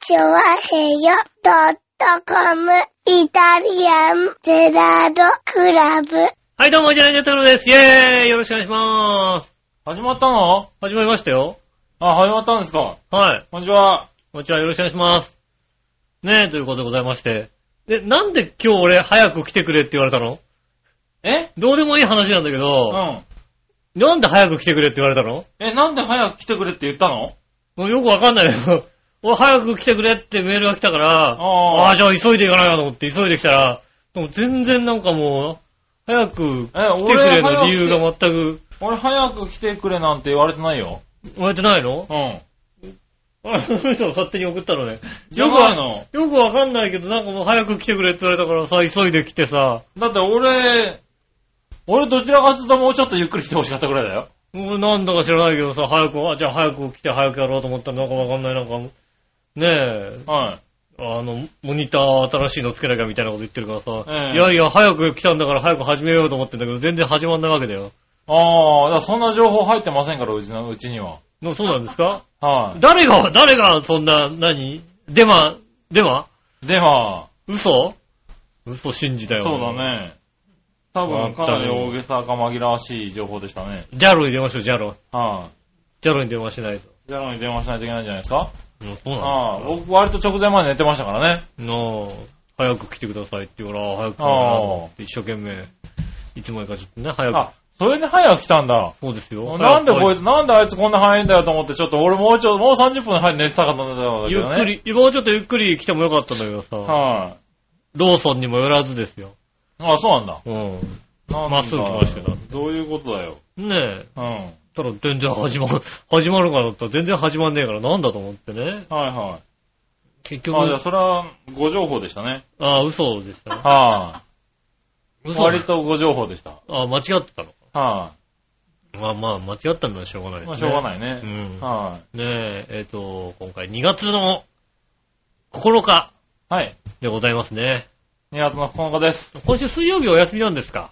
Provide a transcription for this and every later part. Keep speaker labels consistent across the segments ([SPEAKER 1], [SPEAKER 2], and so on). [SPEAKER 1] チョワヘヨドットコムイタリアンゼラードクラブ。
[SPEAKER 2] はい、どうも、イタリアンジェットロです。イェーイよろしくお願いします。
[SPEAKER 3] 始まったの
[SPEAKER 2] 始まりましたよ。
[SPEAKER 3] あ、始まったんですか。
[SPEAKER 2] はい。
[SPEAKER 3] こんにちは。
[SPEAKER 2] こんにちは、よろしくお願いします。ねえ、ということでございまして。で、なんで今日俺、早く来てくれって言われたの
[SPEAKER 3] え
[SPEAKER 2] どうでもいい話なんだけ
[SPEAKER 3] う
[SPEAKER 2] ど、
[SPEAKER 3] ん。
[SPEAKER 2] なんで早く来てくれって言われたの
[SPEAKER 3] え、なんで早く来てくれって言ったの
[SPEAKER 2] もうよくわかんない よ。俺、早く来てくれってメールが来たから、
[SPEAKER 3] あー
[SPEAKER 2] あー、じゃあ急いで行かないかと思って急いで来たら、でも全然なんかもう、早く
[SPEAKER 3] え、
[SPEAKER 2] 来てくれ
[SPEAKER 3] 俺
[SPEAKER 2] の理由
[SPEAKER 3] 早
[SPEAKER 2] が全く、
[SPEAKER 3] 俺早く来てくれなんて言われてないよ。
[SPEAKER 2] 言われてないの
[SPEAKER 3] うん。
[SPEAKER 2] あ、その人が勝手に送ったのね。
[SPEAKER 3] じゃないの。
[SPEAKER 2] よくわかんないけど、なんかもう早く来てくれって言われたからさ、急いで来てさ、
[SPEAKER 3] だって俺、俺どちらかというともうちょっとゆっくり来てほしかったくらいだよ。
[SPEAKER 2] もうなんだか知らないけどさ、早く、あ、じゃあ早く来て早くやろうと思ったらなんかわかんない、なんか、ねえ、
[SPEAKER 3] は
[SPEAKER 2] あの、モニター新しいのつけなきゃみたいなこと言ってるからさ、
[SPEAKER 3] ええ
[SPEAKER 2] いやいや、早く来たんだから早く始めようと思ってんだけど、全然始まんないわけだよ。
[SPEAKER 3] い。ああ、だからそんな情報入ってませんから、うちの、うちには。
[SPEAKER 2] のそうなんですか
[SPEAKER 3] は
[SPEAKER 2] 誰が、誰がそんな、何デマ、デマ
[SPEAKER 3] い。では、
[SPEAKER 2] 嘘嘘信じたよ。
[SPEAKER 3] そうだ。ね。多分かなり大げさか紛らわしい情報でしたね。
[SPEAKER 2] ジャロに電話しよう、ジャロ。
[SPEAKER 3] は
[SPEAKER 2] ジャロに電話しないと。
[SPEAKER 3] い。じゃあに電話しないといけないんじゃないですか
[SPEAKER 2] うんそうなんだ
[SPEAKER 3] ああ、僕割と直前まで寝てましたからね。
[SPEAKER 2] なあ、早く来てくださいって言うから、ああ早く来てくださいなと思って一生懸命、いつもよりかちょっとね、早く
[SPEAKER 3] あ。、それで早く来たんだ。
[SPEAKER 2] そうですよ。
[SPEAKER 3] なんで
[SPEAKER 2] 早く
[SPEAKER 3] こいつ、なんであいつこんな早いんだよと思って、ちょっと俺もうちょ、もう30分早く寝てたかったんだろうけ
[SPEAKER 2] ゆ
[SPEAKER 3] ど
[SPEAKER 2] っ
[SPEAKER 3] ね。
[SPEAKER 2] く。り、今もうちょっとゆっくり来てもよかったんだけどさ、
[SPEAKER 3] はい、
[SPEAKER 2] ローソンにもよらずですよ。
[SPEAKER 3] あ。そうなんだ。
[SPEAKER 2] うん。
[SPEAKER 3] なんだ
[SPEAKER 2] まっすぐ来ましたよ
[SPEAKER 3] どういうことだよ。
[SPEAKER 2] ねえ。
[SPEAKER 3] うん。はい
[SPEAKER 2] ただ全然始まる、始まるからだったら全然始まんねえからなんだと思ってね。
[SPEAKER 3] は
[SPEAKER 2] 結
[SPEAKER 3] い。あ、じゃ
[SPEAKER 2] 局、
[SPEAKER 3] あそれは、ご情報でしたね。
[SPEAKER 2] ああ、嘘でしたね。
[SPEAKER 3] は
[SPEAKER 2] 嘘
[SPEAKER 3] い。割とご情報でした。
[SPEAKER 2] ああ、間違ってたの。
[SPEAKER 3] は
[SPEAKER 2] まあまあ、間違ったのはしょうがない
[SPEAKER 3] い。
[SPEAKER 2] ですね。
[SPEAKER 3] まあしょうが
[SPEAKER 2] い。
[SPEAKER 3] ないね
[SPEAKER 2] う。ん。
[SPEAKER 3] は
[SPEAKER 2] ねえ、えっ、と、今回2月の9日
[SPEAKER 3] い。はい。
[SPEAKER 2] でございますね。
[SPEAKER 3] 2月の9日です。
[SPEAKER 2] 今週水曜日お休みなんですか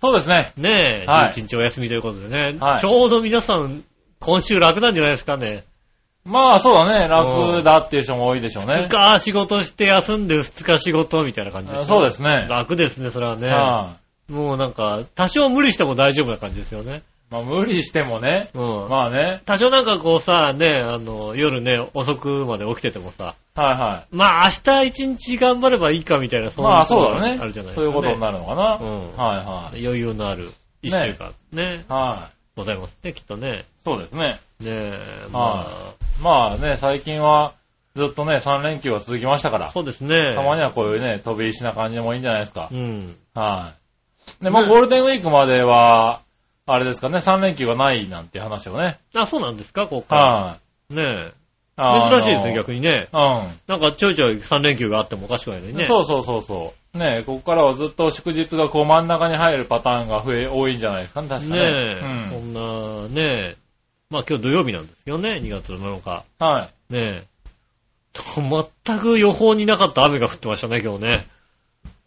[SPEAKER 3] そうですね。
[SPEAKER 2] ねえ、
[SPEAKER 3] はい
[SPEAKER 2] 11日お休みということでね、
[SPEAKER 3] はい
[SPEAKER 2] ちょうど皆さん、今週楽なんじゃないですかね。
[SPEAKER 3] まあそうだね。
[SPEAKER 2] う
[SPEAKER 3] 楽
[SPEAKER 2] ん
[SPEAKER 3] だっていう人も多いでしょう
[SPEAKER 2] 2
[SPEAKER 3] ね。
[SPEAKER 2] 日仕事して休んで2日仕事みたいな感じで
[SPEAKER 3] あ
[SPEAKER 2] す、
[SPEAKER 3] そうですね。
[SPEAKER 2] 楽ですね、それはね。
[SPEAKER 3] はい。
[SPEAKER 2] もうなんか、多少無理しても大丈夫な感じですよね。
[SPEAKER 3] まあ無理してもね。
[SPEAKER 2] うん。
[SPEAKER 3] まあね。
[SPEAKER 2] 多少なんかこうさ、ね、あの、夜ね、遅くまで起きててもさ、
[SPEAKER 3] はいはい。
[SPEAKER 2] まあ明日一日頑張ればいいかみたいな、そ
[SPEAKER 3] まあそうだ
[SPEAKER 2] ね
[SPEAKER 3] ね。
[SPEAKER 2] あるじゃないですか、ね。
[SPEAKER 3] そういうことになるのかな。
[SPEAKER 2] うん
[SPEAKER 3] はいはい。
[SPEAKER 2] 余裕のある一週間ね
[SPEAKER 3] はい。
[SPEAKER 2] ございますね、きっとね。
[SPEAKER 3] そうですね。
[SPEAKER 2] ねえ、ま
[SPEAKER 3] まあね、最近はずっとね、3連休が続きましたか
[SPEAKER 2] あ、
[SPEAKER 3] ら、
[SPEAKER 2] そうですね。
[SPEAKER 3] たまにはこういうね、飛び石な感じでもいいんじゃないですか
[SPEAKER 2] う。ん。
[SPEAKER 3] はい。で、まあゴールデンウィークまでは、あれですかね、3連休がないなんて話をね。
[SPEAKER 2] あ、そうなんですか、ここか
[SPEAKER 3] はい。
[SPEAKER 2] ら。ねえ。
[SPEAKER 3] あの
[SPEAKER 2] 珍しいですね、逆にね。なんかちょいちょい3連休があってもおかしくないの
[SPEAKER 3] う
[SPEAKER 2] に
[SPEAKER 3] ん。
[SPEAKER 2] ね。
[SPEAKER 3] そうそうそうそう。ねここからはずっと祝日がこう真ん中に入るパターンが増え、多いんじゃないですかね、確か
[SPEAKER 2] ね
[SPEAKER 3] ね。
[SPEAKER 2] え、そんな、ねえ。まあ今日土曜日なんですよね、2月の7日。
[SPEAKER 3] うん。はい。
[SPEAKER 2] ねえ。と全く予報になかった雨が降ってましたね、今日ね。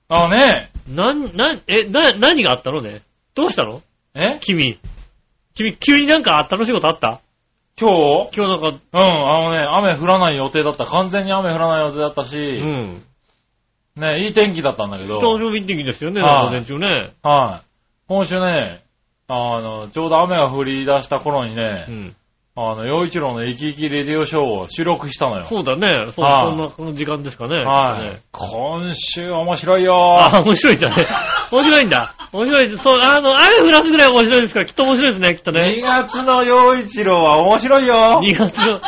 [SPEAKER 3] あのね、
[SPEAKER 2] なん、なん、え、な、何があったのねどうしたの
[SPEAKER 3] え
[SPEAKER 2] 君。君、急になんか楽しいことあった
[SPEAKER 3] 今日
[SPEAKER 2] 今日なんか、
[SPEAKER 3] うん、あのね、雨降らない予定だった。完全に雨降らない予定だったし、
[SPEAKER 2] うん。
[SPEAKER 3] ね、いい天気だったんだけど、
[SPEAKER 2] 誕生日天気ですよね、
[SPEAKER 3] はい
[SPEAKER 2] 午前中ね。
[SPEAKER 3] はい。今週ね、あの、ちょうど雨が降り出した頃に
[SPEAKER 2] う
[SPEAKER 3] ね、
[SPEAKER 2] ん。
[SPEAKER 3] あの、洋一郎の生き生きレディオショーを収録したのよ。
[SPEAKER 2] そうだね。そ
[SPEAKER 3] は
[SPEAKER 2] そ
[SPEAKER 3] い
[SPEAKER 2] んなこの時間ですかね。
[SPEAKER 3] は
[SPEAKER 2] ね
[SPEAKER 3] い。今週面白いよ
[SPEAKER 2] あ、面白いじゃない。 面白いんだ。面白い。そう、あの、雨降らすぐらい面白いですから、きっと面白いですね、きっと
[SPEAKER 3] ー !2
[SPEAKER 2] ね。
[SPEAKER 3] 月の洋一郎は面白いよ
[SPEAKER 2] 2月 の、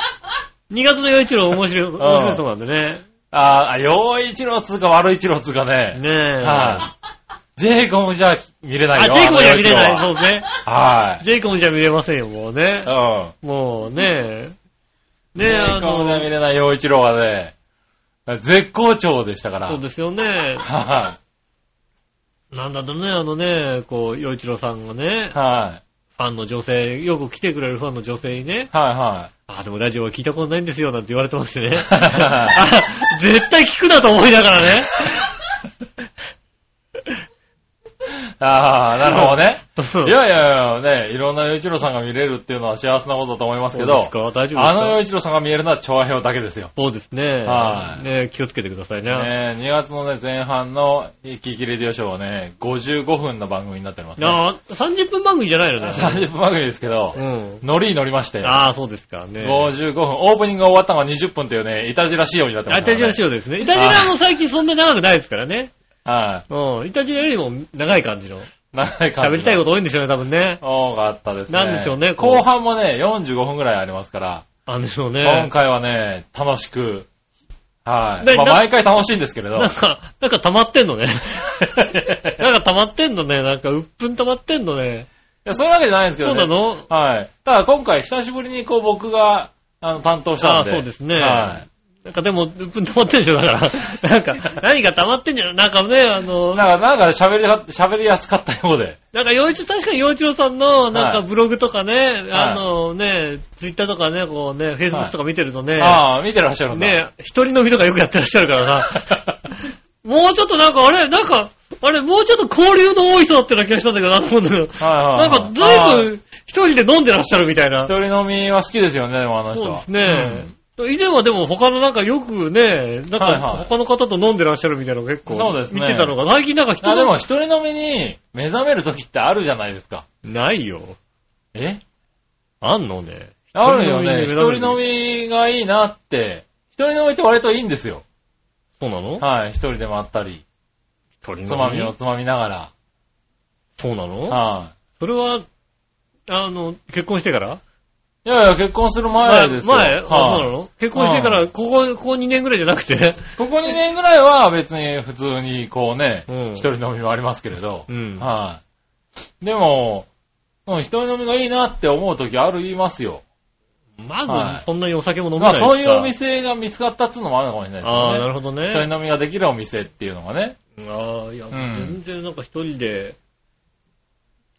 [SPEAKER 2] 2月の陽一郎面白い、面白いそうなんでね。
[SPEAKER 3] ああ、洋一郎つうか悪一郎つうかね、
[SPEAKER 2] ねえ。
[SPEAKER 3] はい。ジェイコムじゃ見れない
[SPEAKER 2] あ、
[SPEAKER 3] よ。
[SPEAKER 2] ジェイコムじゃ見れ
[SPEAKER 3] あ
[SPEAKER 2] ない。
[SPEAKER 3] の洋一郎は
[SPEAKER 2] そうね。
[SPEAKER 3] はい。
[SPEAKER 2] ジェイコムじゃ見れませんよ、もうね。
[SPEAKER 3] うん。
[SPEAKER 2] もうねえ。
[SPEAKER 3] ね
[SPEAKER 2] ねえ、あ
[SPEAKER 3] この見
[SPEAKER 2] の、
[SPEAKER 3] れない陽一郎はね、絶好調でしたから。
[SPEAKER 2] そうですよね。
[SPEAKER 3] は
[SPEAKER 2] なんだとね、あのね、こう、洋一郎さんがね
[SPEAKER 3] い。、はい。
[SPEAKER 2] ファンの女性、よく来てくれるファンの女性にね、
[SPEAKER 3] はいはい。
[SPEAKER 2] あ、でもラジオは聞いたことないんですよ、なんて言われてまして ね。あ
[SPEAKER 3] は
[SPEAKER 2] 絶対聞くなと思いながらね。
[SPEAKER 3] ああ、なるほどね。いやいやいや、ね、いろんな洋一郎さんが見れるっていうのは幸せなことだと思いますけ
[SPEAKER 2] そうで
[SPEAKER 3] ど
[SPEAKER 2] す、か大丈夫ですか
[SPEAKER 3] あの洋一郎さんが見えるのは調和表だけですよ。
[SPEAKER 2] そうですね。
[SPEAKER 3] はい
[SPEAKER 2] ね気をつけてくださいね。
[SPEAKER 3] ね2月のね、前半の生き生きレディオショーはね、55分の番組になっておりますね。
[SPEAKER 2] ああ、30分番組じゃないのね。
[SPEAKER 3] 30分番組ですけど、
[SPEAKER 2] う
[SPEAKER 3] ノリに乗りまして
[SPEAKER 2] ん。、ああ、そうですかね。
[SPEAKER 3] 55分、オープニングが終わったのが20分というね、いたじら仕様になってま
[SPEAKER 2] あ、
[SPEAKER 3] す
[SPEAKER 2] イタ
[SPEAKER 3] から
[SPEAKER 2] ジラ
[SPEAKER 3] ね。
[SPEAKER 2] 仕様ですね。イタジラも最近そんな長くないですからね。
[SPEAKER 3] は
[SPEAKER 2] うん。イタジラよりも長い感じの。
[SPEAKER 3] い。長い感じ。
[SPEAKER 2] 喋りたいこと多いんでしょうね、多分ね。
[SPEAKER 3] 多かったですね。
[SPEAKER 2] なんでしょうねこう
[SPEAKER 3] 後半もね、45分ぐらいありますから、
[SPEAKER 2] あんでしょうね。
[SPEAKER 3] 今回はね、楽しく、はい。
[SPEAKER 2] で
[SPEAKER 3] まあ
[SPEAKER 2] な
[SPEAKER 3] 毎回楽しいんですけれど。
[SPEAKER 2] なんか、なんか溜まってんの ね。なんか溜まってんのね。なんか、うっぷん溜まってんのね。
[SPEAKER 3] いや、そういうわけじゃないんですけ
[SPEAKER 2] そ
[SPEAKER 3] ど
[SPEAKER 2] うな
[SPEAKER 3] ね。
[SPEAKER 2] の
[SPEAKER 3] はい。ただ今回久しぶりにこう僕が、あの、担当したんで。
[SPEAKER 2] あそうですね
[SPEAKER 3] は
[SPEAKER 2] なんかでも、うっぷん溜まってんでしょ、だから。な んか、何か溜まってんじゃん。なんかね、あ
[SPEAKER 3] い。
[SPEAKER 2] の、
[SPEAKER 3] なんか、なんか喋りや、喋りやすかったようで。
[SPEAKER 2] なんか、洋一、確かに洋一郎さんの、なん
[SPEAKER 3] は
[SPEAKER 2] か
[SPEAKER 3] い
[SPEAKER 2] ブログとかね、あのね、ツイッターとかね、こうね、フェイスブックとか見てるとね、
[SPEAKER 3] ああ、見てらっしゃるんだ。
[SPEAKER 2] ね一人飲みとかよくやってらっしゃる からな。もうちょっとなんか、あれ、なんか、あれ、もうちょっと交流の多い人だってな気がしたんだけどな、と思うんだけど。
[SPEAKER 3] はいは
[SPEAKER 2] ないん
[SPEAKER 3] はい。
[SPEAKER 2] か、ずいぶん一人で飲んでらっしゃるみたいな。
[SPEAKER 3] ぶ一人飲みは好きですよね、でもあの人
[SPEAKER 2] そうで
[SPEAKER 3] は。
[SPEAKER 2] すね。以前はでも他のなんかよくね、なん
[SPEAKER 3] はい
[SPEAKER 2] か
[SPEAKER 3] はい
[SPEAKER 2] 他の方と飲んでらっしゃるみたいなの結構
[SPEAKER 3] そうですね
[SPEAKER 2] 見てたのが、最近なんか
[SPEAKER 3] うん。あ、
[SPEAKER 2] 人
[SPEAKER 3] で
[SPEAKER 2] の
[SPEAKER 3] も一人飲みに目覚める時ってあるじゃないですか。
[SPEAKER 2] ないよ。
[SPEAKER 3] え
[SPEAKER 2] あんのね。
[SPEAKER 3] あるよね。一
[SPEAKER 2] 一
[SPEAKER 3] 人
[SPEAKER 2] 人
[SPEAKER 3] 飲
[SPEAKER 2] 飲
[SPEAKER 3] みがいいなって。一人飲みって割といいんですよ。
[SPEAKER 2] そうなの
[SPEAKER 3] はい。一人でもあったり。
[SPEAKER 2] 鳥
[SPEAKER 3] つまみをつまみながら。
[SPEAKER 2] そうなの
[SPEAKER 3] は
[SPEAKER 2] それは、あの、結婚してから
[SPEAKER 3] い。いやいや、結婚する前ですよ。
[SPEAKER 2] 前あそう
[SPEAKER 3] はい
[SPEAKER 2] なの結婚してから、ここ、ここ2年ぐらいじゃなくて
[SPEAKER 3] ここ2年ぐらいは別に普通にこうね、
[SPEAKER 2] う
[SPEAKER 3] 一、
[SPEAKER 2] ん
[SPEAKER 3] 人飲みはありますけれど、
[SPEAKER 2] うん。
[SPEAKER 3] はい。でも、うん一人飲みがいいなって思う時ある言いますよ。は
[SPEAKER 2] ま
[SPEAKER 3] い
[SPEAKER 2] ず、そんなにお酒も飲
[SPEAKER 3] ま
[SPEAKER 2] ま
[SPEAKER 3] あ
[SPEAKER 2] ない
[SPEAKER 3] そういうお
[SPEAKER 2] です
[SPEAKER 3] 店が見つかったっていうのもあるのかもしれない
[SPEAKER 2] か
[SPEAKER 3] です
[SPEAKER 2] ああ、な
[SPEAKER 3] よ
[SPEAKER 2] る
[SPEAKER 3] ね。
[SPEAKER 2] ほど
[SPEAKER 3] 一
[SPEAKER 2] ね。
[SPEAKER 3] 人飲みができるお店っていうのがね。
[SPEAKER 2] ああ、いや、
[SPEAKER 3] ん
[SPEAKER 2] 全然なんか一人で、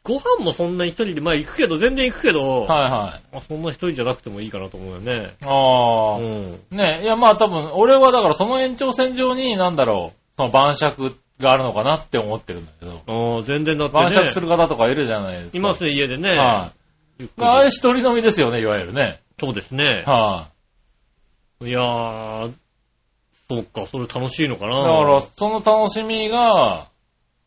[SPEAKER 2] ご飯もそんなに一人で、まあ行くけど、全然行くけど、
[SPEAKER 3] はいは
[SPEAKER 2] まあそんな一人じゃなくてもいいかなと思うよね。
[SPEAKER 3] い。ああ、
[SPEAKER 2] うん。
[SPEAKER 3] ねいやまあ多分、俺はだからその延長線上に、なんだろう、その晩酌があるのかなって思ってるんだけど。
[SPEAKER 2] ああ、全然だってね。
[SPEAKER 3] 晩酌する方とかいるじゃないですか。
[SPEAKER 2] いますね、家でね。
[SPEAKER 3] はい、
[SPEAKER 2] ゆっくり
[SPEAKER 3] あ。れ一人飲みですよね、いわゆるね。
[SPEAKER 2] そうですね。
[SPEAKER 3] はい
[SPEAKER 2] やー、そっか、それ楽しいのか
[SPEAKER 3] い、
[SPEAKER 2] な。
[SPEAKER 3] だから、その楽しみが、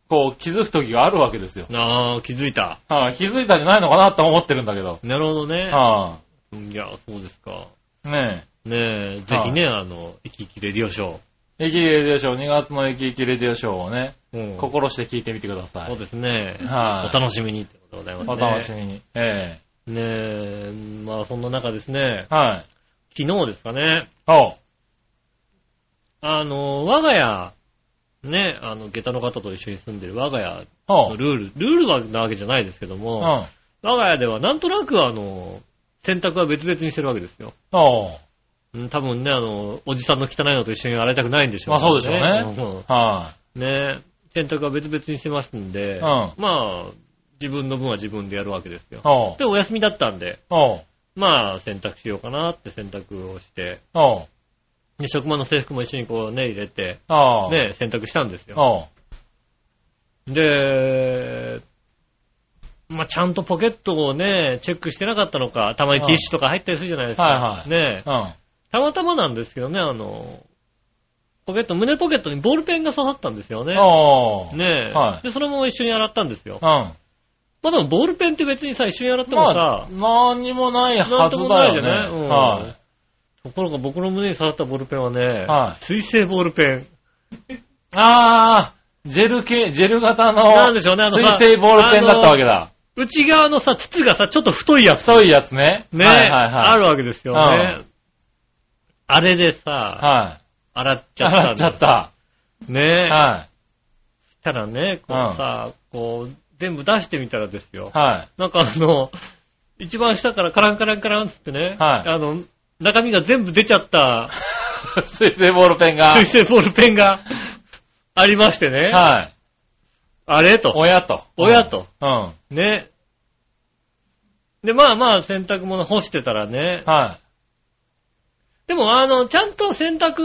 [SPEAKER 3] こう、気づく時があるわけですよ。
[SPEAKER 2] ああ、気づいた。
[SPEAKER 3] はい、気づいたんじゃないのかなと思ってるんだけど。
[SPEAKER 2] なるほどね。
[SPEAKER 3] はい
[SPEAKER 2] や、そうですか。
[SPEAKER 3] い、ね
[SPEAKER 2] ねえ、ぜひね、あの、生き生きレディオショ
[SPEAKER 3] え。駅キレディオショー、2月の駅キレディオショーをね、
[SPEAKER 2] ー。うん
[SPEAKER 3] 心して聞いてみてください。
[SPEAKER 2] そうですね。
[SPEAKER 3] はい
[SPEAKER 2] お楽しみにってことでございますね。
[SPEAKER 3] お楽しみに。え
[SPEAKER 2] み。ねえ、まあそんな中ですね
[SPEAKER 3] え、はい。
[SPEAKER 2] 昨日ですかね、
[SPEAKER 3] おう。
[SPEAKER 2] あの、我が家、ね、あの、下駄の方と一緒に住んでる我が家
[SPEAKER 3] お
[SPEAKER 2] の
[SPEAKER 3] う。
[SPEAKER 2] ルール、ルールはなわけじゃないですけど
[SPEAKER 3] う
[SPEAKER 2] も、
[SPEAKER 3] ん。
[SPEAKER 2] 我が家ではなんとなくあの、洗濯は別々にしてるわけですよ。
[SPEAKER 3] おう。
[SPEAKER 2] うん多分ね、あの、おじさんの汚いのと一緒に洗いたくないんでしょう
[SPEAKER 3] まあそうでしょうね
[SPEAKER 2] うん
[SPEAKER 3] は
[SPEAKER 2] ね洗濯は別々にしてますんで、
[SPEAKER 3] い。うん。
[SPEAKER 2] まあ、自分の分は自分でやるわけですよ。
[SPEAKER 3] おう。
[SPEAKER 2] で、お休みだったんで、
[SPEAKER 3] おう。
[SPEAKER 2] まあ、洗濯しようかなって洗濯をして、
[SPEAKER 3] おう。
[SPEAKER 2] で、職場の制服も一緒にこうね、入れて、
[SPEAKER 3] おう。
[SPEAKER 2] ね、洗濯したんですよ。
[SPEAKER 3] おう。
[SPEAKER 2] で、まあ、ちゃんとポケットをね、チェックしてなかったのか、たまにティッシュとか入ったりするじゃないですか。
[SPEAKER 3] はいはい
[SPEAKER 2] ね、
[SPEAKER 3] うん。あ
[SPEAKER 2] たまたまなんですけどね、あの、ポケット、胸ポケットにボールペンが刺さったんですよね。
[SPEAKER 3] おう。
[SPEAKER 2] ねえ、
[SPEAKER 3] はい
[SPEAKER 2] で、そのまま一緒に洗ったんですよ。
[SPEAKER 3] うん。
[SPEAKER 2] まあでもボールペンって別にさ、一緒に洗っても
[SPEAKER 3] ま
[SPEAKER 2] さ
[SPEAKER 3] あ、、何にもない
[SPEAKER 2] な
[SPEAKER 3] は
[SPEAKER 2] んと
[SPEAKER 3] ず
[SPEAKER 2] も
[SPEAKER 3] だ
[SPEAKER 2] ないじ
[SPEAKER 3] よ
[SPEAKER 2] ゃない、
[SPEAKER 3] ね。
[SPEAKER 2] うん
[SPEAKER 3] はい。
[SPEAKER 2] ところが僕の胸に刺さったボールペンはね、
[SPEAKER 3] はい
[SPEAKER 2] 水性ボールペン。
[SPEAKER 3] あー、ジェル系、ジェル型
[SPEAKER 2] なん
[SPEAKER 3] の
[SPEAKER 2] でしょうね、あの
[SPEAKER 3] 水
[SPEAKER 2] さ
[SPEAKER 3] 性ボールペンだったわけ。だ。
[SPEAKER 2] あの内側のさ、筒がさ、ちょっと太いやつ。
[SPEAKER 3] 太いやつね。
[SPEAKER 2] ね、
[SPEAKER 3] はいはいはい。
[SPEAKER 2] あるわけですよね。あれでさ、
[SPEAKER 3] はい。
[SPEAKER 2] 洗っちゃった
[SPEAKER 3] 洗
[SPEAKER 2] ん
[SPEAKER 3] っ
[SPEAKER 2] で
[SPEAKER 3] ち
[SPEAKER 2] す
[SPEAKER 3] ゃった。
[SPEAKER 2] ね
[SPEAKER 3] は
[SPEAKER 2] したらね、こうさ、こう、全部出してみたらですよ
[SPEAKER 3] い。。は
[SPEAKER 2] なんかあの、一番下からカランカランカランっつってね、
[SPEAKER 3] はい
[SPEAKER 2] あの、中身が全部出ちゃ った
[SPEAKER 3] い。水性ボールペンが。
[SPEAKER 2] 水性ボールペンがありましてね、
[SPEAKER 3] はい。
[SPEAKER 2] あれと、
[SPEAKER 3] 親と。
[SPEAKER 2] 親。と、
[SPEAKER 3] うん。は
[SPEAKER 2] ね。で、まあまあ洗濯物干してたらね
[SPEAKER 3] い。、は
[SPEAKER 2] でも、あの、ちゃんと選択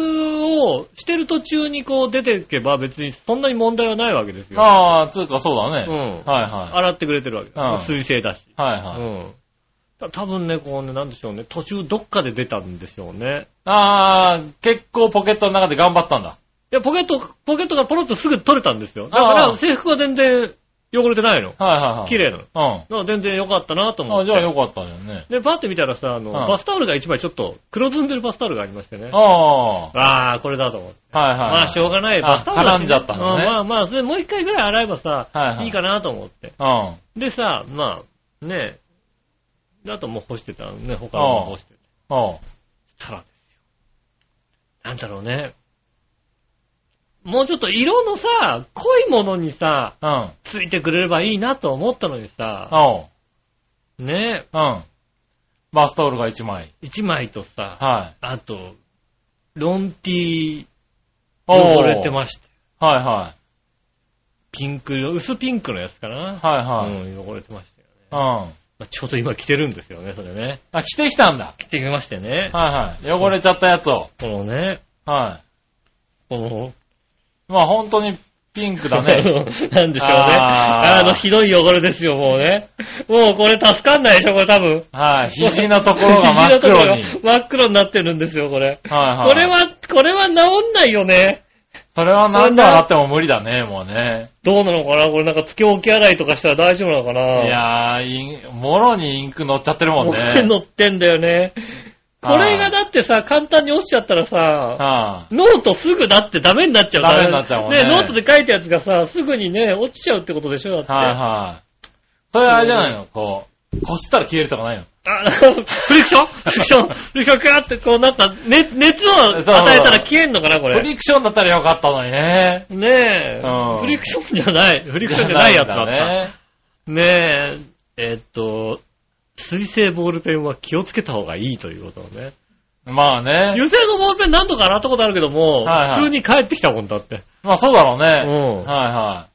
[SPEAKER 2] をしてる途中にこう出ていけば別にそんなに問題はないわけですよ。
[SPEAKER 3] ああ、つうかそうだ
[SPEAKER 2] う
[SPEAKER 3] ね。
[SPEAKER 2] ん。
[SPEAKER 3] はいは
[SPEAKER 2] 洗ってくれてるわけ。
[SPEAKER 3] うん
[SPEAKER 2] 水性だし。
[SPEAKER 3] い。はいうはい。
[SPEAKER 2] ん。た多分ね、こうね、なんでしょうね。途中どっかで出たんでしょうね。
[SPEAKER 3] ああ、結構ポケットの中で頑張ったんだ。
[SPEAKER 2] いや、ポケット、ポケットがポロッとすぐ取れたんですよ。だから
[SPEAKER 3] あー
[SPEAKER 2] 制服は全然汚れてないの。
[SPEAKER 3] はいはいはい。
[SPEAKER 2] 綺。麗なの。だか
[SPEAKER 3] うん。あ
[SPEAKER 2] ら全然良かったなと思っ
[SPEAKER 3] あ、
[SPEAKER 2] て。
[SPEAKER 3] じゃあよかったよね。
[SPEAKER 2] で、パッて見たらさ、あの、
[SPEAKER 3] ん
[SPEAKER 2] バスタオルが一枚ちょっと黒ずんでるバスタオルがありましてね。
[SPEAKER 3] あ
[SPEAKER 2] ああ、これだと思って。
[SPEAKER 3] あ、はいはい。
[SPEAKER 2] まあ、しょうがない。バスタオルだし
[SPEAKER 3] 絡んじゃったのね
[SPEAKER 2] うんまあまあ、それもう一回ぐらい洗えばさ、
[SPEAKER 3] はい
[SPEAKER 2] い
[SPEAKER 3] はい
[SPEAKER 2] いかなと思って。
[SPEAKER 3] うん。
[SPEAKER 2] でさ、まあ、ねえ。だともう干してたのね、他のも干して
[SPEAKER 3] うん。
[SPEAKER 2] たらですよ。なんだろうね。もうちょっと色のさ、濃いものにさ、
[SPEAKER 3] うん。
[SPEAKER 2] ついてくれればいいなと思ったのにさ、
[SPEAKER 3] おう。
[SPEAKER 2] ね
[SPEAKER 3] うん。バスタオルが1枚。
[SPEAKER 2] え、一枚とさ、
[SPEAKER 3] はい。
[SPEAKER 2] あと、ロンティー、
[SPEAKER 3] おう
[SPEAKER 2] 取れてまして、
[SPEAKER 3] はいは
[SPEAKER 2] ピンク色、薄ピンクのやつかな。
[SPEAKER 3] い。はいはい。
[SPEAKER 2] うん、汚れてましたよね。
[SPEAKER 3] う
[SPEAKER 2] ま
[SPEAKER 3] ん。
[SPEAKER 2] あ、ちょうど今着てるんですよね、それね。
[SPEAKER 3] あ、着てきたんだ。
[SPEAKER 2] 着てきましてね。
[SPEAKER 3] はいはい。汚れちゃったやつを。
[SPEAKER 2] このね、
[SPEAKER 3] は
[SPEAKER 2] この、
[SPEAKER 3] い。まあ本当にピンクだ
[SPEAKER 2] あ
[SPEAKER 3] ね。
[SPEAKER 2] の なんでしょうね。あ
[SPEAKER 3] あー
[SPEAKER 2] の、ひどい汚れですよ、もうね。もうこれ助かんないでしょ、これ多分。
[SPEAKER 3] はい。肘のところが真っ黒に。は い
[SPEAKER 2] 肘のところが真っ黒になってるんですよ、これ。
[SPEAKER 3] はい。
[SPEAKER 2] これ、は、これは治んないよね。
[SPEAKER 3] それは何度あっても無理だね、もうね。
[SPEAKER 2] どうなのかなこれなんか付け置き洗いとかしたら大丈夫なのかない
[SPEAKER 3] やー、インもろにインク乗っちゃってるもん
[SPEAKER 2] もう
[SPEAKER 3] ね。
[SPEAKER 2] これ乗ってんだよね。これがだってさ、簡単に落ちちゃったらさ、
[SPEAKER 3] は
[SPEAKER 2] ノートすぐだってダメになっちゃうから
[SPEAKER 3] ダメになっちゃうもんね
[SPEAKER 2] ノートで書いたやつがさ、すぐにね、落ちちゃうってことでしょだっ
[SPEAKER 3] い
[SPEAKER 2] て。
[SPEAKER 3] はいはい。それあれじゃないのこう、こすったら消えるとかないの
[SPEAKER 2] あ、フリクションフリクションフリクションガーってこうなった、ね、熱を与えたら消えんのかなこ
[SPEAKER 3] フ
[SPEAKER 2] れ。
[SPEAKER 3] リクションだったらよかったのにね。
[SPEAKER 2] ねえ、
[SPEAKER 3] うん
[SPEAKER 2] フリクションじゃない。フリクションじゃないやつだった。ね
[SPEAKER 3] ね。
[SPEAKER 2] え、えっと、水性ボールペンは気をつけた方がいいということをね。
[SPEAKER 3] まあね。
[SPEAKER 2] 油性のボールペン何度か洗ったことあるけども、
[SPEAKER 3] はいはい
[SPEAKER 2] 普通に帰ってきたもんだって。
[SPEAKER 3] まあそうだろう
[SPEAKER 2] う
[SPEAKER 3] ね。
[SPEAKER 2] ん。
[SPEAKER 3] はいは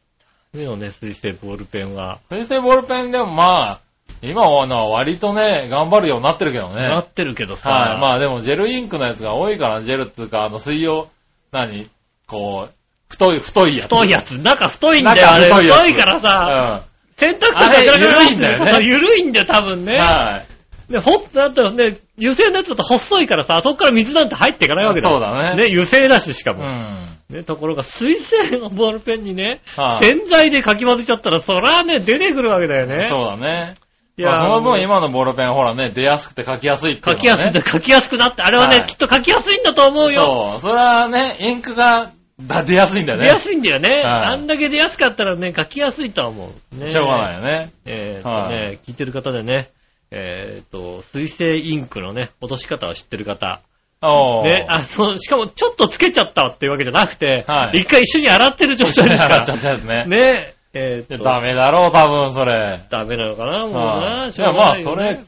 [SPEAKER 3] い。
[SPEAKER 2] いいよね、水性ボールペンは。
[SPEAKER 3] 水性ボールペンでもまあ、今はな割とね、頑張るようになってるけどね。
[SPEAKER 2] な
[SPEAKER 3] はい。
[SPEAKER 2] ってるけどさ。
[SPEAKER 3] まあでもジェルインクのやつが多いから、ジェルっつうか、あの水曜、何こう、太い、太いやつ。
[SPEAKER 2] 太いやつ。中太いんだよ、あれ。
[SPEAKER 3] 中太いやつ
[SPEAKER 2] 太いからさ、洗濯とか
[SPEAKER 3] あれ
[SPEAKER 2] かか
[SPEAKER 3] 緩いんだよね
[SPEAKER 2] そう緩いんだよ、多分
[SPEAKER 3] うん。
[SPEAKER 2] ね。
[SPEAKER 3] はい。
[SPEAKER 2] で、ほっとだったらね、油性のやつだと細いからさ、あそこから水なんて入っていかないわけだよ
[SPEAKER 3] そうだね
[SPEAKER 2] ね、油性だし、しか
[SPEAKER 3] うん。
[SPEAKER 2] も。
[SPEAKER 3] は
[SPEAKER 2] ね、ところが、水性のボールペンにね、
[SPEAKER 3] い。
[SPEAKER 2] 洗剤でかき混ぜちゃったら、そらね、出てくるわけだよね。
[SPEAKER 3] そうだね。
[SPEAKER 2] い
[SPEAKER 3] い
[SPEAKER 2] や
[SPEAKER 3] や、
[SPEAKER 2] ー
[SPEAKER 3] その分今のボールペンほらね、出やすくて書きやすいってい
[SPEAKER 2] 書
[SPEAKER 3] うの
[SPEAKER 2] きや
[SPEAKER 3] はね。
[SPEAKER 2] すいんだ、書きやすくなって、あれはね、
[SPEAKER 3] はい
[SPEAKER 2] きっと書きやすいんだと思うよ。
[SPEAKER 3] そう。それはね、インクがだ出やすいんだよ
[SPEAKER 2] 出
[SPEAKER 3] ね。
[SPEAKER 2] やすいんだよね、
[SPEAKER 3] い
[SPEAKER 2] あんだけ出やすかったらね、書きやすいとは思う。ね、
[SPEAKER 3] しょうがないよね。
[SPEAKER 2] えーっとね、
[SPEAKER 3] は
[SPEAKER 2] 聞いてる方でね、えーっと、水性インクのね、落とし方を知ってる方、
[SPEAKER 3] おー。
[SPEAKER 2] ね、あの、しかもちょっとつけちゃったっていうわけじゃなくて、
[SPEAKER 3] はい
[SPEAKER 2] 一回一緒に洗ってる状態ですから。
[SPEAKER 3] 洗っちゃったやつね
[SPEAKER 2] ね、えーっと、
[SPEAKER 3] ダメだろう、多分それ。
[SPEAKER 2] ダメなのかな、もう
[SPEAKER 3] は
[SPEAKER 2] な、
[SPEAKER 3] い。
[SPEAKER 2] し
[SPEAKER 3] い
[SPEAKER 2] ょうが
[SPEAKER 3] や、ま
[SPEAKER 2] な
[SPEAKER 3] あ、
[SPEAKER 2] い
[SPEAKER 3] そ
[SPEAKER 2] よね
[SPEAKER 3] れ、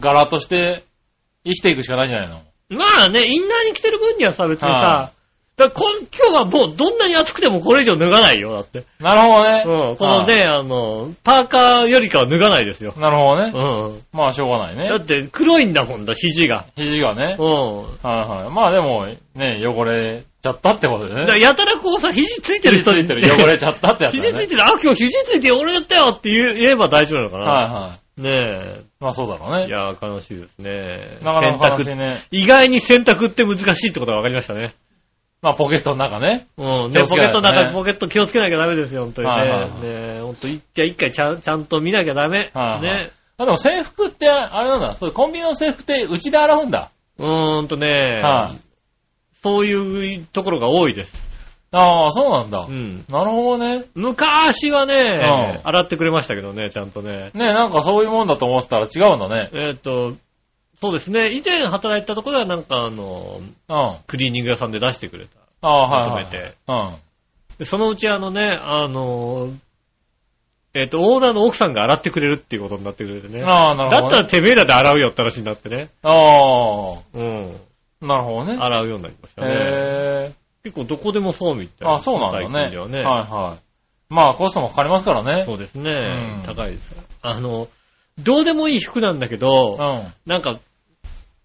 [SPEAKER 3] 柄として生きていくしかないんじゃないの
[SPEAKER 2] まあね、インナーに着てる分にはさ、別に
[SPEAKER 3] は
[SPEAKER 2] さ、だからこん今日はもうどんなに暑くてもこれ以上脱がないよ、だって。
[SPEAKER 3] なるほどね。
[SPEAKER 2] うん、このね、あの、パーカーよりかは脱がないですよ
[SPEAKER 3] は。い。なるほどね
[SPEAKER 2] う。ん。
[SPEAKER 3] まあ、しょうがない
[SPEAKER 2] だ
[SPEAKER 3] ね
[SPEAKER 2] っ。て黒いんだもんだ、肘が。
[SPEAKER 3] 肘がね
[SPEAKER 2] う。ん。
[SPEAKER 3] はいはい。まあ、でも、ね、汚れちゃったってことで
[SPEAKER 2] だから
[SPEAKER 3] ね。
[SPEAKER 2] やたらこうさ、肘ついてる
[SPEAKER 3] 肘つ
[SPEAKER 2] 人に
[SPEAKER 3] いてる。汚れちゃったってや つ
[SPEAKER 2] 肘
[SPEAKER 3] だ
[SPEAKER 2] つい
[SPEAKER 3] ね。
[SPEAKER 2] てる、あ、今日肘ついて俺だったよって言え言えば大丈夫なのかな。
[SPEAKER 3] はいは
[SPEAKER 2] ね
[SPEAKER 3] い。まあ、そうだろう
[SPEAKER 2] え。い
[SPEAKER 3] ね。
[SPEAKER 2] やー、悲しいですね。
[SPEAKER 3] なかなか悲し
[SPEAKER 2] 選
[SPEAKER 3] い
[SPEAKER 2] 択。
[SPEAKER 3] ね。
[SPEAKER 2] 意外に選択って難しいってことが分かりましたね。
[SPEAKER 3] まあ、ポケットの中ね。
[SPEAKER 2] うん。
[SPEAKER 3] 気
[SPEAKER 2] ね、
[SPEAKER 3] をつ
[SPEAKER 2] ポ
[SPEAKER 3] け
[SPEAKER 2] ケ
[SPEAKER 3] ない
[SPEAKER 2] ット
[SPEAKER 3] と
[SPEAKER 2] の
[SPEAKER 3] ね
[SPEAKER 2] 中、ポケット気をつけなきゃダメですよ、本当に
[SPEAKER 3] はいはい
[SPEAKER 2] ね。ねえ、ほんと、一回一回ちゃんちゃんと見なきゃダメ。
[SPEAKER 3] はいはい
[SPEAKER 2] ね。
[SPEAKER 3] あ、でも制服って、あれなんだ。そう、コンビニの制服って、うちで洗うんだ。
[SPEAKER 2] うーんとね、
[SPEAKER 3] はい。
[SPEAKER 2] そういうところが多いです。
[SPEAKER 3] ああ、そうなんだ
[SPEAKER 2] う。ん。
[SPEAKER 3] なるほどね。
[SPEAKER 2] 昔はね、
[SPEAKER 3] うん
[SPEAKER 2] 洗ってくれましたけどね、ちゃんとね。
[SPEAKER 3] ね、なんかそういうもんだと思ってたら違うんだね。
[SPEAKER 2] えっと、そうですね、以前働いてたところではなんかあの、
[SPEAKER 3] うん。あ
[SPEAKER 2] クリーニング屋さんで出してくれた。
[SPEAKER 3] あ、はいは
[SPEAKER 2] まとめ
[SPEAKER 3] い。
[SPEAKER 2] て
[SPEAKER 3] うん。
[SPEAKER 2] でそのうちあのね、あの、えっと、オーナーの奥さんが洗ってくれるっていうことになってくれてね。だ
[SPEAKER 3] ああ、なる
[SPEAKER 2] っ
[SPEAKER 3] ほど、ね。
[SPEAKER 2] たらてめえらで洗うよって話になってね。
[SPEAKER 3] あ
[SPEAKER 2] うん。
[SPEAKER 3] あ、なるほどね。
[SPEAKER 2] 洗うようになりましたね。
[SPEAKER 3] へ
[SPEAKER 2] 結構どこでもそうみた
[SPEAKER 3] え。
[SPEAKER 2] いな。
[SPEAKER 3] あそうなんだね。
[SPEAKER 2] 最近ではね。
[SPEAKER 3] はいはい。まあ、コストもかかりますからね。
[SPEAKER 2] そうですね
[SPEAKER 3] う。ん
[SPEAKER 2] 高いです。あの、どうでもいい服なんだけど、
[SPEAKER 3] ん。
[SPEAKER 2] なんか、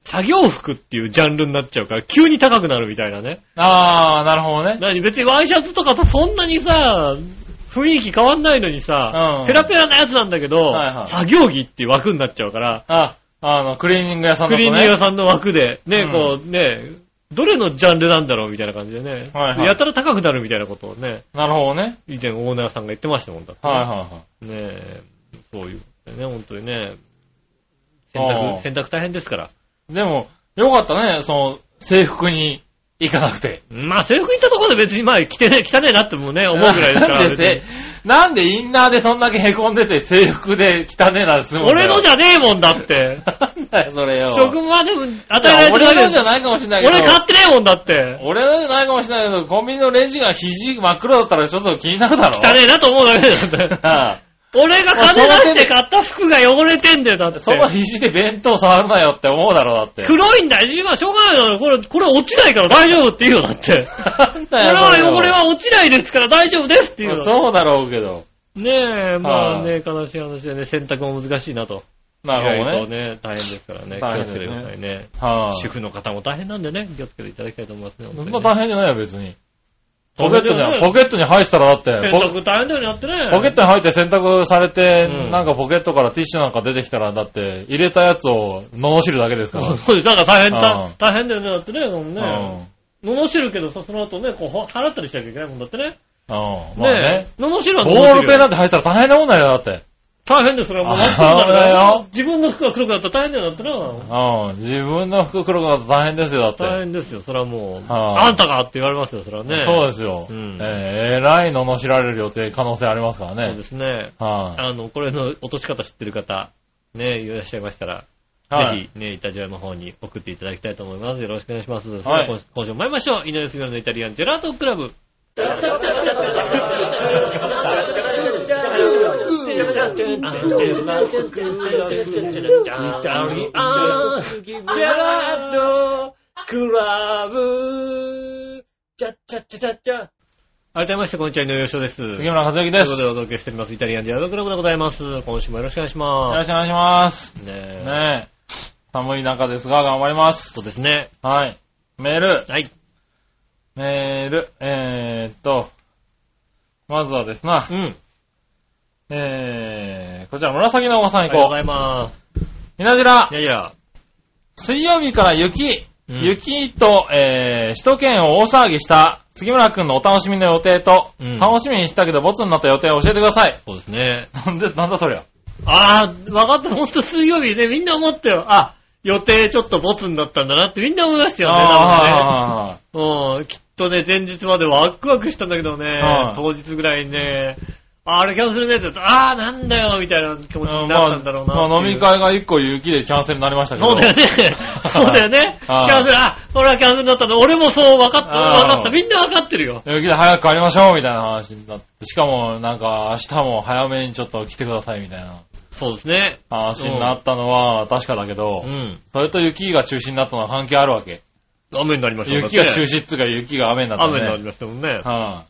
[SPEAKER 2] 作業服っていうジャンルになっちゃうから、急に高くなるみたいなね。
[SPEAKER 3] あー、なるほどね。
[SPEAKER 2] 何別にワイシャツとかとそんなにさ、雰囲気変わんないのにさ、
[SPEAKER 3] うん
[SPEAKER 2] ペラペラなやつなんだけど、
[SPEAKER 3] はいはい
[SPEAKER 2] 作業着っていう枠になっちゃうから、
[SPEAKER 3] あ、あの、クリーニング屋さん
[SPEAKER 2] ク
[SPEAKER 3] だと
[SPEAKER 2] リー
[SPEAKER 3] ね。
[SPEAKER 2] ニング屋さんの枠で、ね、
[SPEAKER 3] うん
[SPEAKER 2] こうね、どれのジャンルなんだろうみたいな感じでね、
[SPEAKER 3] はいはい
[SPEAKER 2] やたら高くなるみたいなことをね、
[SPEAKER 3] なるほどね。
[SPEAKER 2] 以前オーナーさんが言ってましたもんだってね、
[SPEAKER 3] はいはいはい。
[SPEAKER 2] ねえ、そういうことでね、本当にね、洗
[SPEAKER 3] あ
[SPEAKER 2] 濯、
[SPEAKER 3] あ
[SPEAKER 2] 洗濯大変ですから。
[SPEAKER 3] でも、よかったね、その、制服に行かなくて。
[SPEAKER 2] まあ、制服行ったところで別に、まあ、着てね、汚ねえなってもね、思うぐらいですから。
[SPEAKER 3] なんでせ、なんでインナーでそんだけ凹んでて制服で汚ねえなんす
[SPEAKER 2] 別
[SPEAKER 3] も
[SPEAKER 2] に
[SPEAKER 3] んだ
[SPEAKER 2] 俺
[SPEAKER 3] よ
[SPEAKER 2] のじゃねえもんだって。
[SPEAKER 3] なんだよ、それよ。
[SPEAKER 2] 職務はでも、与
[SPEAKER 3] い
[SPEAKER 2] えら
[SPEAKER 3] や
[SPEAKER 2] れてる
[SPEAKER 3] 俺
[SPEAKER 2] わけ
[SPEAKER 3] の
[SPEAKER 2] で
[SPEAKER 3] じゃないかもしれないけど。
[SPEAKER 2] 俺買ってねえもんだって。
[SPEAKER 3] 俺のじゃないかもしれないけど、コンビニのレジが肘真っ黒だったらちょっと気になるだろ。
[SPEAKER 2] 汚ねえなと思うだけだよだって。
[SPEAKER 3] な あ
[SPEAKER 2] 俺が金出して買った服が汚れてんだよ、だって。
[SPEAKER 3] その肘で弁当触るなよって思うだろ、だって。
[SPEAKER 2] 黒いんだよ、自分はしょうがないだろ。これ、これ落ちないから大丈夫って言うよ、だって。
[SPEAKER 3] なん
[SPEAKER 2] こ
[SPEAKER 3] だ
[SPEAKER 2] れは
[SPEAKER 3] よ、それよ
[SPEAKER 2] 汚れは落ちないですから大丈夫ですっていう
[SPEAKER 3] まあ
[SPEAKER 2] の。
[SPEAKER 3] そうだろうけど。
[SPEAKER 2] ねえ、まあ
[SPEAKER 3] は
[SPEAKER 2] ね、悲しい話でね、洗濯も難しいなと。
[SPEAKER 3] なるほど
[SPEAKER 2] 意外
[SPEAKER 3] ね。
[SPEAKER 2] とね、大変ですからね、気
[SPEAKER 3] 大
[SPEAKER 2] を
[SPEAKER 3] 変
[SPEAKER 2] つ
[SPEAKER 3] です
[SPEAKER 2] け
[SPEAKER 3] ね
[SPEAKER 2] てくださいね。
[SPEAKER 3] は
[SPEAKER 2] 主婦の方も大変なんでね、気をつけていただきたいと思いますね。
[SPEAKER 3] そん
[SPEAKER 2] 本
[SPEAKER 3] な
[SPEAKER 2] 当にね
[SPEAKER 3] 大変じゃないよ、別に。
[SPEAKER 2] 大
[SPEAKER 3] ポ
[SPEAKER 2] 変
[SPEAKER 3] ケ
[SPEAKER 2] だ
[SPEAKER 3] ット
[SPEAKER 2] よね
[SPEAKER 3] に、ポケットに入ってたらだって、
[SPEAKER 2] 洗
[SPEAKER 3] ポ
[SPEAKER 2] 濯大変だよね、やってね。
[SPEAKER 3] ポケットに入って洗濯されて、
[SPEAKER 2] うん
[SPEAKER 3] なんかポケットからティッシュなんか出てきたら、だって、入れたやつを罵るだけですから。
[SPEAKER 2] そう です。なんか大変
[SPEAKER 3] う
[SPEAKER 2] だ
[SPEAKER 3] ん。
[SPEAKER 2] 大変だよね、だってね。もう
[SPEAKER 3] う
[SPEAKER 2] ね。罵るけどさ、その後ね、こう、ほ払ったりしなきゃいけないもんだってね。
[SPEAKER 3] ん。うん。まあね。
[SPEAKER 2] え。罵るは罵る
[SPEAKER 3] ボ
[SPEAKER 2] よ
[SPEAKER 3] ールペンなんて入ったら大変なもんだよ、だって。
[SPEAKER 2] 大変です、それはもう。
[SPEAKER 3] あー
[SPEAKER 2] 真っ黒になるから
[SPEAKER 3] あれ
[SPEAKER 2] ね自分の服が黒くなったら大変だよ、だってな。
[SPEAKER 3] うん。自分の服黒くなったら大変ですよ、だって。
[SPEAKER 2] 大変ですよ、それはもう。
[SPEAKER 3] はあ
[SPEAKER 2] あんたかって言われますよ、それはね。
[SPEAKER 3] そうですよ。
[SPEAKER 2] うん
[SPEAKER 3] えー、えらい罵られる予定可能性ありますから
[SPEAKER 2] そう
[SPEAKER 3] ね
[SPEAKER 2] で。すね。
[SPEAKER 3] は
[SPEAKER 2] あの、これの落とし方知ってる方、ね、いらっしゃいましたら、
[SPEAKER 3] い。はい。
[SPEAKER 2] ぜひ、ね、イタジアの方に送っていただきたいと思います。よろしくお願いします。それで
[SPEAKER 3] はい
[SPEAKER 2] 今今週も参りましょう。井上杉村のイタリアンジェラートクラブ。改めまして、こんにちは、井上洋翔です。
[SPEAKER 3] 杉村和之
[SPEAKER 2] とい
[SPEAKER 3] で
[SPEAKER 2] うこ
[SPEAKER 3] す。
[SPEAKER 2] とで
[SPEAKER 3] よ
[SPEAKER 2] お届けしております、イタリアンジェラートクラブでございます。今週もよろしくお願いしま
[SPEAKER 3] ろ
[SPEAKER 2] す。
[SPEAKER 3] しくお願いします。
[SPEAKER 2] ねえ。
[SPEAKER 3] ねえ。寒い中ですが、頑張ります。
[SPEAKER 2] そうですね。
[SPEAKER 3] はい。メール、
[SPEAKER 2] はい。
[SPEAKER 3] メール、えーっと、まずはですな
[SPEAKER 2] う、ん。
[SPEAKER 3] えー、こちら紫のおばさ
[SPEAKER 2] あ
[SPEAKER 3] ん
[SPEAKER 2] り
[SPEAKER 3] 行
[SPEAKER 2] がとうご
[SPEAKER 3] こ
[SPEAKER 2] ざいます。
[SPEAKER 3] う。みなじら
[SPEAKER 2] い、やいや。
[SPEAKER 3] 水曜日から雪、
[SPEAKER 2] うん
[SPEAKER 3] 雪と、えー、首都圏を大騒ぎした杉村くんのお楽しみの予定と、
[SPEAKER 2] うん
[SPEAKER 3] 楽しみにしたけどボツになった予定を教えてください。
[SPEAKER 2] そうですね。
[SPEAKER 3] なんで、なんだそりゃ。
[SPEAKER 2] ああ、わかった。ほんと水曜日ね、みんな思ったよ。あ、予定ちょっとボツになったんだなってみんな思いましたよね。
[SPEAKER 3] ああ、
[SPEAKER 2] 多分ねうん、きっとね、前日までワクワクしたんだけどね
[SPEAKER 3] は、い
[SPEAKER 2] 当日ぐらいにね、ああれキャンセルのやつだと、ああ、なんだよ、みたいな気持ちになったんだろうな
[SPEAKER 3] まあま
[SPEAKER 2] っ
[SPEAKER 3] あ
[SPEAKER 2] て
[SPEAKER 3] 飲
[SPEAKER 2] いう
[SPEAKER 3] み会が一個雪でキャンセルになりましたけ
[SPEAKER 2] そ
[SPEAKER 3] ど。
[SPEAKER 2] うだよ ね。そうだよね。キ
[SPEAKER 3] はい
[SPEAKER 2] ャンセル、あ、俺はキャンセルになったの。俺もそう分かった。
[SPEAKER 3] はい
[SPEAKER 2] 分かった。みんな分かってるよ。
[SPEAKER 3] 雪で早く帰りましょうみたいな話になって、しかもなんか明日も早めにちょっと来てくださいみたいな
[SPEAKER 2] そうですね。
[SPEAKER 3] 話になったのは確かだけど、
[SPEAKER 2] うん。
[SPEAKER 3] それと雪が中止になったのは関係あるわけ。
[SPEAKER 2] 雨になりました
[SPEAKER 3] 雪が中
[SPEAKER 2] だってね
[SPEAKER 3] 止っつうか雪が雨になったの
[SPEAKER 2] 雨
[SPEAKER 3] ね。
[SPEAKER 2] になりましたもんね。
[SPEAKER 3] は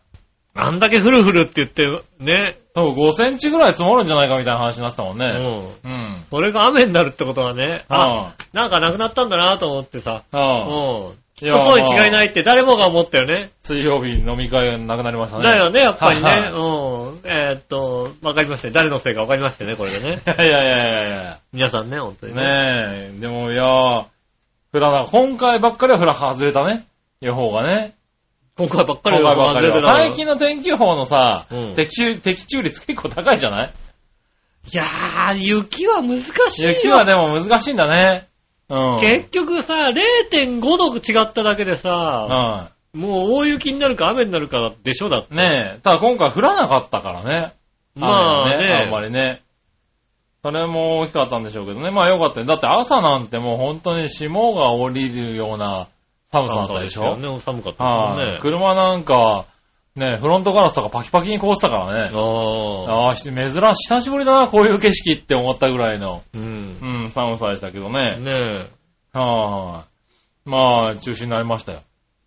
[SPEAKER 2] あんだけフルフルって言って、ね。
[SPEAKER 3] い。多分5センチぐらい積もるんじゃないかみたいな話になってたもん
[SPEAKER 2] う
[SPEAKER 3] ね。
[SPEAKER 2] ん。
[SPEAKER 3] うん。
[SPEAKER 2] それが雨になるってことはね、あ
[SPEAKER 3] は、
[SPEAKER 2] なんかなくなったんだなと思ってさ。うん。
[SPEAKER 3] は。
[SPEAKER 2] きっとそうに違いないいって誰もが思ったよね。
[SPEAKER 3] 水曜日飲み会がなくなりましたね。
[SPEAKER 2] だよね、やっぱりね。
[SPEAKER 3] はいは
[SPEAKER 2] うん。えーっと、わかりましたね。誰のせいかわかりましたね、これでね。
[SPEAKER 3] いやいやいやいやいや。
[SPEAKER 2] 皆さんね、本当にね。
[SPEAKER 3] ねえ、でもいやー、フラな、今回ばっかりはフラ外れたね。予報がね。
[SPEAKER 2] 今回ばっか
[SPEAKER 3] 今
[SPEAKER 2] り
[SPEAKER 3] 回ばっかり
[SPEAKER 2] 忘れ
[SPEAKER 3] は
[SPEAKER 2] てた
[SPEAKER 3] 最近の天気予報のさ、
[SPEAKER 2] うん
[SPEAKER 3] 的中的中率 結構高いじゃない
[SPEAKER 2] いやー、雪は難しいよ。
[SPEAKER 3] 雪はでも難しいんだね。うん。
[SPEAKER 2] 結局さ、0.5度違っただけでさ、
[SPEAKER 3] う
[SPEAKER 2] もう大雪になるか雨になるかでしょだって。
[SPEAKER 3] ん。ねえ、ただ今回降らなかったからね。
[SPEAKER 2] まあね
[SPEAKER 3] 雨があんまりね。それも大きかったんでしょうけどね。まあよかったよだって朝なんてもう本当に霜が降りるような寒さだったでしょ
[SPEAKER 2] 寒かったよね寒かったもん
[SPEAKER 3] はい、
[SPEAKER 2] ね。
[SPEAKER 3] 車なんか、ね、フロントガラスとかパキパキに凍ってたからね。
[SPEAKER 2] ああ。
[SPEAKER 3] ああ、し珍しい、久しぶりだな、こういう景色って思ったぐらいの、
[SPEAKER 2] うん。
[SPEAKER 3] うん、寒さでしたけどね。
[SPEAKER 2] ね
[SPEAKER 3] はい、まあ、中止になりましたよ。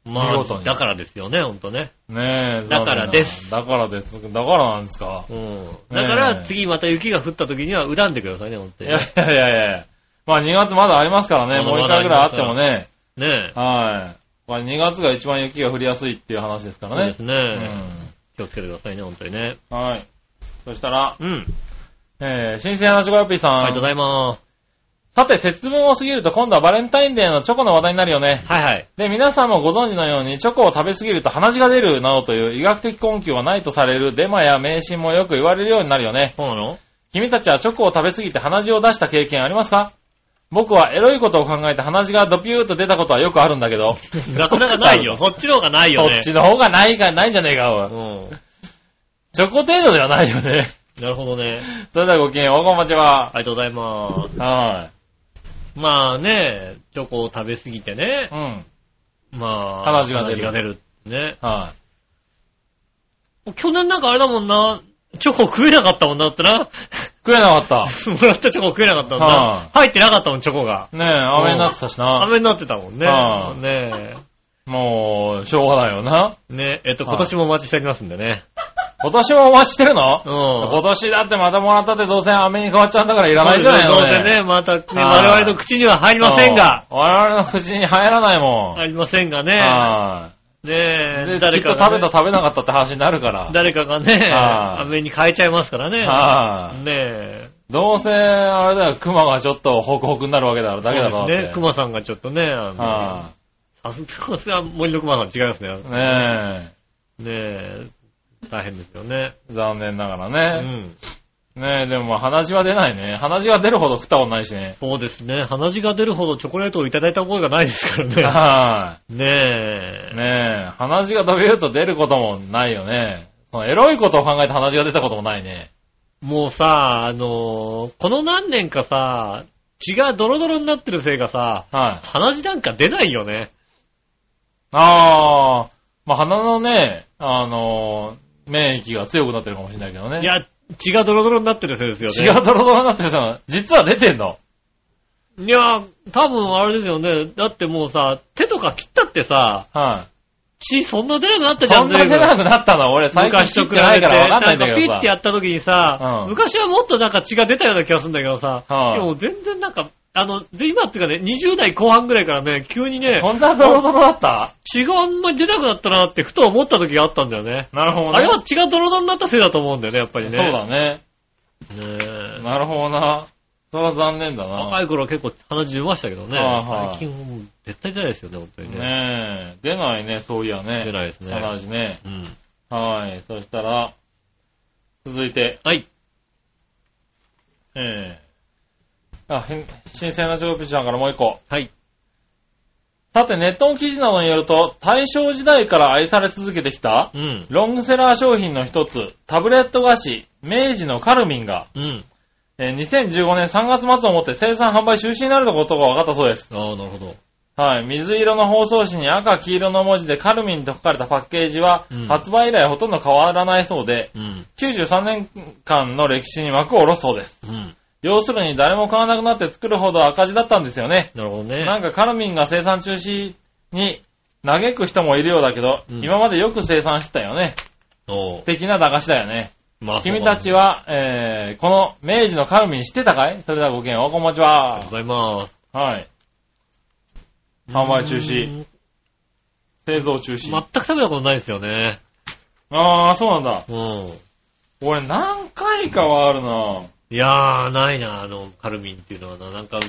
[SPEAKER 2] え。ま
[SPEAKER 3] 見
[SPEAKER 2] あ
[SPEAKER 3] 事、に
[SPEAKER 2] だからですよね、ほんとね。
[SPEAKER 3] ねえ、
[SPEAKER 2] だからです
[SPEAKER 3] 残念な。だからです。だからなんですか。
[SPEAKER 2] うん。
[SPEAKER 3] え
[SPEAKER 2] だから、次また雪が降った時には恨んでくださいね、ほんと
[SPEAKER 3] い
[SPEAKER 2] に
[SPEAKER 3] や。いやいやいや。まあ2月まだありますからね、
[SPEAKER 2] まだ
[SPEAKER 3] もう1
[SPEAKER 2] まだあ
[SPEAKER 3] 回
[SPEAKER 2] り
[SPEAKER 3] ぐ
[SPEAKER 2] ま
[SPEAKER 3] ら
[SPEAKER 2] す
[SPEAKER 3] い
[SPEAKER 2] か
[SPEAKER 3] あってもね、
[SPEAKER 2] ねえ。
[SPEAKER 3] はい。まあ2月が一番雪が降りやすいっていう話ですか
[SPEAKER 2] そう
[SPEAKER 3] ら
[SPEAKER 2] で
[SPEAKER 3] ね
[SPEAKER 2] す。
[SPEAKER 3] う
[SPEAKER 2] ね。
[SPEAKER 3] ん
[SPEAKER 2] 気をつけてくださいね、本当にね。
[SPEAKER 3] はい。そしたら、
[SPEAKER 2] うん。
[SPEAKER 3] えー、新鮮なチョコヨッピーさん。
[SPEAKER 2] ありがとうございます。
[SPEAKER 3] さて、節分を過ぎると今度はバレンタインデーのチョコの話題になるよね。
[SPEAKER 2] はいはい。
[SPEAKER 3] で、皆さんもご存知のように、チョコを食べ過ぎると鼻血が出るなどという医学的根拠はないとされるデマや迷信もよく言われるようになるよね。
[SPEAKER 2] そうなの
[SPEAKER 3] 君たちはチョコを食べ過ぎて鼻血を出した経験ありますか僕はエロいことを考えて鼻血がドピューッと出たことはよくあるんだけど、
[SPEAKER 2] なかなかない よ。そっちの方がないよ
[SPEAKER 3] そ
[SPEAKER 2] ね。
[SPEAKER 3] っちの方がないか、ないんじゃねえか、おい
[SPEAKER 2] うん。
[SPEAKER 3] チョコ程度ではないよね。
[SPEAKER 2] なるほどね。
[SPEAKER 3] それではごきげんよう、おこんばんちは。
[SPEAKER 2] ありがとうございま
[SPEAKER 3] は
[SPEAKER 2] す。まあね、チョコを食べ過ぎてね
[SPEAKER 3] い。。うん。
[SPEAKER 2] まあ、
[SPEAKER 3] 鼻血が出る
[SPEAKER 2] 鼻ね。
[SPEAKER 3] は
[SPEAKER 2] 去年なんかあれだもんな、チョコ食えなかったもんな ってな。
[SPEAKER 3] い。食えなかった。
[SPEAKER 2] もらったチョコ食えなかったんだ。
[SPEAKER 3] はい
[SPEAKER 2] 入ってなかったもん、チョコが。
[SPEAKER 3] ねえ、雨になってたしな。
[SPEAKER 2] 雨になってたもんね。
[SPEAKER 3] はい
[SPEAKER 2] ね
[SPEAKER 3] もう、しょうがないよな。
[SPEAKER 2] え。ねえ、えっと、
[SPEAKER 3] はい
[SPEAKER 2] 今年もお待ちしておりますんでね。
[SPEAKER 3] 今年もお待ちしてるの
[SPEAKER 2] うん。
[SPEAKER 3] 今年だってまたもらったってどうせ雨に変わっちゃうんだからいらないんじゃないの
[SPEAKER 2] どうせね、またね、我々の口には入りませんが。。
[SPEAKER 3] そう我々の口に入らないもん。
[SPEAKER 2] 入りませんがね。ね
[SPEAKER 3] はい。
[SPEAKER 2] え、
[SPEAKER 3] で、き
[SPEAKER 2] 誰
[SPEAKER 3] っと
[SPEAKER 2] か
[SPEAKER 3] 食
[SPEAKER 2] が
[SPEAKER 3] べ
[SPEAKER 2] ね
[SPEAKER 3] た、食べなかったって話になるから。
[SPEAKER 2] 誰かがね、
[SPEAKER 3] はい
[SPEAKER 2] 雨に変えちゃいますからね。
[SPEAKER 3] はい。
[SPEAKER 2] ねえ。
[SPEAKER 3] どうせ、あれだよ、熊がちょっとホクホクになるわけだから、だけだ
[SPEAKER 2] そ
[SPEAKER 3] ろ
[SPEAKER 2] う
[SPEAKER 3] う
[SPEAKER 2] ですね。
[SPEAKER 3] って。
[SPEAKER 2] 熊さんがちょっとね、あの、
[SPEAKER 3] は
[SPEAKER 2] さすが森の熊さん違いますね。
[SPEAKER 3] い。ね
[SPEAKER 2] ねえ、大変ですよね。
[SPEAKER 3] え、残念なが
[SPEAKER 2] う
[SPEAKER 3] らね。
[SPEAKER 2] ん。
[SPEAKER 3] ねえ、でもまあ鼻血は出ないね。鼻血が出るほど食ったことないしね。
[SPEAKER 2] そうですね。鼻血が出るほどチョコレートをいただいた覚えがないですからね。
[SPEAKER 3] は
[SPEAKER 2] ね
[SPEAKER 3] い。ねえ、鼻血が飛び出ると出ることもないよね。そのエロいことを考えて鼻血が出たこともないね。
[SPEAKER 2] え。もうさ、あのーこの何年かさ、血がドロドロになってるせいかさ、
[SPEAKER 3] はい。
[SPEAKER 2] 鼻血なんか出ないよね。
[SPEAKER 3] ああ、まあ、鼻のね、あのー免疫が強くなってるかもしれないけどね。
[SPEAKER 2] い、や、血がドロドロになってるせいですよね。
[SPEAKER 3] 血がドロドロになってる人は実は出てんの。
[SPEAKER 2] いや、多分あれですよね。だってもうさ、手とか切ったってさ、
[SPEAKER 3] は
[SPEAKER 2] 血そんな出なくなっ
[SPEAKER 3] い。
[SPEAKER 2] たじゃ
[SPEAKER 3] そ
[SPEAKER 2] ん、
[SPEAKER 3] んな出
[SPEAKER 2] 随分
[SPEAKER 3] なくなったの俺最近
[SPEAKER 2] 昔
[SPEAKER 3] 知
[SPEAKER 2] と
[SPEAKER 3] っ
[SPEAKER 2] 比
[SPEAKER 3] て
[SPEAKER 2] べて、
[SPEAKER 3] ないからわかんないんだ
[SPEAKER 2] かピッて
[SPEAKER 3] け
[SPEAKER 2] やった時にさ、
[SPEAKER 3] うん
[SPEAKER 2] 昔はもっとなんか血が出たような気がするんだけどさ、
[SPEAKER 3] はい
[SPEAKER 2] でも全然なんか、あの、で今っていうかね、20代後半ぐらいからね、急にね
[SPEAKER 3] ど、さ。そんなドロドロだった
[SPEAKER 2] 血があんまり出なくなったなってふと思った時があったんだよね。
[SPEAKER 3] なるほどね。
[SPEAKER 2] あれは血がドロドロになったせいだと思うんだよね、やっぱりね。
[SPEAKER 3] そうだね。
[SPEAKER 2] ねえ
[SPEAKER 3] なるほどな。それは残念だ
[SPEAKER 2] 若
[SPEAKER 3] な。
[SPEAKER 2] い頃は結構鼻血出ましたけどね
[SPEAKER 3] はいは、い
[SPEAKER 2] 最近はもう絶対出ないですよね、本当にね。
[SPEAKER 3] ねえ。出ないね、そういやね。
[SPEAKER 2] 出ないですね
[SPEAKER 3] 鼻血ね。
[SPEAKER 2] うん。
[SPEAKER 3] はい。そしたら、続いて、
[SPEAKER 2] はい。
[SPEAKER 3] ええあ、へん新鮮なジョーピーちゃんからもう一個。
[SPEAKER 2] はい。
[SPEAKER 3] さて、ネットの記事などによると、大正時代から愛され続けてきた、
[SPEAKER 2] うん。
[SPEAKER 3] ロングセラー商品の一つ、タブレット菓子、明治のカルミンが、
[SPEAKER 2] うん。
[SPEAKER 3] えー2015年3月末をもって生産販売中止になることが分かったそうです。
[SPEAKER 2] ああ、なるほど。
[SPEAKER 3] はい。水色の包装紙に赤黄色の文字でカルミンと書かれたパッケージは、
[SPEAKER 2] うん
[SPEAKER 3] 発売以来ほとんど変わらないそうで、
[SPEAKER 2] うん。
[SPEAKER 3] 93年間の歴史に幕を下ろすそうです。
[SPEAKER 2] うん。
[SPEAKER 3] 要するに誰も買わなくなって作るほど赤字だったんですよね。
[SPEAKER 2] なるほどね。
[SPEAKER 3] なんかカルミンが生産中止に嘆く人もいるようだけど、
[SPEAKER 2] うん
[SPEAKER 3] 今までよく生産してたよね。
[SPEAKER 2] おう
[SPEAKER 3] 的な駄菓子だよね。
[SPEAKER 2] まあ
[SPEAKER 3] 君たちは、えー、この明治のカルミン知ってたかいそれではごきげんよう、おこんばんち
[SPEAKER 2] あ
[SPEAKER 3] は
[SPEAKER 2] りが。とうございます。
[SPEAKER 3] はい。販売中止。
[SPEAKER 2] う
[SPEAKER 3] 製造中
[SPEAKER 2] ーん
[SPEAKER 3] 止。
[SPEAKER 2] 全く食べたことないですよね。
[SPEAKER 3] あー、そうなんだ。
[SPEAKER 2] うん。
[SPEAKER 3] 俺何回かはあるない
[SPEAKER 2] やー、ないな、あの、カルミンっていうのはな。なんか、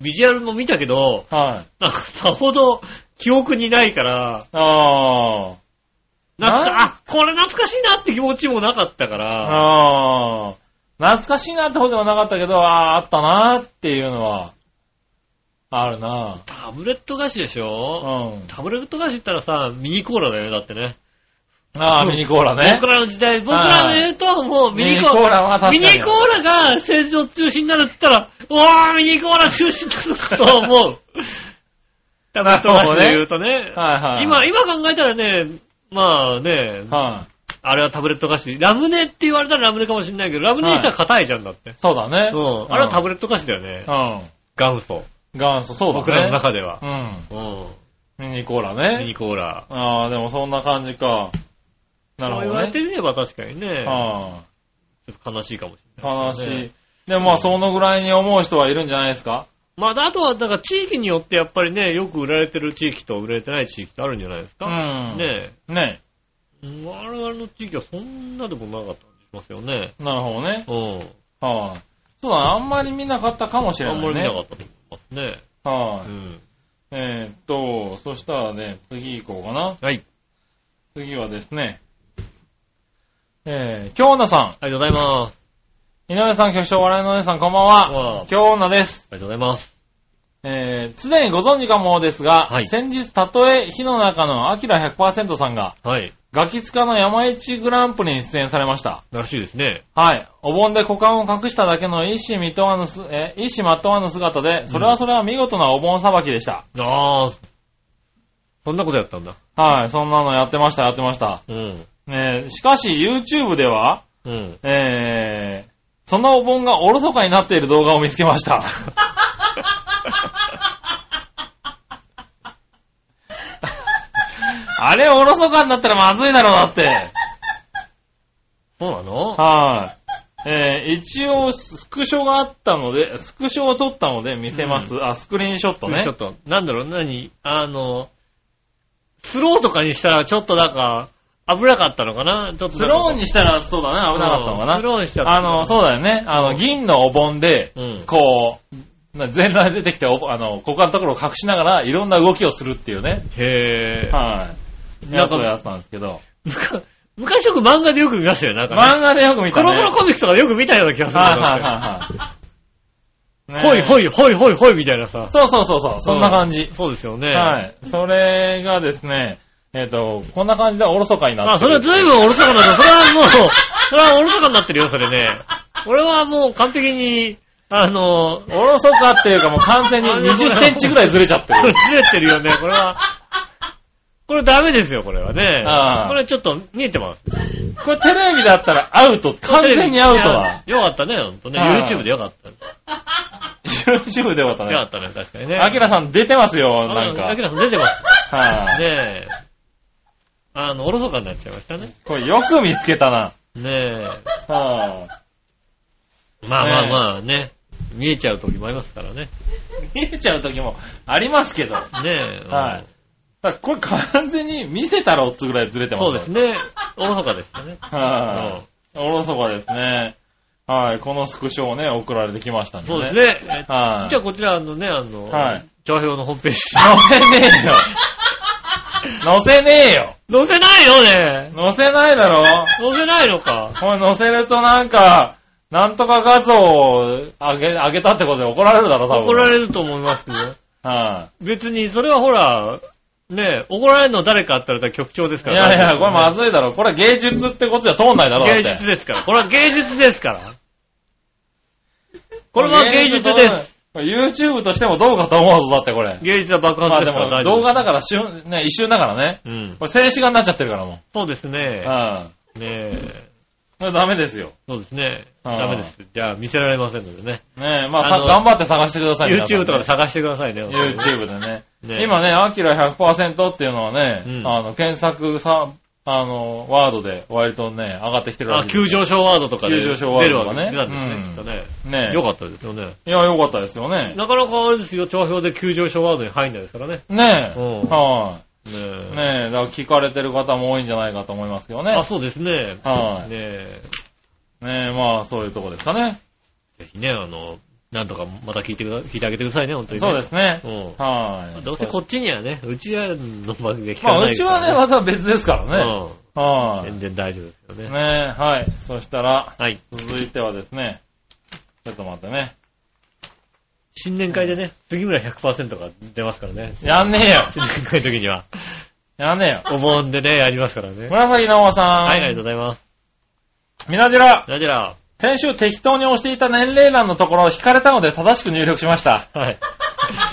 [SPEAKER 2] ビジュアルも見たけど、
[SPEAKER 3] はい。
[SPEAKER 2] なんかさほど記憶にないから、
[SPEAKER 3] あー。
[SPEAKER 2] なんか
[SPEAKER 3] な、
[SPEAKER 2] あ、これ懐かしいなって気持ちもなかったから、
[SPEAKER 3] あー。懐かしいなってことではなかったけど、あー、あったなーっていうのは、あるな
[SPEAKER 2] タブレット菓子でしょ
[SPEAKER 3] うん。
[SPEAKER 2] タブレット菓子ったらさ、ミニコーラだよね、だってね。
[SPEAKER 3] あー、ミニコーラね
[SPEAKER 2] 僕。らの時代、僕らの言うと、もうミニコーラ、
[SPEAKER 3] ラは
[SPEAKER 2] ミ
[SPEAKER 3] 確かに。
[SPEAKER 2] ニコーラが成長中止になるって言ったら、うわー、ミニコーラ中止だと思 う。
[SPEAKER 3] ーラ
[SPEAKER 2] とかで言うとね、
[SPEAKER 3] はいはい。
[SPEAKER 2] 今、今考えたらね、まあね、
[SPEAKER 3] はい。
[SPEAKER 2] あれはタブレット菓子。ラムネって言われたらラムネかもしれないけど、ラムネにしたら硬いじゃんだって。
[SPEAKER 3] そうだね。
[SPEAKER 2] うん。あれはタ
[SPEAKER 3] ぶ
[SPEAKER 2] ブレット菓子だよね。
[SPEAKER 3] うん。
[SPEAKER 2] 元祖。
[SPEAKER 3] 元祖、そうだね。
[SPEAKER 2] 僕らの中では。
[SPEAKER 3] う。
[SPEAKER 2] うん
[SPEAKER 3] ミニコーラ
[SPEAKER 2] ん。ミニ
[SPEAKER 3] ね。
[SPEAKER 2] コーラ。
[SPEAKER 3] ああ、でもそんな感じか。なるほ
[SPEAKER 2] そう言
[SPEAKER 3] ど
[SPEAKER 2] われ
[SPEAKER 3] ね
[SPEAKER 2] て。みれば確かにね、
[SPEAKER 3] あ
[SPEAKER 2] ちょっと悲しいかもしれ
[SPEAKER 3] あ、悲
[SPEAKER 2] そう
[SPEAKER 3] し
[SPEAKER 2] ね
[SPEAKER 3] い。でもまあ、そのぐらいに思う人はいるんじゃないですか
[SPEAKER 2] まだあとは、だから地域によってやっぱりね、よく売られてる地域と売れてない地域ってあるんじゃないです
[SPEAKER 3] う
[SPEAKER 2] か。
[SPEAKER 3] ん。
[SPEAKER 2] ね
[SPEAKER 3] ね
[SPEAKER 2] え。我々の地域はそんなでもなかったりしますよね。
[SPEAKER 3] なるほどね。
[SPEAKER 2] うん。
[SPEAKER 3] はい、そうだ、あんまり見なかったかもしれ
[SPEAKER 2] あ
[SPEAKER 3] ない
[SPEAKER 2] んま
[SPEAKER 3] ね。
[SPEAKER 2] り見なかったと思いますね。
[SPEAKER 3] は
[SPEAKER 2] う
[SPEAKER 3] い、
[SPEAKER 2] ん。
[SPEAKER 3] えーっと、そしたらね、次行こうかな。
[SPEAKER 2] はい。
[SPEAKER 3] 次はですね、えー、京奈さ
[SPEAKER 2] ありがとうございます。
[SPEAKER 3] ん。井上さん、局長、笑いのお姉さん、こんばん
[SPEAKER 2] わあ
[SPEAKER 3] は。京奈です。
[SPEAKER 2] ありがとうございます。
[SPEAKER 3] えー、すでにご存知かもですが、
[SPEAKER 2] はい
[SPEAKER 3] 先日、たとえ火の中のアキラ100%さんが、
[SPEAKER 2] はい。
[SPEAKER 3] ガキツカの山市グランプリに出演されました。
[SPEAKER 2] らしいですね。
[SPEAKER 3] はい。お盆で股間を隠しただけの一子まとわぬす、え、一子まとわぬ姿で、それはそれは見事なお盆さばきでした。
[SPEAKER 2] ああ。そんなことやったんだ。
[SPEAKER 3] はい。そんなのやってました、やってました。
[SPEAKER 2] うん。
[SPEAKER 3] ねえしかし YouTube では、
[SPEAKER 2] うん。
[SPEAKER 3] えー、そのお盆がおろそかになっている動画を見つけま した。あれ、おろそかになったらまずいだろう、だって。
[SPEAKER 2] そうなの
[SPEAKER 3] はい。えー一応、スクショがあったので、スクショを撮ったので見せます。あ、スクリーンショットね
[SPEAKER 2] ちょ。っと、なんだろう、何あの、スローとかにしたらちょっとなんか、危なかったのかなちょっとなんか。
[SPEAKER 3] スローにしたら、そうだね、危なかったのか
[SPEAKER 2] うん
[SPEAKER 3] な
[SPEAKER 2] ス。ローにしたら。
[SPEAKER 3] あの、そうだよね。あ
[SPEAKER 2] う
[SPEAKER 3] の、
[SPEAKER 2] ん
[SPEAKER 3] 銀のお盆で、
[SPEAKER 2] うん。
[SPEAKER 3] こう、な全裸で出てきて、おあの、股間のところを隠しながら、いろんな動きをするっていうね。
[SPEAKER 2] へぇ
[SPEAKER 3] はい。
[SPEAKER 2] な
[SPEAKER 3] や
[SPEAKER 2] ん
[SPEAKER 3] つを
[SPEAKER 2] か
[SPEAKER 3] やってたんですけど。
[SPEAKER 2] ー。昔よく漫画でよく見ましたよ、なんか、ね。
[SPEAKER 3] 漫画でよく見
[SPEAKER 2] コ
[SPEAKER 3] たね。
[SPEAKER 2] ロコロコミックとかでよく見たような気がするん
[SPEAKER 3] はい
[SPEAKER 2] だ
[SPEAKER 3] はい
[SPEAKER 2] よ。
[SPEAKER 3] はいはい。
[SPEAKER 2] ほいほ
[SPEAKER 3] い。
[SPEAKER 2] いほいほいほいみたいなさ。
[SPEAKER 3] そうそうそうそう、そんな感じ
[SPEAKER 2] う。そうですよね。
[SPEAKER 3] はい。それがですね、えっ、と、こんな感じでおろそかにな
[SPEAKER 2] あ、
[SPEAKER 3] って
[SPEAKER 2] それ
[SPEAKER 3] る
[SPEAKER 2] はずいぶんおろそかになった。それはもう、それはおろそかになってるよ、それね。俺はもう完璧に、あの、
[SPEAKER 3] おろそかっていうかもう完全に
[SPEAKER 2] あれこれ
[SPEAKER 3] 20センチぐらいずれちゃって
[SPEAKER 2] ず
[SPEAKER 3] る。
[SPEAKER 2] れてるよね、これは。これダメですよ、これはね。
[SPEAKER 3] ああ
[SPEAKER 2] これちょっと見えてます。
[SPEAKER 3] これテレビだったらアウト、完全にアウトだ。
[SPEAKER 2] よかったね、ほんとね。
[SPEAKER 3] ああ
[SPEAKER 2] YouTube でよかった。
[SPEAKER 3] YouTube でよかった
[SPEAKER 2] よか
[SPEAKER 3] ね。
[SPEAKER 2] ったね、確かにね。
[SPEAKER 3] アキラさん出てますよ、なん
[SPEAKER 2] あ
[SPEAKER 3] か
[SPEAKER 2] アキ。ラさん出てます。
[SPEAKER 3] はい、
[SPEAKER 2] ねえ。あの、おろそかになっちゃいましたね。
[SPEAKER 3] これよく見つけたな。
[SPEAKER 2] ね
[SPEAKER 3] はい
[SPEAKER 2] え。まあまあ
[SPEAKER 3] ねえ
[SPEAKER 2] まあね。見えちゃう時もありますからね。
[SPEAKER 3] 見えちゃう時もありますけど。
[SPEAKER 2] ねえ。
[SPEAKER 3] はい
[SPEAKER 2] うん
[SPEAKER 3] だからこれ完全に見せたろっつぐらいずれてます。
[SPEAKER 2] そうです。ね。おろそかでしたね。
[SPEAKER 3] はい、おろそかですね。はい。このスクショをね、送られてきましたんでね。
[SPEAKER 2] そうです。ね。え
[SPEAKER 3] はい、
[SPEAKER 2] じゃあこちらあのね、あの
[SPEAKER 3] はい、
[SPEAKER 2] 調表のホームページ。
[SPEAKER 3] 載せねえよ。載せねえよ。
[SPEAKER 2] 載せないよね。
[SPEAKER 3] 載せないだろ。
[SPEAKER 2] 載せないのか。
[SPEAKER 3] これ載せるとなんか、なんとか画像を上げ、上げたってことで怒られるだろ、多分。
[SPEAKER 2] 怒られ
[SPEAKER 3] る。
[SPEAKER 2] ると思いますけど。
[SPEAKER 3] は
[SPEAKER 2] 別に、それはほら、ねえ、怒られるの誰かあったら局長です
[SPEAKER 3] い。
[SPEAKER 2] か
[SPEAKER 3] い
[SPEAKER 2] ら。
[SPEAKER 3] やいや、これまずいだろ。これ芸術ってことじゃ通んないだろ、だ
[SPEAKER 2] 芸
[SPEAKER 3] っ
[SPEAKER 2] 術
[SPEAKER 3] て。
[SPEAKER 2] ですから。これは芸術ですから。これは芸術
[SPEAKER 3] これ
[SPEAKER 2] です。。
[SPEAKER 3] これ YouTube としてもどうかと思うぞ、だってこれ。
[SPEAKER 2] 芸術は爆
[SPEAKER 3] ま
[SPEAKER 2] 発
[SPEAKER 3] あ
[SPEAKER 2] で
[SPEAKER 3] です
[SPEAKER 2] から
[SPEAKER 3] も
[SPEAKER 2] 大丈夫。
[SPEAKER 3] 動画だから瞬、ね、一瞬だからね。
[SPEAKER 2] うん。
[SPEAKER 3] これ静止画になっちゃってるからも
[SPEAKER 2] そうです
[SPEAKER 3] う。
[SPEAKER 2] ね。
[SPEAKER 3] う
[SPEAKER 2] ね
[SPEAKER 3] ん。
[SPEAKER 2] え。
[SPEAKER 3] これダメですよ。
[SPEAKER 2] そうですね。
[SPEAKER 3] うん
[SPEAKER 2] ダメです。じゃあ見せられませんのでね。
[SPEAKER 3] ねえ、まあさ
[SPEAKER 2] あの
[SPEAKER 3] 頑張って探してください、皆さ
[SPEAKER 2] YouTube
[SPEAKER 3] んね
[SPEAKER 2] とかで探してくださいね。
[SPEAKER 3] YouTube でね。
[SPEAKER 2] ね
[SPEAKER 3] 今ね、アキラ100%っていうのはね、
[SPEAKER 2] うん
[SPEAKER 3] あの、検索さ、あの、ワードで割とね、上がってきてるら
[SPEAKER 2] あ、
[SPEAKER 3] しい。
[SPEAKER 2] 急上昇ワードとかで出
[SPEAKER 3] 急上昇
[SPEAKER 2] る
[SPEAKER 3] ワ
[SPEAKER 2] わ
[SPEAKER 3] ー
[SPEAKER 2] け
[SPEAKER 3] ドとかね
[SPEAKER 2] 出たんですね、
[SPEAKER 3] うん
[SPEAKER 2] きっとね。
[SPEAKER 3] ねえ。
[SPEAKER 2] よかったですよね。
[SPEAKER 3] いや、よかったですよね。
[SPEAKER 2] なかなかあれですよ、調表で急上昇ワードに入んないですからね。
[SPEAKER 3] ねえ。
[SPEAKER 2] うん
[SPEAKER 3] は
[SPEAKER 2] ね
[SPEAKER 3] い。
[SPEAKER 2] え
[SPEAKER 3] ねえ、だから聞かれてる方も多いんじゃないかと思いますけどね
[SPEAKER 2] あ、。そうですね。
[SPEAKER 3] はい
[SPEAKER 2] ねえ。
[SPEAKER 3] ねえ、まあ、そういうとこですかね。
[SPEAKER 2] ぜひね、あの、なんとかまた聞いてくだ、聞いてあげてくださいね、本当に、
[SPEAKER 3] そうですね。
[SPEAKER 2] うん。
[SPEAKER 3] はい。
[SPEAKER 2] どうせこっちにはね、うちはの番組が聞
[SPEAKER 3] ま
[SPEAKER 2] か
[SPEAKER 3] あ、
[SPEAKER 2] な
[SPEAKER 3] う
[SPEAKER 2] い
[SPEAKER 3] ち
[SPEAKER 2] か
[SPEAKER 3] は
[SPEAKER 2] ら、
[SPEAKER 3] ね、また別ですからね。
[SPEAKER 2] うん。
[SPEAKER 3] はい。
[SPEAKER 2] 全然大丈夫ですよね。
[SPEAKER 3] ねえ、はい。そしたら、
[SPEAKER 2] はい。
[SPEAKER 3] 続いてはですね、ちょっと待ってね。
[SPEAKER 2] 新年会でね、杉村100%が出ますからね。
[SPEAKER 3] やんねえよ
[SPEAKER 2] 新年会の時には。
[SPEAKER 3] やんねえよ
[SPEAKER 2] お盆でね、やりますからね。はい、
[SPEAKER 3] 紫のおばさん。
[SPEAKER 2] ありがとうございます。
[SPEAKER 3] みなじら、
[SPEAKER 2] ラジラ
[SPEAKER 3] 先週適当に押していた年齢欄のところを引かれたので正しく入力しました。
[SPEAKER 2] ー。はい。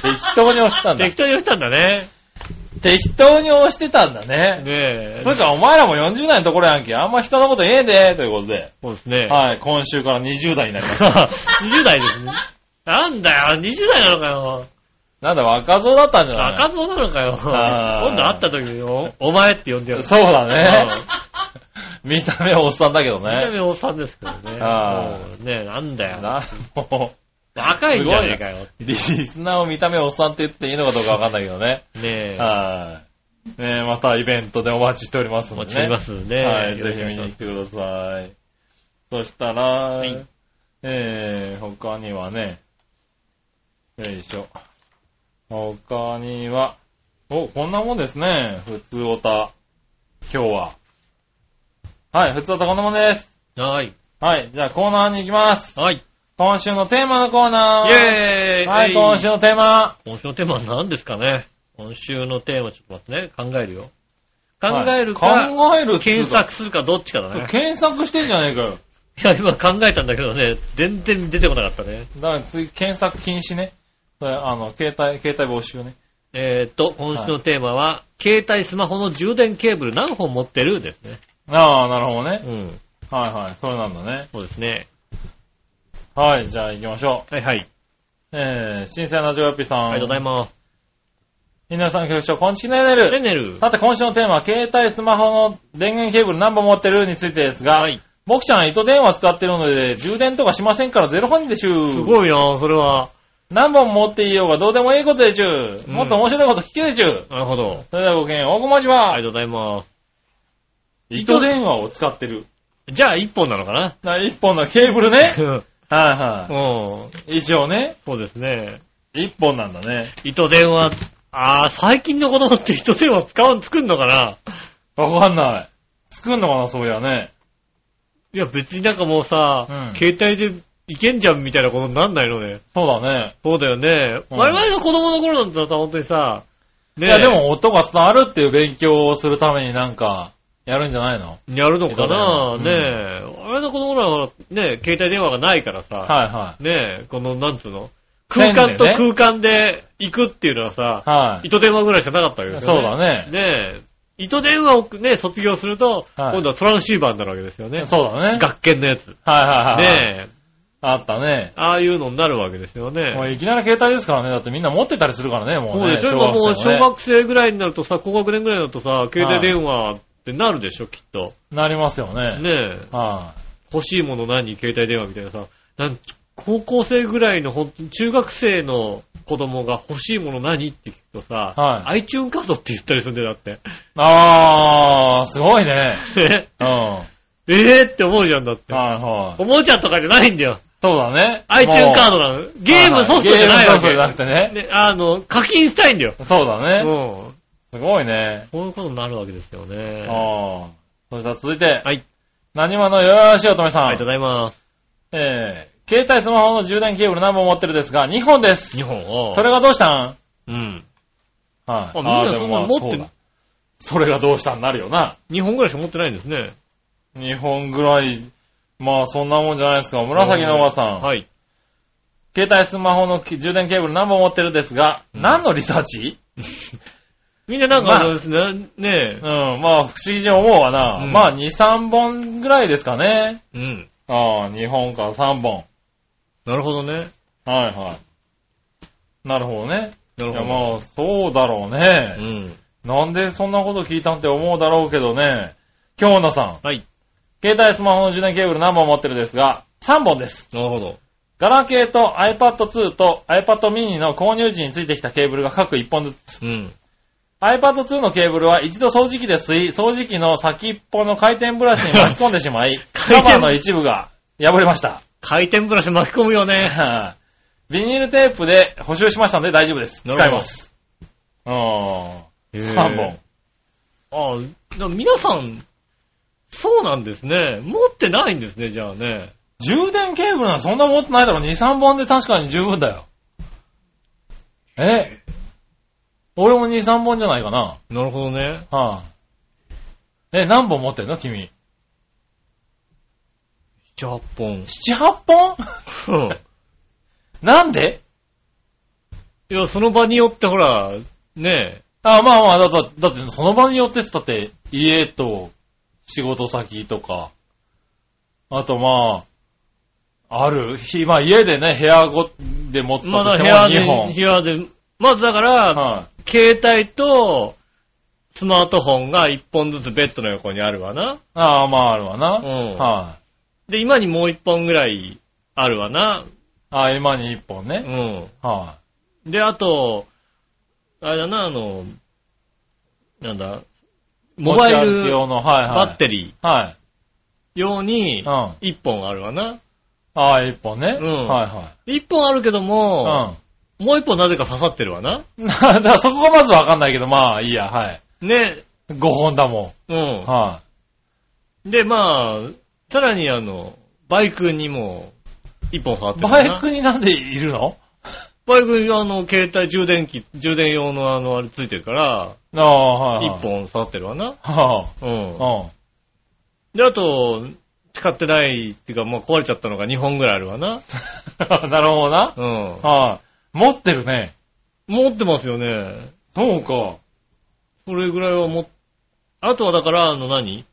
[SPEAKER 3] 適当に押してたんだ
[SPEAKER 2] 適。当に押したんだね。
[SPEAKER 3] 適当に押してたんだね。
[SPEAKER 2] ねえ。
[SPEAKER 3] それか、お前らも40代のところやんけ。あんま人のこと言えで、ということで。
[SPEAKER 2] そうですね。
[SPEAKER 3] はい、今週から20代になりました。
[SPEAKER 2] 20代ですね。なんだよ、20代なのかよ。
[SPEAKER 3] なんだ、若造だったんじゃない
[SPEAKER 2] 赤造なのかよ。
[SPEAKER 3] あー
[SPEAKER 2] 今度会った時にお、お前って呼んでよ。
[SPEAKER 3] そうだね。
[SPEAKER 2] う
[SPEAKER 3] 見た目はおっさんだけど
[SPEAKER 2] ん。見た
[SPEAKER 3] ね。
[SPEAKER 2] 目おっさんですけどね。
[SPEAKER 3] あー
[SPEAKER 2] もうねなんだよ。
[SPEAKER 3] な、も
[SPEAKER 2] バカいんじゃねえかよ。
[SPEAKER 3] リスナーを見た目おっさんって言っていいのかどうかわかんないけどね。
[SPEAKER 2] ねえ。
[SPEAKER 3] はい。ねえまたイベントでお待ちしております
[SPEAKER 2] お
[SPEAKER 3] ので、ね。
[SPEAKER 2] 待ちしてますんで。
[SPEAKER 3] はい、
[SPEAKER 2] よ
[SPEAKER 3] ぜ
[SPEAKER 2] ろし
[SPEAKER 3] ひ
[SPEAKER 2] くお願
[SPEAKER 3] 見
[SPEAKER 2] いし
[SPEAKER 3] に
[SPEAKER 2] ま
[SPEAKER 3] 来
[SPEAKER 2] す
[SPEAKER 3] てください。そしたら、
[SPEAKER 2] い
[SPEAKER 3] えー、他にはね、よいしょ。他には、お、こんなもんですね。普通おた。今日は。はい、普通おたこんなもんです。
[SPEAKER 2] はい。
[SPEAKER 3] はい、じゃあコーナーに行きます。
[SPEAKER 2] はい。
[SPEAKER 3] 今週のテーマのコーナー。
[SPEAKER 2] イェーイ
[SPEAKER 3] はい、今週のテーマ。
[SPEAKER 2] 今週のテーマは何ですかね今週のテーマ、ちょっと待ってね。考えるよ。考えるか、
[SPEAKER 3] はい考えるっつう
[SPEAKER 2] 検
[SPEAKER 3] か
[SPEAKER 2] 索するかどっちかだね。
[SPEAKER 3] 検索してんじゃねえか
[SPEAKER 2] い
[SPEAKER 3] よ。
[SPEAKER 2] や、今考えたんだけどね、全然出てこなかったね。
[SPEAKER 3] だから次、検索禁止ね。それあの、携帯、携帯募集ね。
[SPEAKER 2] えーっと、今週のテーマは、携帯スマホの充電ケーブル何本持ってるですね。
[SPEAKER 3] ああ、なるほどね。
[SPEAKER 2] うん。
[SPEAKER 3] はいはい、それなんだね。
[SPEAKER 2] そうですね。
[SPEAKER 3] はい、じゃあ行きましょ
[SPEAKER 2] はいはい。
[SPEAKER 3] う。えー、新鮮なジョヨピさん。
[SPEAKER 2] ありがとうございます。
[SPEAKER 3] 皆さん局長、こんちきね
[SPEAKER 2] ね
[SPEAKER 3] ねる。
[SPEAKER 2] ねる。
[SPEAKER 3] さて、今週のテーマは、携帯、スマホの電源ケーブル何本持ってるについてですが、
[SPEAKER 2] はい。
[SPEAKER 3] 僕ちゃんは糸電話使ってるので、充電とかしませんからゼロ本でしゅ
[SPEAKER 2] す
[SPEAKER 3] ー。
[SPEAKER 2] ごいなそれは。
[SPEAKER 3] 何本持っていようがどうでもいいことでちゅー。
[SPEAKER 2] うん
[SPEAKER 3] もっと面白いこと聞けでちゅー。
[SPEAKER 2] なるほど。
[SPEAKER 3] それではごきげんよう、大駒じは
[SPEAKER 2] ありがとうございます。
[SPEAKER 3] 糸電話を使ってる。
[SPEAKER 2] じゃあ、一本なのか な
[SPEAKER 3] な一本のケーブルね。はい は
[SPEAKER 2] うん。
[SPEAKER 3] い。以上ね。
[SPEAKER 2] そうですね。
[SPEAKER 3] 一本なんだね。
[SPEAKER 2] 糸電話、あー、最近の子供って糸電話使う、作んのかな
[SPEAKER 3] わかんない。作んのかな、そういやね。
[SPEAKER 2] いや、別になんかもうさ、
[SPEAKER 3] うん
[SPEAKER 2] 携帯でいけんじゃんみたいなことになんないのね。
[SPEAKER 3] そうだね。
[SPEAKER 2] そうだよね。
[SPEAKER 3] うん
[SPEAKER 2] 我々の子供の頃なんてさ、本当にさ、ね
[SPEAKER 3] いや、でも音が伝わるっていう勉強をするためになんか、やるんじゃないの
[SPEAKER 2] やるのかな、
[SPEAKER 3] うん
[SPEAKER 2] ねえ。我々の子供らは、ねえ、携帯電話がないからさ、
[SPEAKER 3] はいは
[SPEAKER 2] ねえ、この、なんつうの、
[SPEAKER 3] 線
[SPEAKER 2] 空
[SPEAKER 3] でね
[SPEAKER 2] 間と空間で行くっていうのはさ
[SPEAKER 3] い。、はい。
[SPEAKER 2] 糸電話ぐらいしかなかったわけですよ
[SPEAKER 3] そ
[SPEAKER 2] ね。
[SPEAKER 3] うだね。
[SPEAKER 2] ねえ、糸電話をね、卒業すると、
[SPEAKER 3] はい
[SPEAKER 2] 今度はトランシーバーになるわけですよね。
[SPEAKER 3] そうだね。
[SPEAKER 2] 学研のやつ。ね
[SPEAKER 3] はいはいはい。
[SPEAKER 2] え、
[SPEAKER 3] あったね。
[SPEAKER 2] ああいうのになるわけですよね。
[SPEAKER 3] もういきなり携帯ですからね。だってみんな持ってたりするからね、もう
[SPEAKER 2] そう
[SPEAKER 3] ね。
[SPEAKER 2] でしょ、今もう
[SPEAKER 3] 生
[SPEAKER 2] 小
[SPEAKER 3] ね
[SPEAKER 2] 学生ぐらいになるとさ、高学年ぐらいになるとさ、携帯電話ってなるでしょ、きっと。
[SPEAKER 3] なりますよね。
[SPEAKER 2] ねえ、
[SPEAKER 3] は
[SPEAKER 2] 欲しいもの何携帯電話みたいなさ、なん高校生ぐらいの、ほんと中学生の子供が欲しいもの何って聞くとさ、
[SPEAKER 3] は
[SPEAKER 2] iTune カードって言ったりするんだよ、だって。
[SPEAKER 3] い。あー、すごいね。
[SPEAKER 2] ね
[SPEAKER 3] うん。は
[SPEAKER 2] えーって思うじゃんだっ
[SPEAKER 3] い
[SPEAKER 2] て。
[SPEAKER 3] はい。
[SPEAKER 2] おもちゃとかじゃないんだよ。
[SPEAKER 3] そうだね。
[SPEAKER 2] iTune カードなの。ゲームソフトじゃないわけ。
[SPEAKER 3] ゲームソフトじゃなくてね。
[SPEAKER 2] ね、あの、課金したいんだよ。
[SPEAKER 3] そうだね。
[SPEAKER 2] うん。
[SPEAKER 3] すごいね。
[SPEAKER 2] こういうことになるわけですよね。
[SPEAKER 3] ああ。そしたら続いて。
[SPEAKER 2] はい。
[SPEAKER 3] 何話のよよしおとめさん。
[SPEAKER 2] ありがとうございます。
[SPEAKER 3] えー、携帯スマホの充電ケーブル何本持ってるですが、2本です。
[SPEAKER 2] 日本を。
[SPEAKER 3] それがどうしたんは
[SPEAKER 2] う
[SPEAKER 3] い。
[SPEAKER 2] ん。
[SPEAKER 3] あ
[SPEAKER 2] みんな
[SPEAKER 3] ーでもま
[SPEAKER 2] そんな持って
[SPEAKER 3] あそ
[SPEAKER 2] ん
[SPEAKER 3] うだそれがどうしたんなるよな。
[SPEAKER 2] 日本ぐらいしか持ってないんですね。
[SPEAKER 3] 2本ぐらい、まあそんなもんじゃないですか。紫のおばさん。
[SPEAKER 2] はい。
[SPEAKER 3] 携帯スマホのき充電ケーブル何本持ってるですが、
[SPEAKER 2] うん
[SPEAKER 3] 何のリサーチ
[SPEAKER 2] みんななんかあのですね、ね
[SPEAKER 3] うん、まあ不思議に思うわな。
[SPEAKER 2] うん
[SPEAKER 3] まあ2、3本ぐらいですかね。
[SPEAKER 2] え。うん。
[SPEAKER 3] ああ、2本か3本。
[SPEAKER 2] なるほどね。
[SPEAKER 3] はいはい。なるほどね。
[SPEAKER 2] ないる
[SPEAKER 3] や
[SPEAKER 2] ほど。
[SPEAKER 3] まあ、そうだろうね
[SPEAKER 2] う。ん。
[SPEAKER 3] なんでそんなこと聞いたんって思うだろうけどね。京奈さん。
[SPEAKER 2] はい。
[SPEAKER 3] 携帯スマホの充電ケーブル何本持ってるですが、3本です。
[SPEAKER 2] なるほど。
[SPEAKER 3] ガラケーと iPad 2と iPad mini の購入時についてきたケーブルが各1本ずつ。
[SPEAKER 2] うん。
[SPEAKER 3] iPad 2のケーブルは一度掃除機で吸い、掃除機の先っぽの回転ブラシに巻き込んでしまい、
[SPEAKER 2] 回
[SPEAKER 3] カ
[SPEAKER 2] 転
[SPEAKER 3] バーの一部が破れました。
[SPEAKER 2] 回転ブラシ巻き込むよね。
[SPEAKER 3] ビニールテープで補修しましたので大丈夫です。
[SPEAKER 2] な
[SPEAKER 3] 使
[SPEAKER 2] るほど
[SPEAKER 3] います。うーん。3本。。
[SPEAKER 2] ああ、でも皆さん、そうなんですね。持ってないんですね、じゃあね。
[SPEAKER 3] 充電ケーブルはそんな持ってないだろ。2、3本で確かに十分だよ。え俺も2、3本じゃないかな。は
[SPEAKER 2] なるほどね。
[SPEAKER 3] あ、え、何本持ってんの君。
[SPEAKER 2] 1 8本。
[SPEAKER 3] 7、8本
[SPEAKER 2] うん。
[SPEAKER 3] なんで
[SPEAKER 2] いや、その場によってほら、ね
[SPEAKER 3] あまあまあ、だだだってその場によってっつったって、家と仕事先とか、あとまあ、ある、ひまあ家でね、部屋ごで持って
[SPEAKER 2] え、
[SPEAKER 3] た
[SPEAKER 2] まだ
[SPEAKER 3] として
[SPEAKER 2] 部屋で、
[SPEAKER 3] も2本。
[SPEAKER 2] 部屋で、まずだから、
[SPEAKER 3] はい
[SPEAKER 2] 携帯とスマートフォンが1本ずつベッドの横にあるわな。
[SPEAKER 3] ああ、まああるわな。
[SPEAKER 2] うん
[SPEAKER 3] は
[SPEAKER 2] で、今にもう1本ぐらいあるわな。
[SPEAKER 3] い、あ、今に一本ね。
[SPEAKER 2] うん。
[SPEAKER 3] は
[SPEAKER 2] で、あと、あれだな、あの、なんだ、
[SPEAKER 3] い。
[SPEAKER 2] モバイ
[SPEAKER 3] 持ち歩き
[SPEAKER 2] ル
[SPEAKER 3] 用の、はいは
[SPEAKER 2] バ
[SPEAKER 3] い。
[SPEAKER 2] ッテリ
[SPEAKER 3] はい。
[SPEAKER 2] ー用に
[SPEAKER 3] うん。、あ
[SPEAKER 2] 1本あるわな。
[SPEAKER 3] あ、一本ね。
[SPEAKER 2] うん
[SPEAKER 3] はいは
[SPEAKER 2] 1本あるけども、
[SPEAKER 3] い。
[SPEAKER 2] もう1本なぜか刺さってるわな。
[SPEAKER 3] うん。 だからそこがまずわかんないけど、まあいいや、はい。
[SPEAKER 2] ね、
[SPEAKER 3] 5本だも。
[SPEAKER 2] うんん。
[SPEAKER 3] は
[SPEAKER 2] で、まあ、さらにあの、バイクにも、1本刺さっ
[SPEAKER 3] い。
[SPEAKER 2] てる
[SPEAKER 3] バ
[SPEAKER 2] わな
[SPEAKER 3] イクになんでいるの
[SPEAKER 2] バイクにあの、携帯充電器、充電用のあの、あれついてるから、
[SPEAKER 3] ああ、はい、は
[SPEAKER 2] 1。
[SPEAKER 3] い。
[SPEAKER 2] 本刺さってるわな。
[SPEAKER 3] は
[SPEAKER 2] うん。
[SPEAKER 3] あ。
[SPEAKER 2] で、あと、使ってないっていうか、まあ壊れちゃったのが2本ぐらいあるわな。
[SPEAKER 3] うん。 なるほどな。
[SPEAKER 2] うん。
[SPEAKER 3] はい。持ってるね。
[SPEAKER 2] 持ってますよね。
[SPEAKER 3] そうか。
[SPEAKER 2] それぐらいは持っ、あとはだから、あの何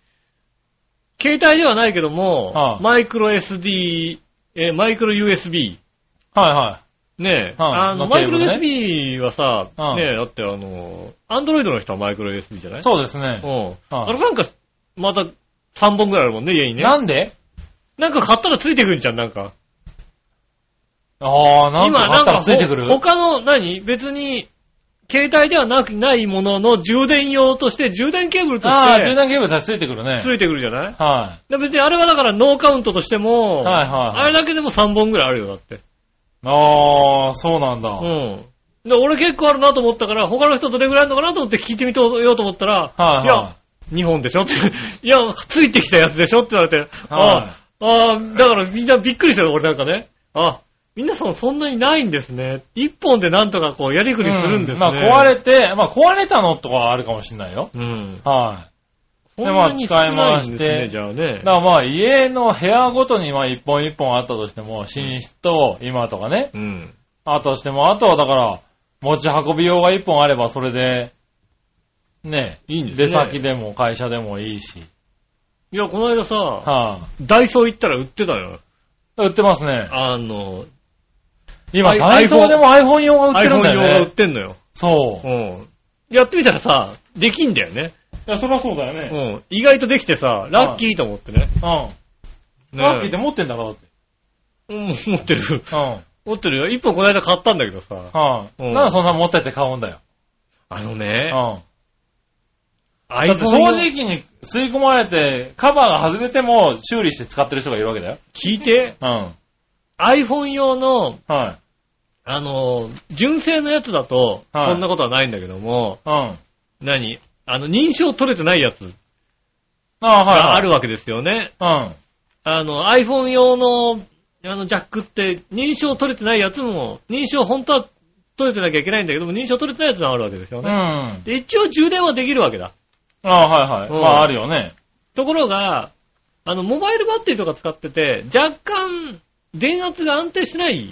[SPEAKER 2] 携帯ではないけども、
[SPEAKER 3] ああ
[SPEAKER 2] マイクロ SD、え、マイクロ USB。
[SPEAKER 3] はいはい。
[SPEAKER 2] ねえ、
[SPEAKER 3] ああ
[SPEAKER 2] あの、
[SPEAKER 3] まあ
[SPEAKER 2] マイクロ
[SPEAKER 3] ケーブル
[SPEAKER 2] USB はさ、
[SPEAKER 3] ああ
[SPEAKER 2] ねえ、だってあの、アンドロイドの人はマイクロ USB じゃない
[SPEAKER 3] そうですね
[SPEAKER 2] う。ん。
[SPEAKER 3] ああ
[SPEAKER 2] あれなんか、また3本ぐらいあるもんね、家にね。
[SPEAKER 3] なんで
[SPEAKER 2] なんか買ったらついてくるんじゃん、なんか。
[SPEAKER 3] ああ、なんか
[SPEAKER 2] 今、
[SPEAKER 3] あ
[SPEAKER 2] な
[SPEAKER 3] っ
[SPEAKER 2] ん
[SPEAKER 3] た
[SPEAKER 2] から
[SPEAKER 3] ついてくる
[SPEAKER 2] ほ他の、何別に、携帯ではなく、ないものの充電用として、充電ケーブルとし
[SPEAKER 3] ああ、充
[SPEAKER 2] て、
[SPEAKER 3] 電ケーブルさえついてくるね。はい。
[SPEAKER 2] ついてくるじゃない
[SPEAKER 3] は
[SPEAKER 2] で別にあれはだからノーカウントとしても、
[SPEAKER 3] いはい。
[SPEAKER 2] あれだけでも3本ぐらいあるよ、だって。
[SPEAKER 3] ああ、そうなんだ。
[SPEAKER 2] う
[SPEAKER 3] はい
[SPEAKER 2] ん。で、俺結構あるなと思ったから、他の人どれぐらいあるのかなと思って聞いてみとようと思ったら、い
[SPEAKER 3] は
[SPEAKER 2] や、2本でしょって、 いや、ついてきたやつでしょって言われて、
[SPEAKER 3] い。は
[SPEAKER 2] ああー、だからみんなびっくりしたよ、俺なんかね。あ、皆さんそんなにないんですね。1本でなんとかこうやり
[SPEAKER 3] い。
[SPEAKER 2] くりするんですね。
[SPEAKER 3] うんまあ壊れて、まあ壊れたのとかはあるかもしれないよ。
[SPEAKER 2] うん。
[SPEAKER 3] は
[SPEAKER 2] そ
[SPEAKER 3] で
[SPEAKER 2] んなに少
[SPEAKER 3] まあ
[SPEAKER 2] ないん
[SPEAKER 3] 使
[SPEAKER 2] で
[SPEAKER 3] い回し
[SPEAKER 2] すね、
[SPEAKER 3] て
[SPEAKER 2] じゃあ
[SPEAKER 3] い。
[SPEAKER 2] ね
[SPEAKER 3] だ。からまあ家の部屋ごとにまあ一本一本あったとしても、寝室と今とかね、
[SPEAKER 2] うん。
[SPEAKER 3] あったとしても、あとはだから、持ち運び用が一本あればそれで、ね、
[SPEAKER 2] いいんですね
[SPEAKER 3] 出先でも会社でもいいし。
[SPEAKER 2] いや、この間さ、
[SPEAKER 3] は
[SPEAKER 2] ダイソー行ったら売ってたよ。
[SPEAKER 3] い。売ってますね。
[SPEAKER 2] あの、
[SPEAKER 3] 今、
[SPEAKER 2] アイ
[SPEAKER 3] ダイソーでも iPhone 用が売ってるん
[SPEAKER 2] iPhone
[SPEAKER 3] だ
[SPEAKER 2] 用が
[SPEAKER 3] よ
[SPEAKER 2] 売っ
[SPEAKER 3] ね。
[SPEAKER 2] てんのよ。
[SPEAKER 3] そうう。
[SPEAKER 2] ん。やってみたらさ、できんだよね。
[SPEAKER 3] いや、そりゃそうだよ
[SPEAKER 2] う
[SPEAKER 3] ね。
[SPEAKER 2] ん。意外とできてさ、ラッキーと思ってね。
[SPEAKER 3] う
[SPEAKER 2] ね
[SPEAKER 3] ん。ラッキーって持ってんだからだって。
[SPEAKER 2] うん、持ってる。
[SPEAKER 3] うん。はい、
[SPEAKER 2] 持ってるよ。一本この間買ったんだけどさ。うん
[SPEAKER 3] なんでそんな持ってって買うんだよ。
[SPEAKER 2] あのね、
[SPEAKER 3] う
[SPEAKER 2] あ
[SPEAKER 3] ん。だって正
[SPEAKER 2] 正直
[SPEAKER 3] 直に吸い込まれて、カバーが外れても修理して使ってる人がいるわけだよ。
[SPEAKER 2] 聞いて、
[SPEAKER 3] うん。はい。
[SPEAKER 2] iPhone 用の、
[SPEAKER 3] うん。
[SPEAKER 2] あの、純正のやつだと、
[SPEAKER 3] はい
[SPEAKER 2] そんなことはないんだけども、
[SPEAKER 3] あ
[SPEAKER 2] 何あの、認証取れてないやつ
[SPEAKER 3] あ、はい、
[SPEAKER 2] があるわけですよね。
[SPEAKER 3] わ。
[SPEAKER 2] あの、iPhone 用の、あの、ジャックって、認証取れてないやつも、認証本当は取れてなきゃいけないんだけども、認証取れてないやつがあるわけですよ
[SPEAKER 3] うん。う
[SPEAKER 2] ね。
[SPEAKER 3] ん。あ
[SPEAKER 2] で、一応充電はできるわけだ。
[SPEAKER 3] あ、はいはい。
[SPEAKER 2] うん
[SPEAKER 3] まあ、あるよね。
[SPEAKER 2] ところが、あの、モバイルバッテリーとか使ってて、若干、電圧が安定しない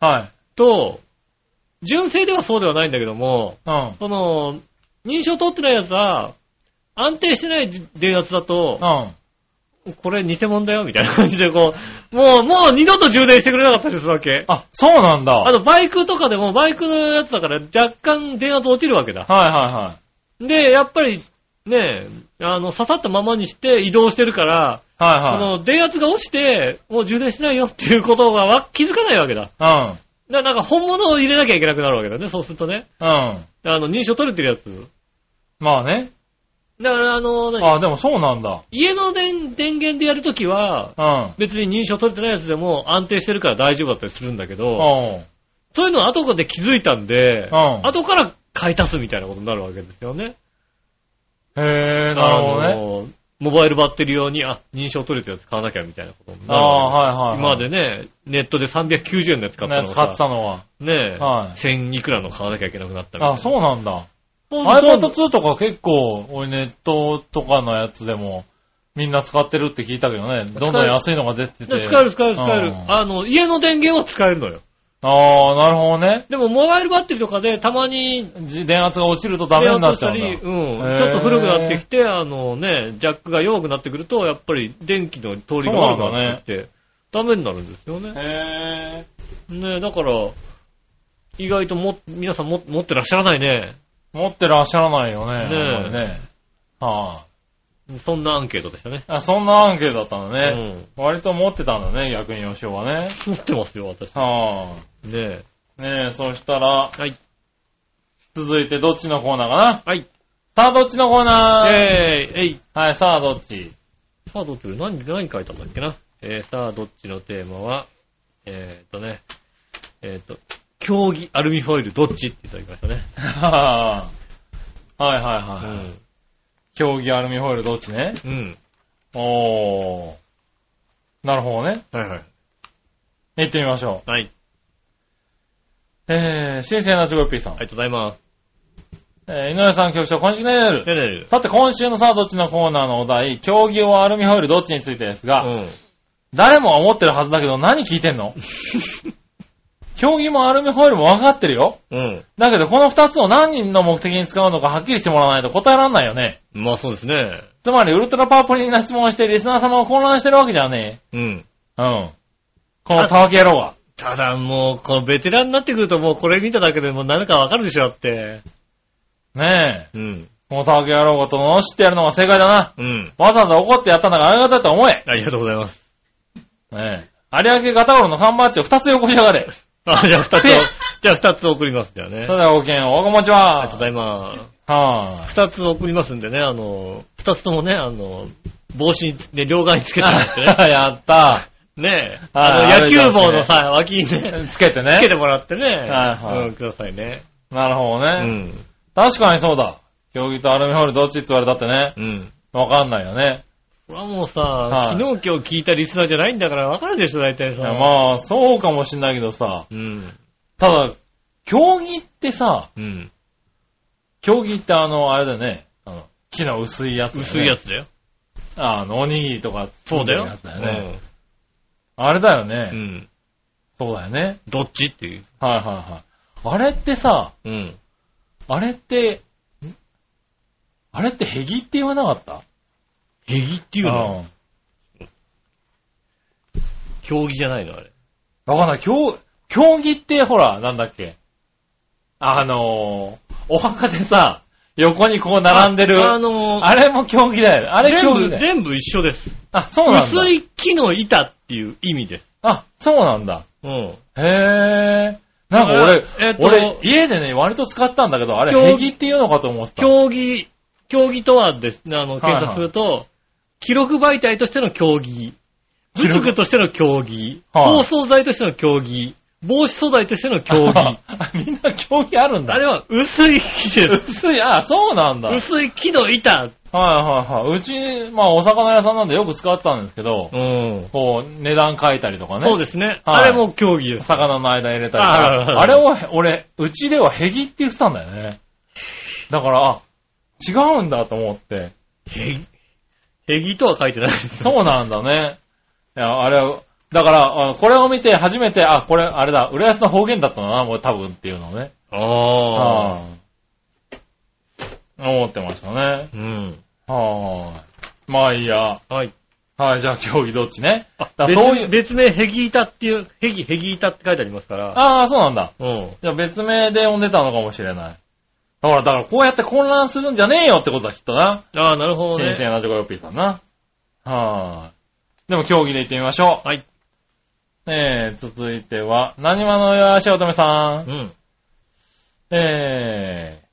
[SPEAKER 3] はい。
[SPEAKER 2] と、純正ではそうではないんだけども、
[SPEAKER 3] うん。うん。
[SPEAKER 2] その、認証取ってないやつは、安定してない電圧だと、これ偽物だよ、みたいな感じでこう、もう、もう二度と充電してくれなかったりするわけ。
[SPEAKER 3] あ、そうなんだ。
[SPEAKER 2] あ
[SPEAKER 3] はい
[SPEAKER 2] と、バイクとかでも、バイクのやつだから若干電圧落ちるわけだ。
[SPEAKER 3] はいはい。
[SPEAKER 2] で、やっぱり、ねあの、刺さったままにして移動してるから、
[SPEAKER 3] はい
[SPEAKER 2] あの、電圧が落ちて、もう充電しないよっていうことがわ気づかないわけだ。だか
[SPEAKER 3] はい。うん。
[SPEAKER 2] らなんか本物を入れなきゃいけなくなるわけだね、そうするとね。
[SPEAKER 3] うん。
[SPEAKER 2] あの、認証取れてるやつ。
[SPEAKER 3] まあね。
[SPEAKER 2] だから、あの、何
[SPEAKER 3] ああ、でもそうなんだ。
[SPEAKER 2] 家の電電源でやるときは、
[SPEAKER 3] うん。
[SPEAKER 2] 別に認証取れてないやつでも安定してるから大丈夫だったりするんだけど、
[SPEAKER 3] うん。
[SPEAKER 2] そういうのは後で気づいたんで、
[SPEAKER 3] うん
[SPEAKER 2] 後から買い足すみたいなことになるわけですよね。
[SPEAKER 3] へえ、なるほどね。
[SPEAKER 2] どね。モバイルバッテリー用に、あ、認証取れてるやつ買わなきゃみたいなことにな
[SPEAKER 3] あ
[SPEAKER 2] る
[SPEAKER 3] あ、
[SPEAKER 2] わけ
[SPEAKER 3] はいはい。
[SPEAKER 2] 今までね、ネットで390円のやつ買った
[SPEAKER 3] ね
[SPEAKER 2] の
[SPEAKER 3] 使
[SPEAKER 2] が
[SPEAKER 3] って
[SPEAKER 2] さ
[SPEAKER 3] たのは。
[SPEAKER 2] ねえ、
[SPEAKER 3] はい
[SPEAKER 2] 1000いくらの買わなきゃいけなくなったみたいな。
[SPEAKER 3] あ、そうなんだ。
[SPEAKER 2] そうそう
[SPEAKER 3] iPad 2とか結構、俺ネットとかのやつでも、みんな使ってるって聞いたけどね、どんどん安いのが出てて。
[SPEAKER 2] 使える使える使える。
[SPEAKER 3] うん
[SPEAKER 2] あの、家の電源は使えるのよ。
[SPEAKER 3] ああ、なるほどね。
[SPEAKER 2] でも、モバイルバッテリーとかで、たまに、
[SPEAKER 3] じ電圧が落ちるとダメになっちゃうん
[SPEAKER 2] 電圧した
[SPEAKER 3] だ。
[SPEAKER 2] り、う
[SPEAKER 3] へ
[SPEAKER 2] ん。
[SPEAKER 3] ー
[SPEAKER 2] ちょっと古くなってきて、あのね、ジャックが弱くなってくると、やっぱり電気の通りが悪くなってきて、ダメになるんですよね。
[SPEAKER 3] へ
[SPEAKER 2] ねだから、意外とも、皆さんも持ってらっしゃらないね。
[SPEAKER 3] 持ってらっしゃらないよね。
[SPEAKER 2] ねえ
[SPEAKER 3] あんまりね。は
[SPEAKER 2] そんなアンケートでしたね。
[SPEAKER 3] あ、そんなアンケートだったんだね。
[SPEAKER 2] う
[SPEAKER 3] 割と持ってたんだね、逆に吉尾はね。
[SPEAKER 2] ん。持ってますよ、私。
[SPEAKER 3] は
[SPEAKER 2] ね
[SPEAKER 3] ぁ。ねえ、そしたら、
[SPEAKER 2] え。はい。
[SPEAKER 3] 続いてどっちのコーナーかな
[SPEAKER 2] はい。
[SPEAKER 3] さあ、どっちのコーナー
[SPEAKER 2] えー、えい。
[SPEAKER 3] はい、さあ、どっち
[SPEAKER 2] さあ、どっち何、何書いたんだっけな。えー、さあ、どっちのテーマは、えーっとね、えーっと、競技アルミホイルどっちっていただきましたね。
[SPEAKER 3] はぁ。はいはいはい。
[SPEAKER 2] う
[SPEAKER 3] 競技アルミホイルどっちね
[SPEAKER 2] ん。うん。
[SPEAKER 3] おー。なるほどね。
[SPEAKER 2] はいはい。
[SPEAKER 3] 行ってみましょ
[SPEAKER 2] はい。
[SPEAKER 3] う。えー、新鮮なチョコヨッピーさん
[SPEAKER 2] あ。りがとうございます。
[SPEAKER 3] えー、井上さん局長、こんにちは。
[SPEAKER 2] ねえねえね
[SPEAKER 3] さて、今週のさあ、どっちのコーナーのお題、競技用アルミホイルどっちについてです
[SPEAKER 2] え
[SPEAKER 3] が、
[SPEAKER 2] うん。
[SPEAKER 3] 誰も思ってるはずだけど、何聞い てんの競技もアルミホイルも分かってるよ。
[SPEAKER 2] うん。
[SPEAKER 3] だけど、この二つを何人の目的に使うのかはっきりしてもらわないと答えらんないよね。
[SPEAKER 2] まあそうですね。
[SPEAKER 3] つまり、ウルトラパープリンな質問をして、リスナー様を混乱してるわけじゃね
[SPEAKER 2] うん。
[SPEAKER 3] え。うん。このたわけ野郎は。
[SPEAKER 2] ただもう、このベテランになってくるともうこれ見ただけでもう何かわかるでしょだって。
[SPEAKER 3] ねえ。
[SPEAKER 2] うん。
[SPEAKER 3] このたわけ野郎がとの知ってやるのが正解だな。
[SPEAKER 2] うん。
[SPEAKER 3] わざわざ怒ってやったんだからありがたいと思え。
[SPEAKER 2] ありがとうございます。
[SPEAKER 3] ねえ。有明ガタゴロの缶バッジを二つよこしやがれ。
[SPEAKER 2] あ、じゃあ 二つを、じゃあ二つ送ります。じゃあね。
[SPEAKER 3] ただごきげんよう、おこもち
[SPEAKER 2] あ
[SPEAKER 3] は。
[SPEAKER 2] りがとうございます。
[SPEAKER 3] は
[SPEAKER 2] 二つ送りますんでね、あの、二つともね、あの、帽子に、ね、両側につけてもら ってね。
[SPEAKER 3] い。やった。
[SPEAKER 2] ねえ。
[SPEAKER 3] はい
[SPEAKER 2] あの、野球
[SPEAKER 3] あ
[SPEAKER 2] 帽
[SPEAKER 3] れ
[SPEAKER 2] の
[SPEAKER 3] です
[SPEAKER 2] さ、脇にね、
[SPEAKER 3] つけて
[SPEAKER 2] つけ
[SPEAKER 3] ね。
[SPEAKER 2] てもらってね。
[SPEAKER 3] はいはい
[SPEAKER 2] うん、くださいね。
[SPEAKER 3] なるほど
[SPEAKER 2] う
[SPEAKER 3] ね。
[SPEAKER 2] ん。
[SPEAKER 3] 確かにそうだ。競技とアルミホイルどっちって言われたってね。
[SPEAKER 2] うん。
[SPEAKER 3] わかんないよね。
[SPEAKER 2] これはもうさ、
[SPEAKER 3] はい
[SPEAKER 2] 昨日今日聞いたリスナーじゃないんだからわかるでしょ、大体
[SPEAKER 3] い
[SPEAKER 2] さ。
[SPEAKER 3] やまあ、そうかもしんないけどさ。
[SPEAKER 2] うん。
[SPEAKER 3] ただ、競技ってさ、
[SPEAKER 2] うん。
[SPEAKER 3] 競技ってあの、あれだよね。あの、木の薄いやつ、
[SPEAKER 2] 薄いや。つだよ。
[SPEAKER 3] あの、おにぎりとか、
[SPEAKER 2] そうだよ。
[SPEAKER 3] やつだよね。あれだよね、
[SPEAKER 2] うん。うん。
[SPEAKER 3] そうだよね。
[SPEAKER 2] どっちっていう。
[SPEAKER 3] はいはいはい。あれってさ、
[SPEAKER 2] うん。
[SPEAKER 3] あれって、んあれってヘギって言わなかった
[SPEAKER 2] へぎっていうの競技じゃないの、あれ。
[SPEAKER 3] うん。わかんない。競、競技ってほら、なんだっけ。あのー、お墓でさ、横にこう並んでる。
[SPEAKER 2] あ
[SPEAKER 3] あ
[SPEAKER 2] のー
[SPEAKER 3] れも競技だよね。あれ
[SPEAKER 2] 全部、
[SPEAKER 3] 競技だよ。
[SPEAKER 2] 全部一緒です。
[SPEAKER 3] あ、そうなんだ
[SPEAKER 2] 薄。い木の板っていう意味です。
[SPEAKER 3] あ、そうなんだ。
[SPEAKER 2] うん。
[SPEAKER 3] へー。なんか
[SPEAKER 2] だ
[SPEAKER 3] 俺、
[SPEAKER 2] からえっと
[SPEAKER 3] 俺、家でね、割と使ってたんだけど、あれ、
[SPEAKER 2] 競技
[SPEAKER 3] ヘギって言うのかと思ってた。
[SPEAKER 2] 競技、競技とはですね、あの、検索すると、記録媒体としての競技、
[SPEAKER 3] 記録
[SPEAKER 2] 物具としての競技、
[SPEAKER 3] はい
[SPEAKER 2] 包装材としての競技、帽子素材としての競技。
[SPEAKER 3] あ みんな競技あるんだ。
[SPEAKER 2] あれは薄い木です。
[SPEAKER 3] 薄い、あ、そうなんだ。はい
[SPEAKER 2] 薄い木の板。
[SPEAKER 3] はいはい。うち、まあ、お魚屋さんなんでよく使ってたんですけど、
[SPEAKER 2] うん。
[SPEAKER 3] こう、値段書いたりとかね。
[SPEAKER 2] そうですね。
[SPEAKER 3] はい
[SPEAKER 2] あれも競技です。
[SPEAKER 3] 魚の間入れたりと
[SPEAKER 2] はいはいはい
[SPEAKER 3] か。あれを、俺、うちではヘギって言ってたんだよね。だから、あ、違うんだと思って。
[SPEAKER 2] へぎ、へぎとは書いてないです。
[SPEAKER 3] そうなんだね。いや、あれは、だから、あこれを見て初めて、あ、これ、あれだ、浦安の方言だったんだな、もう多分っていうのをね。
[SPEAKER 2] ああ。
[SPEAKER 3] はあ思ってましたね。
[SPEAKER 2] うん。
[SPEAKER 3] はーい。まあいいや。
[SPEAKER 2] はい。
[SPEAKER 3] はい、じゃあ競技どっちね。
[SPEAKER 2] あ、
[SPEAKER 3] だから
[SPEAKER 2] 別
[SPEAKER 3] そういう
[SPEAKER 2] 別名、ヘギ板っていう、ヘギ、ヘギ板って書いてありますから。
[SPEAKER 3] ああ、そうなんだ。
[SPEAKER 2] うん。
[SPEAKER 3] じゃあ別名で呼んでたのかもしれない。だから、だからこうやって混乱するんじゃねえよってことだ、きっとな。
[SPEAKER 2] ああ、なるほど
[SPEAKER 3] 新
[SPEAKER 2] ね。
[SPEAKER 3] 鮮なチョコヨッピーさんな。はーい。でも競技で行ってみましょう。
[SPEAKER 2] はい。
[SPEAKER 3] えー、続いては、何話のよしおとめさん
[SPEAKER 2] う。ん。
[SPEAKER 3] えー、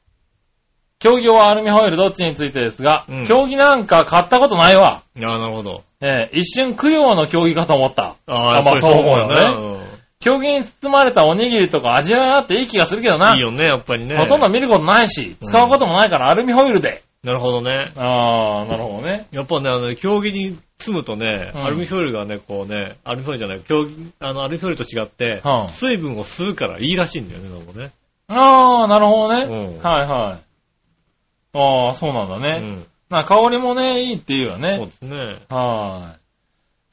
[SPEAKER 3] 競技はアルミホイルどっちについてですが、
[SPEAKER 2] うん
[SPEAKER 3] 競技なんか買ったことないわ。
[SPEAKER 2] ああ、なるほど。
[SPEAKER 3] えー、一瞬供養の競技かと思った。
[SPEAKER 2] あ
[SPEAKER 3] あまあそう思うよね
[SPEAKER 2] ね。
[SPEAKER 3] 競技に包まれたおにぎりとか味わいあっていい気がするけど
[SPEAKER 2] うん
[SPEAKER 3] な。
[SPEAKER 2] いいよね、やっぱりね。
[SPEAKER 3] ほとんど見ることないし、使うこともないからアルミホイルで。
[SPEAKER 2] なるほどね。
[SPEAKER 3] あー、なるほどね。
[SPEAKER 2] やっぱね、あの、競技に積むとね、
[SPEAKER 3] うん
[SPEAKER 2] アルミホイルがね、こうね、アルミホイルじゃない、競技、あの、アルミホイルと違って、
[SPEAKER 3] うん
[SPEAKER 2] 水分を吸うからいいらしいんだよね、なんかね。
[SPEAKER 3] あー、なるほどね。
[SPEAKER 2] うん
[SPEAKER 3] はいはい。ああ、そうなんだ
[SPEAKER 2] う
[SPEAKER 3] ね。
[SPEAKER 2] ん。
[SPEAKER 3] な香りもね、いいっていうよ
[SPEAKER 2] そう
[SPEAKER 3] ね。
[SPEAKER 2] ですね。
[SPEAKER 3] はーい。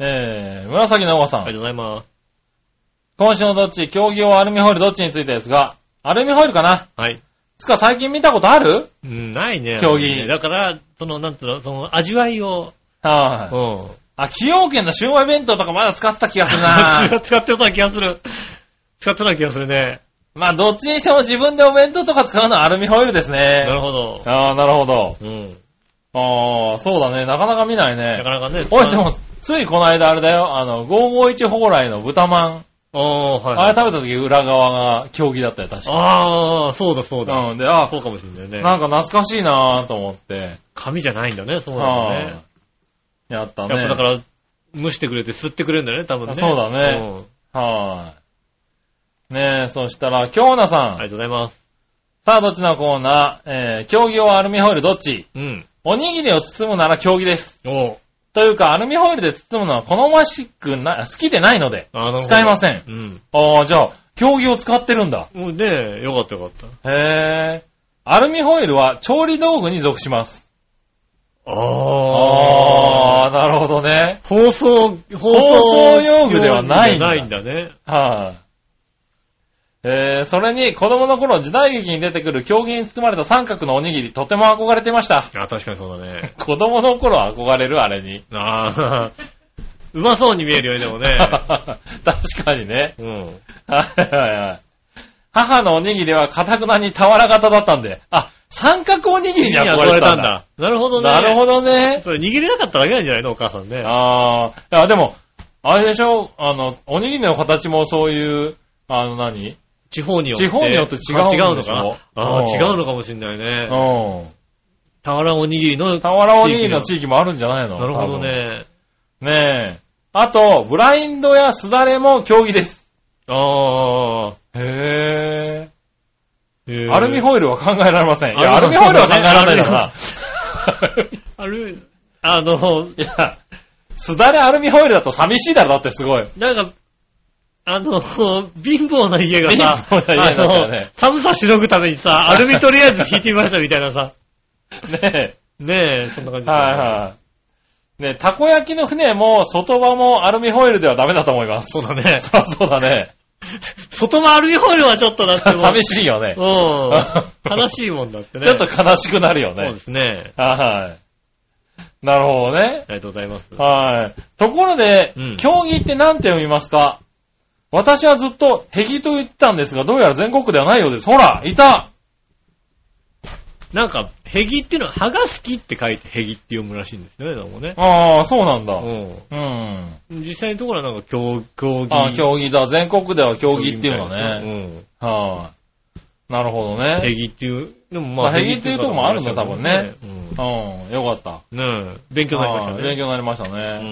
[SPEAKER 3] えー、紫のおばさん。
[SPEAKER 2] ありがとうございます。
[SPEAKER 3] 今週のどっち、競技用アルミホイルどっちについてですが、アルミホイルかな
[SPEAKER 2] はい。
[SPEAKER 3] つか最近見たことある
[SPEAKER 2] うん、ないね。
[SPEAKER 3] 競技
[SPEAKER 2] だから、その、なんていうの、その、味わいを、
[SPEAKER 3] は
[SPEAKER 2] う
[SPEAKER 3] い。
[SPEAKER 2] ん。
[SPEAKER 3] あ、崎陽軒のシウマイ弁当とかまだ使ってた気がす るな
[SPEAKER 2] 使ってた気がする。使ってた気がするね。
[SPEAKER 3] まあ、どっちにしても自分でお弁当とか使うのはアルミホイルですね。
[SPEAKER 2] なるほど。
[SPEAKER 3] ああ、なるほど。
[SPEAKER 2] うん。
[SPEAKER 3] ああ、そうだね。なかなか見ない
[SPEAKER 2] なか
[SPEAKER 3] ね。
[SPEAKER 2] なかね。
[SPEAKER 3] おい、でも、ついこの間あれだよ。あの、551蓬莱の豚まん。
[SPEAKER 2] ああー、はい、
[SPEAKER 3] あれ食べた時裏側が競技だったよ、確か。
[SPEAKER 2] ああ、そうだそうだ。
[SPEAKER 3] うん。で、ああ
[SPEAKER 2] そうかもしれないね。
[SPEAKER 3] なんか懐かしいなぁと思って。
[SPEAKER 2] 紙じゃないんだね、そうなんだね
[SPEAKER 3] あ。あやった
[SPEAKER 2] やっ
[SPEAKER 3] ね。
[SPEAKER 2] ぱだから、蒸してくれて吸ってくれるんだよね、多分ね。
[SPEAKER 3] そうだね
[SPEAKER 2] うん
[SPEAKER 3] はい。ねえ、そしたら、京奈さん。
[SPEAKER 2] ありがとうございます。
[SPEAKER 3] さあ、どっちのコーナーえー、競技用アルミホイルどっち
[SPEAKER 2] うん。
[SPEAKER 3] おにぎりを包むなら競技です。
[SPEAKER 2] おう
[SPEAKER 3] というか、アルミホイルで包むのは好ましくな、好きでないので、
[SPEAKER 2] あの
[SPEAKER 3] 使いません。
[SPEAKER 2] うん。
[SPEAKER 3] ああ、じゃあ、競技を使ってるんだ。
[SPEAKER 2] もうね、よかったよかった。
[SPEAKER 3] へえ。アルミホイルは調理道具に属します。
[SPEAKER 2] あ
[SPEAKER 3] ああ、なるほどね。
[SPEAKER 2] 放送、放送
[SPEAKER 3] 送用具ではないんだ
[SPEAKER 2] んだね。
[SPEAKER 3] はい、えー、それに、子供の頃時代劇に出てくる競技に包まれた三角のおにぎり、とても憧れてました。
[SPEAKER 2] あ、確かにそうだね。
[SPEAKER 3] 子供の頃は憧れる、あれに。
[SPEAKER 2] ああ、うまそうに見えるよね、
[SPEAKER 3] 確かにね。
[SPEAKER 2] でもね。
[SPEAKER 3] はいはいはい。母のおにぎりはカタクナに俵型だったんで、あ、三角おにぎ
[SPEAKER 2] うん。
[SPEAKER 3] りに憧れてたんだ。。
[SPEAKER 2] なるほどね。
[SPEAKER 3] なるほどね。
[SPEAKER 2] それ握れなかっただけなんじゃないのお母さんね。
[SPEAKER 3] あーいや、でも、あれでしょ、あの、おにぎりの形もそういう、あの何、
[SPEAKER 2] 地方によって。
[SPEAKER 3] 地方によって違うん
[SPEAKER 2] あ
[SPEAKER 3] でし
[SPEAKER 2] 違
[SPEAKER 3] ょ
[SPEAKER 2] うのかなああ、
[SPEAKER 3] うん
[SPEAKER 2] 違うのかもしれないね。
[SPEAKER 3] うん。
[SPEAKER 2] 俵おにぎりの。
[SPEAKER 3] 俵おにぎりの地域もあるんじゃないの
[SPEAKER 2] なるほど。ね。
[SPEAKER 3] 多分ねえ。あと、ブラインドやすだれも競技です。
[SPEAKER 2] ああ。
[SPEAKER 3] へ
[SPEAKER 2] へ
[SPEAKER 3] え。
[SPEAKER 2] え
[SPEAKER 3] アルミホイルは考えられません。いや、
[SPEAKER 2] ア
[SPEAKER 3] ア
[SPEAKER 2] ル
[SPEAKER 3] ル
[SPEAKER 2] ミホ
[SPEAKER 3] ミ
[SPEAKER 2] イ
[SPEAKER 3] ホイ
[SPEAKER 2] ル
[SPEAKER 3] ル
[SPEAKER 2] は考
[SPEAKER 3] は考
[SPEAKER 2] え
[SPEAKER 3] え
[SPEAKER 2] ら
[SPEAKER 3] ら
[SPEAKER 2] れ
[SPEAKER 3] れ
[SPEAKER 2] な
[SPEAKER 3] な
[SPEAKER 2] な
[SPEAKER 3] いいな。
[SPEAKER 2] ある、あの、
[SPEAKER 3] いや、すだれアルミホイルだと寂しいだろ、だってすごい。
[SPEAKER 2] なんか、あの、貧乏な家がさ、
[SPEAKER 3] 貧乏な家だったよね
[SPEAKER 2] あの寒さしのぐために さ、アルミとりあえず引いてみましたみたいなさ。
[SPEAKER 3] ね
[SPEAKER 2] ねえ、そんな感じ
[SPEAKER 3] え。はいはい。ねえたこ焼きの船も外場もアルミホイルではダメだと思います。そうだね。そうそうだね。
[SPEAKER 2] 外もアルミホイルはちょっとだってもう
[SPEAKER 3] 寂しいよね。
[SPEAKER 2] うん。悲しいもんだってね。
[SPEAKER 3] ちょっと悲しくなるよ
[SPEAKER 2] そう
[SPEAKER 3] ね
[SPEAKER 2] で。すね。
[SPEAKER 3] はい。なるほどね。
[SPEAKER 2] ありがとうございます。
[SPEAKER 3] はい。ところで、
[SPEAKER 2] うん
[SPEAKER 3] 競技って何て読みますか私はずっと、壁と言ってたんですが、どうやら全国ではないようです。ほら、いた
[SPEAKER 2] なんか、ヘギっていうのは、歯が好きって書いてヘギって読むらしいんですよね、どうもね。
[SPEAKER 3] ああ、そうなんだ。
[SPEAKER 2] う
[SPEAKER 3] うん。
[SPEAKER 2] ん。実際のところはなんか、競競技。
[SPEAKER 3] あ、競技だ。全国では競技っていうの
[SPEAKER 2] 競技みたい
[SPEAKER 3] ね。
[SPEAKER 2] ですね。うん。
[SPEAKER 3] はい。なるほどね。
[SPEAKER 2] ヘギっていう、でも
[SPEAKER 3] まあヘギっていうとこもあるんだ多分ね。うん。よかった。
[SPEAKER 2] うん。ねえ、勉強になりました
[SPEAKER 3] はい勉
[SPEAKER 2] ね。
[SPEAKER 3] 強になりました
[SPEAKER 2] うん。あ
[SPEAKER 3] ね。
[SPEAKER 2] り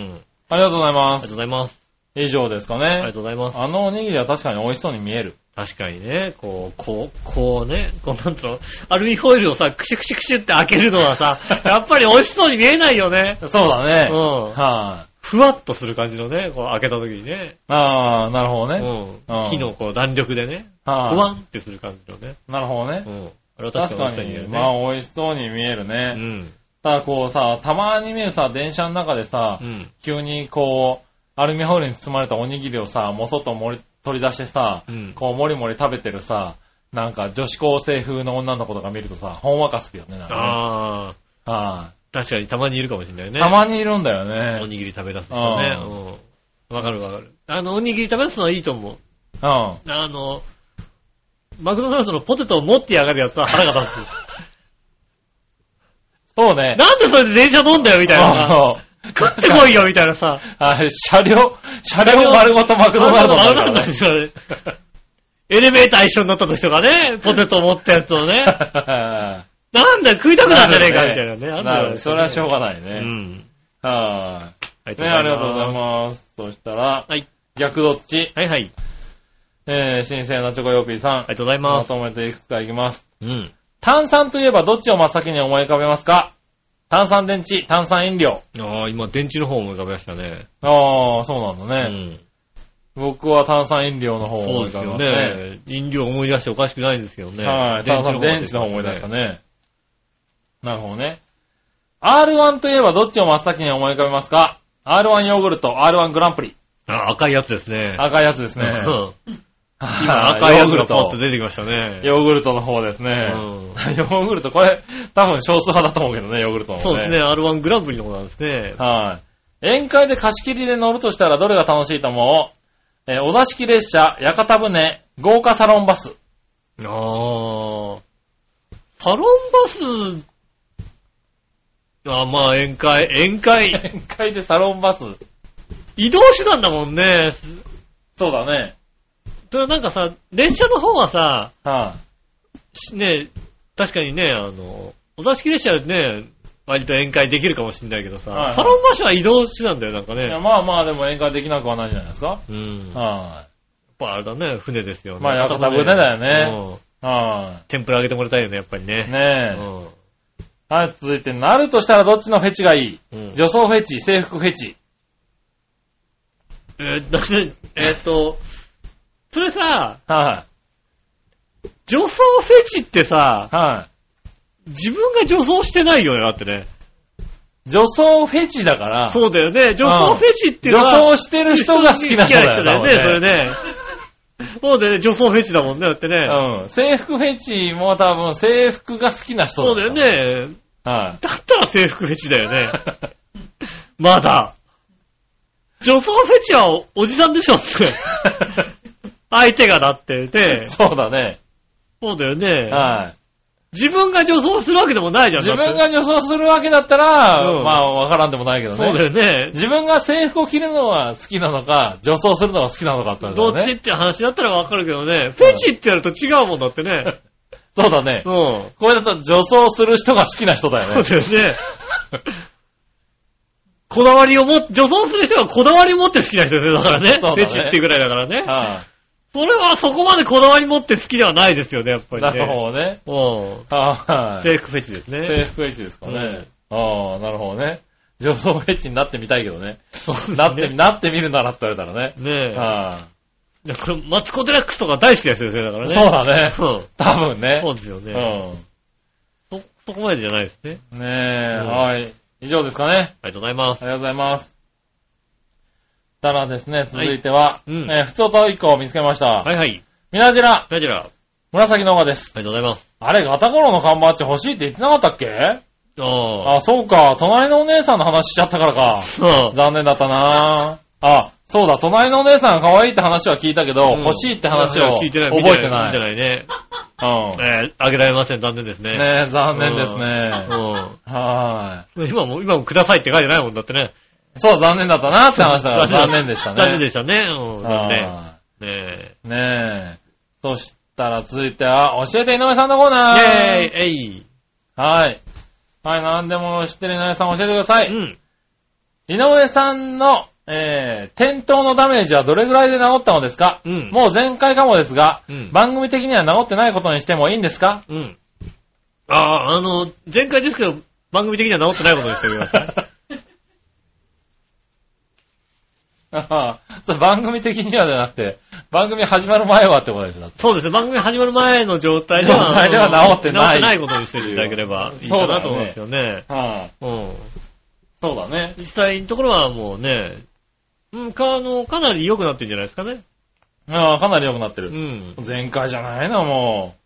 [SPEAKER 3] ありがとうございま
[SPEAKER 2] がとう
[SPEAKER 3] す。
[SPEAKER 2] ございます。
[SPEAKER 3] 以上ですか
[SPEAKER 2] ありが
[SPEAKER 3] ね。
[SPEAKER 2] とうございます。
[SPEAKER 3] あのおにぎりは確かに美味しそうに見える。
[SPEAKER 2] 確かにね、こう、こう、こうね、こうなんつうの、アルミホイルをさ、クシュクシュクシュって開けるのは さ、やっぱり美味しそうに見えないよね。
[SPEAKER 3] そうだ
[SPEAKER 2] う
[SPEAKER 3] ね。
[SPEAKER 2] ん。
[SPEAKER 3] はい。
[SPEAKER 2] ふわっとする感じのね、こう開けた時にね。
[SPEAKER 3] ああ、なるほど
[SPEAKER 2] う
[SPEAKER 3] ね。
[SPEAKER 2] ん
[SPEAKER 3] あ。ー
[SPEAKER 2] 木のこう弾力でね、ふわ
[SPEAKER 3] は
[SPEAKER 2] んってする感じのね。
[SPEAKER 3] い。なるほどね
[SPEAKER 2] う。ん。あれは確
[SPEAKER 3] 確
[SPEAKER 2] かに美
[SPEAKER 3] か
[SPEAKER 2] 味しいんだ
[SPEAKER 3] に、
[SPEAKER 2] よ
[SPEAKER 3] ま
[SPEAKER 2] ね。
[SPEAKER 3] あ美味しそうに見える
[SPEAKER 2] う
[SPEAKER 3] ね。
[SPEAKER 2] ん。
[SPEAKER 3] ただこうさ、たまに見るさ、電車の中でさ
[SPEAKER 2] う、ん。
[SPEAKER 3] 急にこう、アルミホイルに包まれたおにぎりをさ、もそっと盛り取り出してさ
[SPEAKER 2] う、ん。
[SPEAKER 3] こう、もりもり食べてるさ、なんか女子高生風の女の子とか見るとさ、ほんわかすけどね、なんか
[SPEAKER 2] ああ、
[SPEAKER 3] ね。は
[SPEAKER 2] 確かにたまにいるかもしれない
[SPEAKER 3] い
[SPEAKER 2] ね。
[SPEAKER 3] たまにいるんだよ
[SPEAKER 2] お
[SPEAKER 3] ね。
[SPEAKER 2] にぎり食べ出す人ね。うん。わかるわかる。あの、おにぎり食べ出すのはいいと思う。
[SPEAKER 3] うん。
[SPEAKER 2] あの、マクドナルドのポテトを持ってやがるやつは腹が立
[SPEAKER 3] そう
[SPEAKER 2] つ。
[SPEAKER 3] ね。
[SPEAKER 2] なんでそれで電車乗んだよみたいなさ。
[SPEAKER 3] あ
[SPEAKER 2] 食ってこいよみたいなさ。
[SPEAKER 3] のあれ、車両、車両丸ごとマクドナルド
[SPEAKER 2] マ
[SPEAKER 3] だ
[SPEAKER 2] ク
[SPEAKER 3] か
[SPEAKER 2] ドナル
[SPEAKER 3] ら
[SPEAKER 2] ドで
[SPEAKER 3] ね。
[SPEAKER 2] すよね。エレベーター一緒になった時とかね、ポテトを持ったやつをね、なんだよ食いたくなんじゃねえかみたいなね。あんだ
[SPEAKER 3] な
[SPEAKER 2] よ
[SPEAKER 3] るそれはしょうがないうね。
[SPEAKER 2] ん。
[SPEAKER 3] は
[SPEAKER 2] あり
[SPEAKER 3] い。ね、ありがとうござい
[SPEAKER 2] す。
[SPEAKER 3] ます。そしたら、
[SPEAKER 2] はい。
[SPEAKER 3] 逆どっち
[SPEAKER 2] はいはい。
[SPEAKER 3] えー、新鮮なチョコヨーピーさん。
[SPEAKER 2] ありがとうござい
[SPEAKER 3] ま
[SPEAKER 2] ます。
[SPEAKER 3] とめていくつかいきます。
[SPEAKER 2] うん。
[SPEAKER 3] 炭酸といえばどっちを真っ先に思い浮かべますか炭酸電池、炭酸飲料。
[SPEAKER 2] ああ、今電池の方も浮かべましたね。
[SPEAKER 3] ああ、そうなん
[SPEAKER 2] う
[SPEAKER 3] だね。
[SPEAKER 2] ん。
[SPEAKER 3] 僕は炭酸飲料の方を
[SPEAKER 2] そう
[SPEAKER 3] 思い
[SPEAKER 2] で
[SPEAKER 3] 浮
[SPEAKER 2] す
[SPEAKER 3] かべ
[SPEAKER 2] よ
[SPEAKER 3] ますね。
[SPEAKER 2] ね。飲料思い出しておかしくないんですけどね。
[SPEAKER 3] はい、炭酸電池の方を思い出したね。なるほどね。R1 といえばどっちを真っ先に思い浮かべますか ?R1 ヨーグルト、R1 グランプリ。
[SPEAKER 2] あ、赤いやつですね。
[SPEAKER 3] 赤いやつですね。
[SPEAKER 2] うん今
[SPEAKER 3] 赤
[SPEAKER 2] 赤いやつがポッと
[SPEAKER 3] ト。
[SPEAKER 2] 出てきましたね。
[SPEAKER 3] ヨーグルトの方ですね。
[SPEAKER 2] うん
[SPEAKER 3] ヨーグルト、これ、多分少数派だと思うけどね、ヨーグルトの方
[SPEAKER 2] そうですね、R1 グランプリのことなんですね。
[SPEAKER 3] はい。宴会で貸し切りで乗るとしたらどれが楽しいと思うえーお座敷列車、屋形船、豪華サロンバス。
[SPEAKER 2] あー。サロンバスあ、まあ宴会、宴 会。
[SPEAKER 3] 宴会でサロンバス。
[SPEAKER 2] 移動手段だもんね。
[SPEAKER 3] そうだね。
[SPEAKER 2] それはなんかさ、列車の方はさ、
[SPEAKER 3] はい、
[SPEAKER 2] しね、確かにね、あの、お座敷列車はね、割と宴会できるかもしれないけどさ、
[SPEAKER 3] はいはい
[SPEAKER 2] サロン場所は移動手段だよ、なんか
[SPEAKER 3] いや、
[SPEAKER 2] ね。
[SPEAKER 3] まあまあ、でも宴会できなくはないんじゃないですか。
[SPEAKER 2] うん。やっ
[SPEAKER 3] は
[SPEAKER 2] ぱあれだね、船ですよね。
[SPEAKER 3] まあ屋形船だよ
[SPEAKER 2] ね。うん
[SPEAKER 3] い。は
[SPEAKER 2] 天ぷら揚げてもらいたいよね、やっぱりね。う
[SPEAKER 3] い。ね
[SPEAKER 2] ん
[SPEAKER 3] え。はい、続いて、なるとしたらどっちのフェチがいい
[SPEAKER 2] うん
[SPEAKER 3] 女装フェチ、制服フェチ。
[SPEAKER 2] えーだってえーっと、それさ、
[SPEAKER 3] は
[SPEAKER 2] 女装フェチってさ
[SPEAKER 3] い。、は
[SPEAKER 2] 自分が女装してないよね、だってね。
[SPEAKER 3] い。女装フェチだから、
[SPEAKER 2] そうだよね。女装フェチっていうの
[SPEAKER 3] 女
[SPEAKER 2] は、
[SPEAKER 3] 装してる人が好きな人だよ
[SPEAKER 2] 好きな人だよね、それね。そうだよね、女装フェチだもんね、だってね。
[SPEAKER 3] 多分ねうん。制服フェチも多分、制服が好きな人
[SPEAKER 2] そうだよ。ね。
[SPEAKER 3] はい。
[SPEAKER 2] だったら制服フェチだよね。 まだ。女装フェチはおおじさんでしょ って。相手がだってね。
[SPEAKER 3] そうだね。
[SPEAKER 2] そうだよね。
[SPEAKER 3] はい。
[SPEAKER 2] 自分が女装するわけでもないじゃん。
[SPEAKER 3] 自分
[SPEAKER 2] だっ
[SPEAKER 3] が女装するわけだったら、
[SPEAKER 2] うん
[SPEAKER 3] まあ、わからんでもないけど
[SPEAKER 2] て
[SPEAKER 3] ね。
[SPEAKER 2] そうだよね。
[SPEAKER 3] 自分が制服を着るのは好きなのか、女装するのが好きなのかって
[SPEAKER 2] ど
[SPEAKER 3] こと
[SPEAKER 2] っ
[SPEAKER 3] だ
[SPEAKER 2] ち
[SPEAKER 3] よ
[SPEAKER 2] っ
[SPEAKER 3] ね。
[SPEAKER 2] て話だったらわかるけどね。フェチってやると違うもんだって ね。
[SPEAKER 3] そうだね
[SPEAKER 2] う。ん。
[SPEAKER 3] これだと女装する人が好きな人だよ
[SPEAKER 2] そう
[SPEAKER 3] ね。
[SPEAKER 2] だよね。こだわりを持っ女装する人がこだわりを持って好きな人ですよ、だからね。
[SPEAKER 3] そうだ
[SPEAKER 2] フ
[SPEAKER 3] ね
[SPEAKER 2] ェチっていうぐらいだからね。
[SPEAKER 3] は
[SPEAKER 2] それはそこまでこだわり持って好きではないですよね、やっぱ
[SPEAKER 3] い。
[SPEAKER 2] り
[SPEAKER 3] な
[SPEAKER 2] ね。
[SPEAKER 3] るほどね。
[SPEAKER 2] うん。
[SPEAKER 3] はい。
[SPEAKER 2] 制服フェチです
[SPEAKER 3] 制
[SPEAKER 2] ね。
[SPEAKER 3] 服エッチですかね。ああ、なるほどね。女装エッチになってみたいけどね。なって、なってみるならって言われたらね。
[SPEAKER 2] ねえ。
[SPEAKER 3] は
[SPEAKER 2] だからマツコ・デラックスとか大好きな人ですよね、だから
[SPEAKER 3] い。
[SPEAKER 2] ね。
[SPEAKER 3] そうだね。
[SPEAKER 2] そう。
[SPEAKER 3] 多分ね
[SPEAKER 2] そ。うですよ
[SPEAKER 3] う
[SPEAKER 2] ね。そ、そこまでじゃないですね。
[SPEAKER 3] ん。ねえ、
[SPEAKER 2] うん
[SPEAKER 3] はい。以上ですかね。
[SPEAKER 2] ありがとうございます
[SPEAKER 3] あ。りがとうございます。たらですね、続いては、
[SPEAKER 2] うん
[SPEAKER 3] えー普通と一個を見つけました。
[SPEAKER 2] はいはい。
[SPEAKER 3] みなじら、
[SPEAKER 2] 大丈夫だ。あ
[SPEAKER 3] 紫の輪です。
[SPEAKER 2] りがとうございます。
[SPEAKER 3] あれ、ガタゴロの缶バッジ欲しいって言ってなかったっけ
[SPEAKER 2] ああ。
[SPEAKER 3] あ、そうか。隣のお姉さんの話しちゃったからか。
[SPEAKER 2] そう。
[SPEAKER 3] 残念だったなぁ。あ、そうだ。隣のお姉さん可愛いって話は聞いたけど、
[SPEAKER 2] うん
[SPEAKER 3] 欲しいって話を覚えてない。
[SPEAKER 2] 見見てないね。
[SPEAKER 3] うん。
[SPEAKER 2] えー、あげられません、残念ですね。
[SPEAKER 3] ねえ、残念です
[SPEAKER 2] う
[SPEAKER 3] ね。
[SPEAKER 2] ん。
[SPEAKER 3] は
[SPEAKER 2] 今も、今もくださいって書いてないもんだってね。
[SPEAKER 3] ーい。そう、残念だったなって話だから残念でしたね。
[SPEAKER 2] 残念でしたね。うん、残念。
[SPEAKER 3] は
[SPEAKER 2] ね
[SPEAKER 3] いねえ。そしたら続いては、教えて井上さんのコー
[SPEAKER 2] え。
[SPEAKER 3] ナー。
[SPEAKER 2] イェーイ、
[SPEAKER 3] はい。はい、何でも知ってる井上さん教えてくださ
[SPEAKER 2] えい。
[SPEAKER 3] い。
[SPEAKER 2] うん。
[SPEAKER 3] 井上さんの、えー、転倒のダメージはどれぐらいで治ったのですか、
[SPEAKER 2] うん
[SPEAKER 3] もう全開かもですが、
[SPEAKER 2] うん
[SPEAKER 3] 番組的には治ってないことにしてもいいんですか
[SPEAKER 2] うん。ああ、あの、前回ですけど、番組的には治ってないことにしておきますね。
[SPEAKER 3] ああそれ番組的にはじゃなくて、番組始まる前はってことですよ。
[SPEAKER 2] そうですね、番組始まる前の状態では、
[SPEAKER 3] 状態では治ってな
[SPEAKER 2] 治っ
[SPEAKER 3] い
[SPEAKER 2] てないことにしていただければいいかなと思うんですよね。
[SPEAKER 3] は
[SPEAKER 2] うん。
[SPEAKER 3] そうだね。
[SPEAKER 2] 実際のところはもうね、うん、か、あの、かなり良くなってるんじゃないですかね。
[SPEAKER 3] ああ、かなり良くなって
[SPEAKER 2] う
[SPEAKER 3] る。
[SPEAKER 2] ん。
[SPEAKER 3] 前回じゃないの、も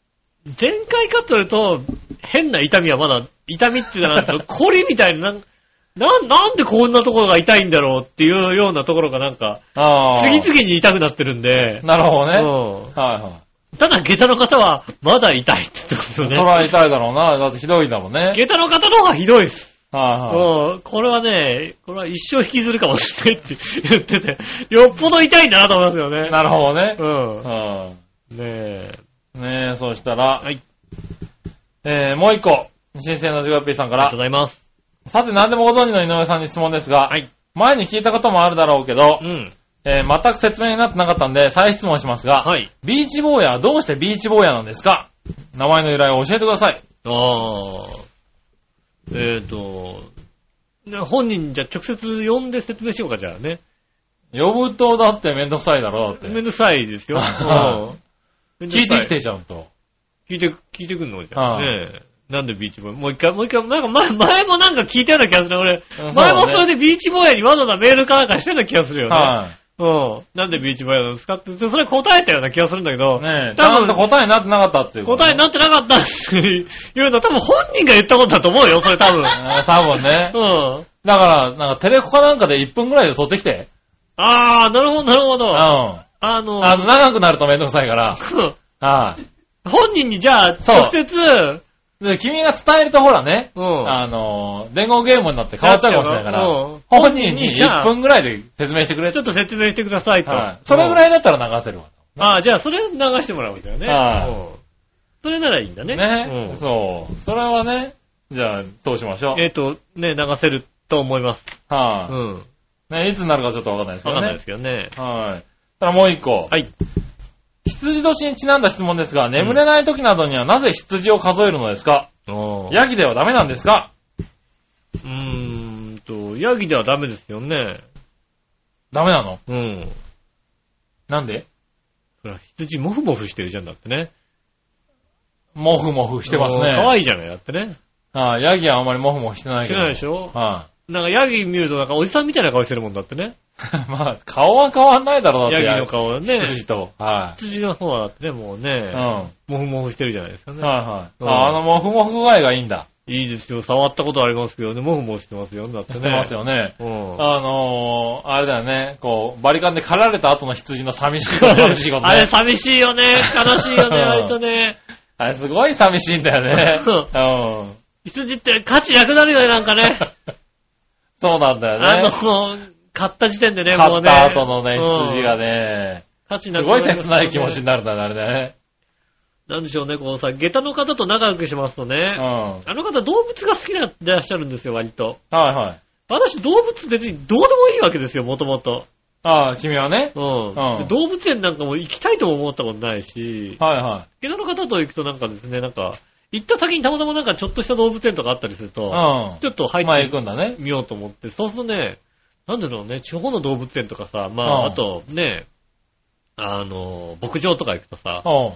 [SPEAKER 2] 前回かというと、変な痛みはまだ、痛みっていうのはなん か、コリみたいな、なんなん、なんでこんなところが痛いんだろうっていうようなところがなんか、
[SPEAKER 3] う。ああ。
[SPEAKER 2] 次々に痛くなってるんで、
[SPEAKER 3] なるほどね。
[SPEAKER 2] う
[SPEAKER 3] はいはい。
[SPEAKER 2] ん。ただ、下駄の方は、まだ痛いって言ってますよね
[SPEAKER 3] そ。ら痛いだろうな。だってひどいんだもんね。はい
[SPEAKER 2] 下駄の方の方がひどいです。
[SPEAKER 3] は
[SPEAKER 2] うん。
[SPEAKER 3] い。
[SPEAKER 2] これはね、これは一生引きずるかもしれないって言ってて、よっぽど痛いんだなと思いますよね。
[SPEAKER 3] なるほどね。
[SPEAKER 2] うん。
[SPEAKER 3] うん。
[SPEAKER 2] ねえ。
[SPEAKER 3] ねえ、そしたら、
[SPEAKER 2] はい。
[SPEAKER 3] えー、もう一個、新鮮なジガピーさんか
[SPEAKER 2] ありがとう
[SPEAKER 3] ら
[SPEAKER 2] ご、ざいます。
[SPEAKER 3] さて何でもご存知の井上さんに質問ですが、
[SPEAKER 2] はい
[SPEAKER 3] 前に聞いたこともあるだろうけど
[SPEAKER 2] う、ん。
[SPEAKER 3] えー、全く説明になってなかったんで、再質問しますが、
[SPEAKER 2] はい。
[SPEAKER 3] ビーチ坊やはどうしてビーチ坊やなんですか名前の由来を教えてください。
[SPEAKER 2] ああ。えっ、ー、と、ね本人じゃ直接呼んで説明しようか、じゃあね。
[SPEAKER 3] 呼ぶとだってめんどくさいだろ、だって。
[SPEAKER 2] めんどくさいですよ。
[SPEAKER 3] は
[SPEAKER 2] うん
[SPEAKER 3] 聞いてき。
[SPEAKER 2] めんどくさ
[SPEAKER 3] てちゃんと。
[SPEAKER 2] 聞いて、聞いてくんのじゃ
[SPEAKER 3] は
[SPEAKER 2] ん。
[SPEAKER 3] あ
[SPEAKER 2] ねえ。なんでビーチボーイもう一回、もう一回、なんか前、前もなんか聞いたような気がするね、
[SPEAKER 3] う
[SPEAKER 2] 俺。
[SPEAKER 3] ん
[SPEAKER 2] 前
[SPEAKER 3] そ
[SPEAKER 2] も
[SPEAKER 3] うだね
[SPEAKER 2] それでビーチボーイにわざわざメールかなんかしてた気がするよね。
[SPEAKER 3] はい、
[SPEAKER 2] うん。なんでビーチボーイなんですかって、それ答えたような気がするんだけど。
[SPEAKER 3] ねえ、ち
[SPEAKER 2] 多
[SPEAKER 3] ゃん
[SPEAKER 2] 分
[SPEAKER 3] と答えになってなかったっていうこと
[SPEAKER 2] 答え
[SPEAKER 3] ね、
[SPEAKER 2] になってなかったっていうのは多分本人が言ったことだと思うよ、それ多 分。
[SPEAKER 3] えー多分ね。
[SPEAKER 2] うん。
[SPEAKER 3] だから、なんかテレコかなんかで1分くらいで撮ってきて。
[SPEAKER 2] あー、なるほど、なるほ
[SPEAKER 3] うん。
[SPEAKER 2] ど。
[SPEAKER 3] あ
[SPEAKER 2] あの、
[SPEAKER 3] の、長くなるとめんどくさいから。はい、
[SPEAKER 2] 本人にじゃあ、
[SPEAKER 3] そう
[SPEAKER 2] 直接、
[SPEAKER 3] で、君が伝えるとほらね、
[SPEAKER 2] うん。
[SPEAKER 3] あのー、伝言ゲームになって変わっちゃうかもしれないから、
[SPEAKER 2] うん
[SPEAKER 3] 本人に
[SPEAKER 2] じゃあ
[SPEAKER 3] 1分ぐらいで説明してくれ
[SPEAKER 2] ちょっと説明してくださいと。
[SPEAKER 3] はい。それぐらいだったら流せるわ。
[SPEAKER 2] ああ、じゃあそれ流してもらおうみたいな
[SPEAKER 3] は
[SPEAKER 2] ね。
[SPEAKER 3] い
[SPEAKER 2] うんそれならいいんだね。
[SPEAKER 3] ね
[SPEAKER 2] う。ん
[SPEAKER 3] そう。それはね、じゃあ、どうしましょう。
[SPEAKER 2] えっと、ね、流せると思います。う
[SPEAKER 3] は
[SPEAKER 2] ん。わ
[SPEAKER 3] い。ね、いつになるかちょっとわかんないですけ
[SPEAKER 2] かん
[SPEAKER 3] ど
[SPEAKER 2] ないで
[SPEAKER 3] ね
[SPEAKER 2] す。けどね。
[SPEAKER 3] はい。ただもう一個。
[SPEAKER 2] はい。
[SPEAKER 3] 羊年にちなんだ質問ですが、眠れない時などにはなぜ羊を数えるのですか
[SPEAKER 2] おー
[SPEAKER 3] ヤギではダメなんですか
[SPEAKER 2] うーんと、ヤギではダメですよね。
[SPEAKER 3] ダメなの
[SPEAKER 2] うん。
[SPEAKER 3] なんで
[SPEAKER 2] ほら、羊モフモフしてるじゃんだってね。
[SPEAKER 3] モフモフしてます
[SPEAKER 2] うん可
[SPEAKER 3] ね。
[SPEAKER 2] 愛いじゃないだってね。
[SPEAKER 3] ああ、ヤギはあんまりモフモフしてない
[SPEAKER 2] し
[SPEAKER 3] け
[SPEAKER 2] てな
[SPEAKER 3] ど。
[SPEAKER 2] いで
[SPEAKER 3] ょ。
[SPEAKER 2] しょ
[SPEAKER 3] は
[SPEAKER 2] なんかヤギ見るとなんかおじさんみたいな顔してるもんだってね。
[SPEAKER 3] い。 まあ、顔は変わんないだろうだ
[SPEAKER 2] ヤ
[SPEAKER 3] って。
[SPEAKER 2] ギの顔はね。
[SPEAKER 3] 羊と。は
[SPEAKER 2] 羊の方はだってね、もう
[SPEAKER 3] い。うん。
[SPEAKER 2] ね、
[SPEAKER 3] は
[SPEAKER 2] モフモフしてるじゃないですか
[SPEAKER 3] い
[SPEAKER 2] ね。
[SPEAKER 3] はい。ああのモフモフ具合がいいんだ。
[SPEAKER 2] いいですよ。触ったことありますけどね、モフモフしてますよ。だってね。
[SPEAKER 3] してますよね。
[SPEAKER 2] うん。
[SPEAKER 3] あのー、あれだよね、こう、バリカンで刈られた後の羊の寂しいこと、寂しいこと
[SPEAKER 2] あれ
[SPEAKER 3] ね。
[SPEAKER 2] 寂しいよね。悲しいよね、
[SPEAKER 3] うん
[SPEAKER 2] 割とね。
[SPEAKER 3] あれすごい寂しいんだよね。うん。
[SPEAKER 2] 羊って価値なくなるよね、なんかね。
[SPEAKER 3] そうなんだよね。
[SPEAKER 2] あの、買った時点でね、も
[SPEAKER 3] 買
[SPEAKER 2] うね。
[SPEAKER 3] った後のね、
[SPEAKER 2] うん
[SPEAKER 3] 羊がね、
[SPEAKER 2] 価値な
[SPEAKER 3] す
[SPEAKER 2] くな
[SPEAKER 3] ごい
[SPEAKER 2] りますよね
[SPEAKER 3] 切ない気持ちになるんだね、あれだね。
[SPEAKER 2] なんでしょうね、こうさ、下駄の方と仲良くしますと
[SPEAKER 3] う
[SPEAKER 2] ね
[SPEAKER 3] ん。。は
[SPEAKER 2] あの方動物が好きなんでいらっしゃるんですよ、割と。
[SPEAKER 3] いはい。
[SPEAKER 2] 私動物別にどうでもいいわけですよ、もともと。
[SPEAKER 3] ああ、君はね。
[SPEAKER 2] うん。
[SPEAKER 3] ん
[SPEAKER 2] で動物園なんかも行きたいとも思ったことないし、
[SPEAKER 3] はいは
[SPEAKER 2] 下駄の方と行くとなんかですね、なんか、行った先にたまたまなんかちょっとした動物園とかあったりすると、
[SPEAKER 3] い。
[SPEAKER 2] ちょっと入
[SPEAKER 3] うん。まあ
[SPEAKER 2] っ
[SPEAKER 3] 行
[SPEAKER 2] て
[SPEAKER 3] くんだね。
[SPEAKER 2] みようと思って、そうするとね、なんでだろうね、地方の動物園とかさ、まあ、
[SPEAKER 3] うん
[SPEAKER 2] あとね、あの、牧場とか行くとさ、
[SPEAKER 3] うん。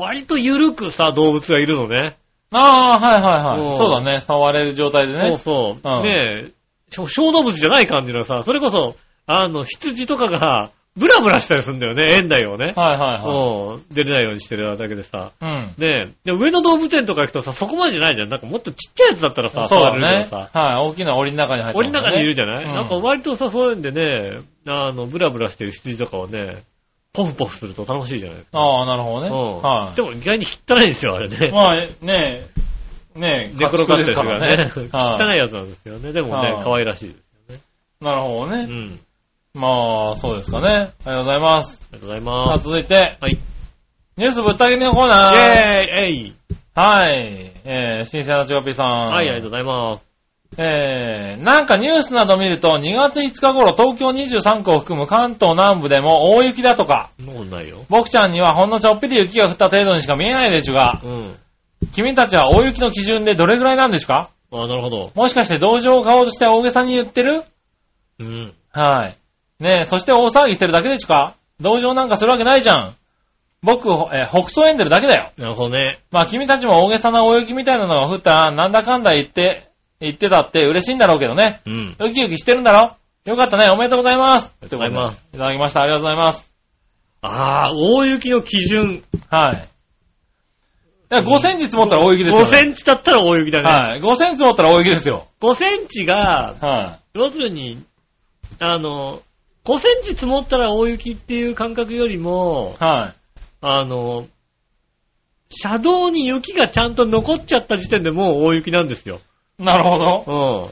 [SPEAKER 2] 割と緩くさ、動物がいるのね。
[SPEAKER 3] ああ、はいはい
[SPEAKER 2] うん
[SPEAKER 3] はい。そうだね、触れる状態でね。
[SPEAKER 2] そうそう。
[SPEAKER 3] うん
[SPEAKER 2] ねえ、小小動物じゃない感じのさ、それこそ、あの、羊とかが、ブラブラしたりするんだよね、園内をね。
[SPEAKER 3] はいはいはい。
[SPEAKER 2] うん出れないようにしてるだけでさ。
[SPEAKER 3] うん。
[SPEAKER 2] ねえ、で上の動物園とか行くとさ、そこまでじゃないじゃん。なんかもっとちっちゃいやつだったらさ、
[SPEAKER 3] そうだ
[SPEAKER 2] 触れる
[SPEAKER 3] ね
[SPEAKER 2] けどさ。。
[SPEAKER 3] はい、大きな檻の中に入って
[SPEAKER 2] 檻の中にいるじゃない、
[SPEAKER 3] うん
[SPEAKER 2] なんか割とさ、そういうんでね、あの、ブラブラしてる羊とかをね、ポフポフすると楽しいじゃないですか。
[SPEAKER 3] ああ、なるほどね。
[SPEAKER 2] うん
[SPEAKER 3] はい。
[SPEAKER 2] でも意外に汚いんですよ、あれね。
[SPEAKER 3] まあ、ねえ、ねえ、
[SPEAKER 2] 寝転がってるか
[SPEAKER 3] 家
[SPEAKER 2] らね。
[SPEAKER 3] 畜ですからね
[SPEAKER 2] 汚いやつなんですよね。でもね
[SPEAKER 3] う、ん
[SPEAKER 2] 可愛らしい。
[SPEAKER 3] なるほど
[SPEAKER 2] う
[SPEAKER 3] ね。
[SPEAKER 2] ん。
[SPEAKER 3] まあ、そうですかね。ありがとうございます。
[SPEAKER 2] ありがとうござい
[SPEAKER 3] さあ、
[SPEAKER 2] ます。
[SPEAKER 3] 続いて、
[SPEAKER 2] はい。イ
[SPEAKER 3] ニュースぶった切りのコーナー。
[SPEAKER 2] ェーイえい
[SPEAKER 3] はい。えー、新鮮なチョコピーさん。
[SPEAKER 2] はい、ありがとうございます。
[SPEAKER 3] えー、なんかニュースなど見ると、2月5日頃、東京23区を含む関東南部でも大雪だとか、
[SPEAKER 2] そんなことないよ。
[SPEAKER 3] 僕ちゃんにはほんのちょっぴり雪が降った程度にしか見えないでちゅが、
[SPEAKER 2] うん。
[SPEAKER 3] 君たちは大雪の基準でどれぐらいなんですか
[SPEAKER 2] あなるほど。
[SPEAKER 3] もしかして同情を買おうとして大げさに言ってる
[SPEAKER 2] うん。
[SPEAKER 3] はい。ねえ、そして大騒ぎしてるだけでちゅか同情なんかするわけないじゃん。僕、えー北総エンデルだけだよ。
[SPEAKER 2] なるほどね。
[SPEAKER 3] まあ君たちも大げさな大雪みたいなのが降ったら、なんだかんだ言って、言ってたって嬉しいんだろうけどね。
[SPEAKER 2] うん。
[SPEAKER 3] ウキウキしてるんだろよかったね、おめでとうございます。
[SPEAKER 2] りがとうございます
[SPEAKER 3] とうことでいただきました、ありがとうございます。
[SPEAKER 2] あー、大雪の基準。
[SPEAKER 3] はい。だから5センチ積もったら大雪ですよ、
[SPEAKER 2] 5
[SPEAKER 3] ね。
[SPEAKER 2] セ
[SPEAKER 3] ン
[SPEAKER 2] ンチだったら大雪だ
[SPEAKER 3] チ
[SPEAKER 2] ね。
[SPEAKER 3] はい。5センチ積もったら大雪ですよ。
[SPEAKER 2] 5センチが、
[SPEAKER 3] は
[SPEAKER 2] 要するに、あの、5センチ積もったら大雪っていう感覚よりも、
[SPEAKER 3] い。はい。
[SPEAKER 2] あの、車道に雪がちゃんと残っちゃった時点でもう大雪なんですよ。
[SPEAKER 3] なるほど。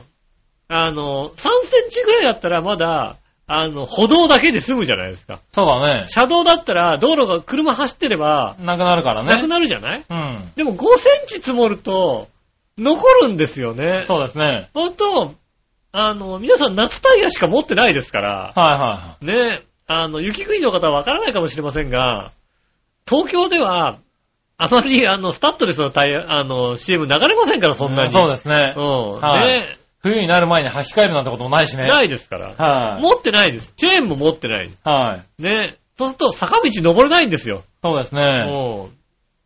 [SPEAKER 2] うん。あの、3センチぐらいだったらまだ、あの、歩道だけで済むじゃないですか。
[SPEAKER 3] そうだね。
[SPEAKER 2] 車道だったら、道路が、車走ってれば、
[SPEAKER 3] なくなるからね。
[SPEAKER 2] なくなるじゃない
[SPEAKER 3] うん。
[SPEAKER 2] でも5センチ積もると、残るんですよね。
[SPEAKER 3] そうですね。
[SPEAKER 2] ほんと、あの、皆さん夏タイヤしか持ってないですから、
[SPEAKER 3] はいは
[SPEAKER 2] ね、あの、雪国の方はわからないかもしれませんが、東京では、あまり、あの、スタッドレスのタイヤ、あの、CM 流れませんから、
[SPEAKER 3] い。
[SPEAKER 2] そんなに。
[SPEAKER 3] うそうですね
[SPEAKER 2] う。ん。
[SPEAKER 3] はい
[SPEAKER 2] ね、
[SPEAKER 3] 冬になる前に履き替えるなんてこともないしね。
[SPEAKER 2] ないですから。
[SPEAKER 3] はい。
[SPEAKER 2] 持ってないです。チェーンも持ってない。
[SPEAKER 3] はい。
[SPEAKER 2] ね。そうすると、坂道登れないんですよ。
[SPEAKER 3] そうですね。
[SPEAKER 2] もう、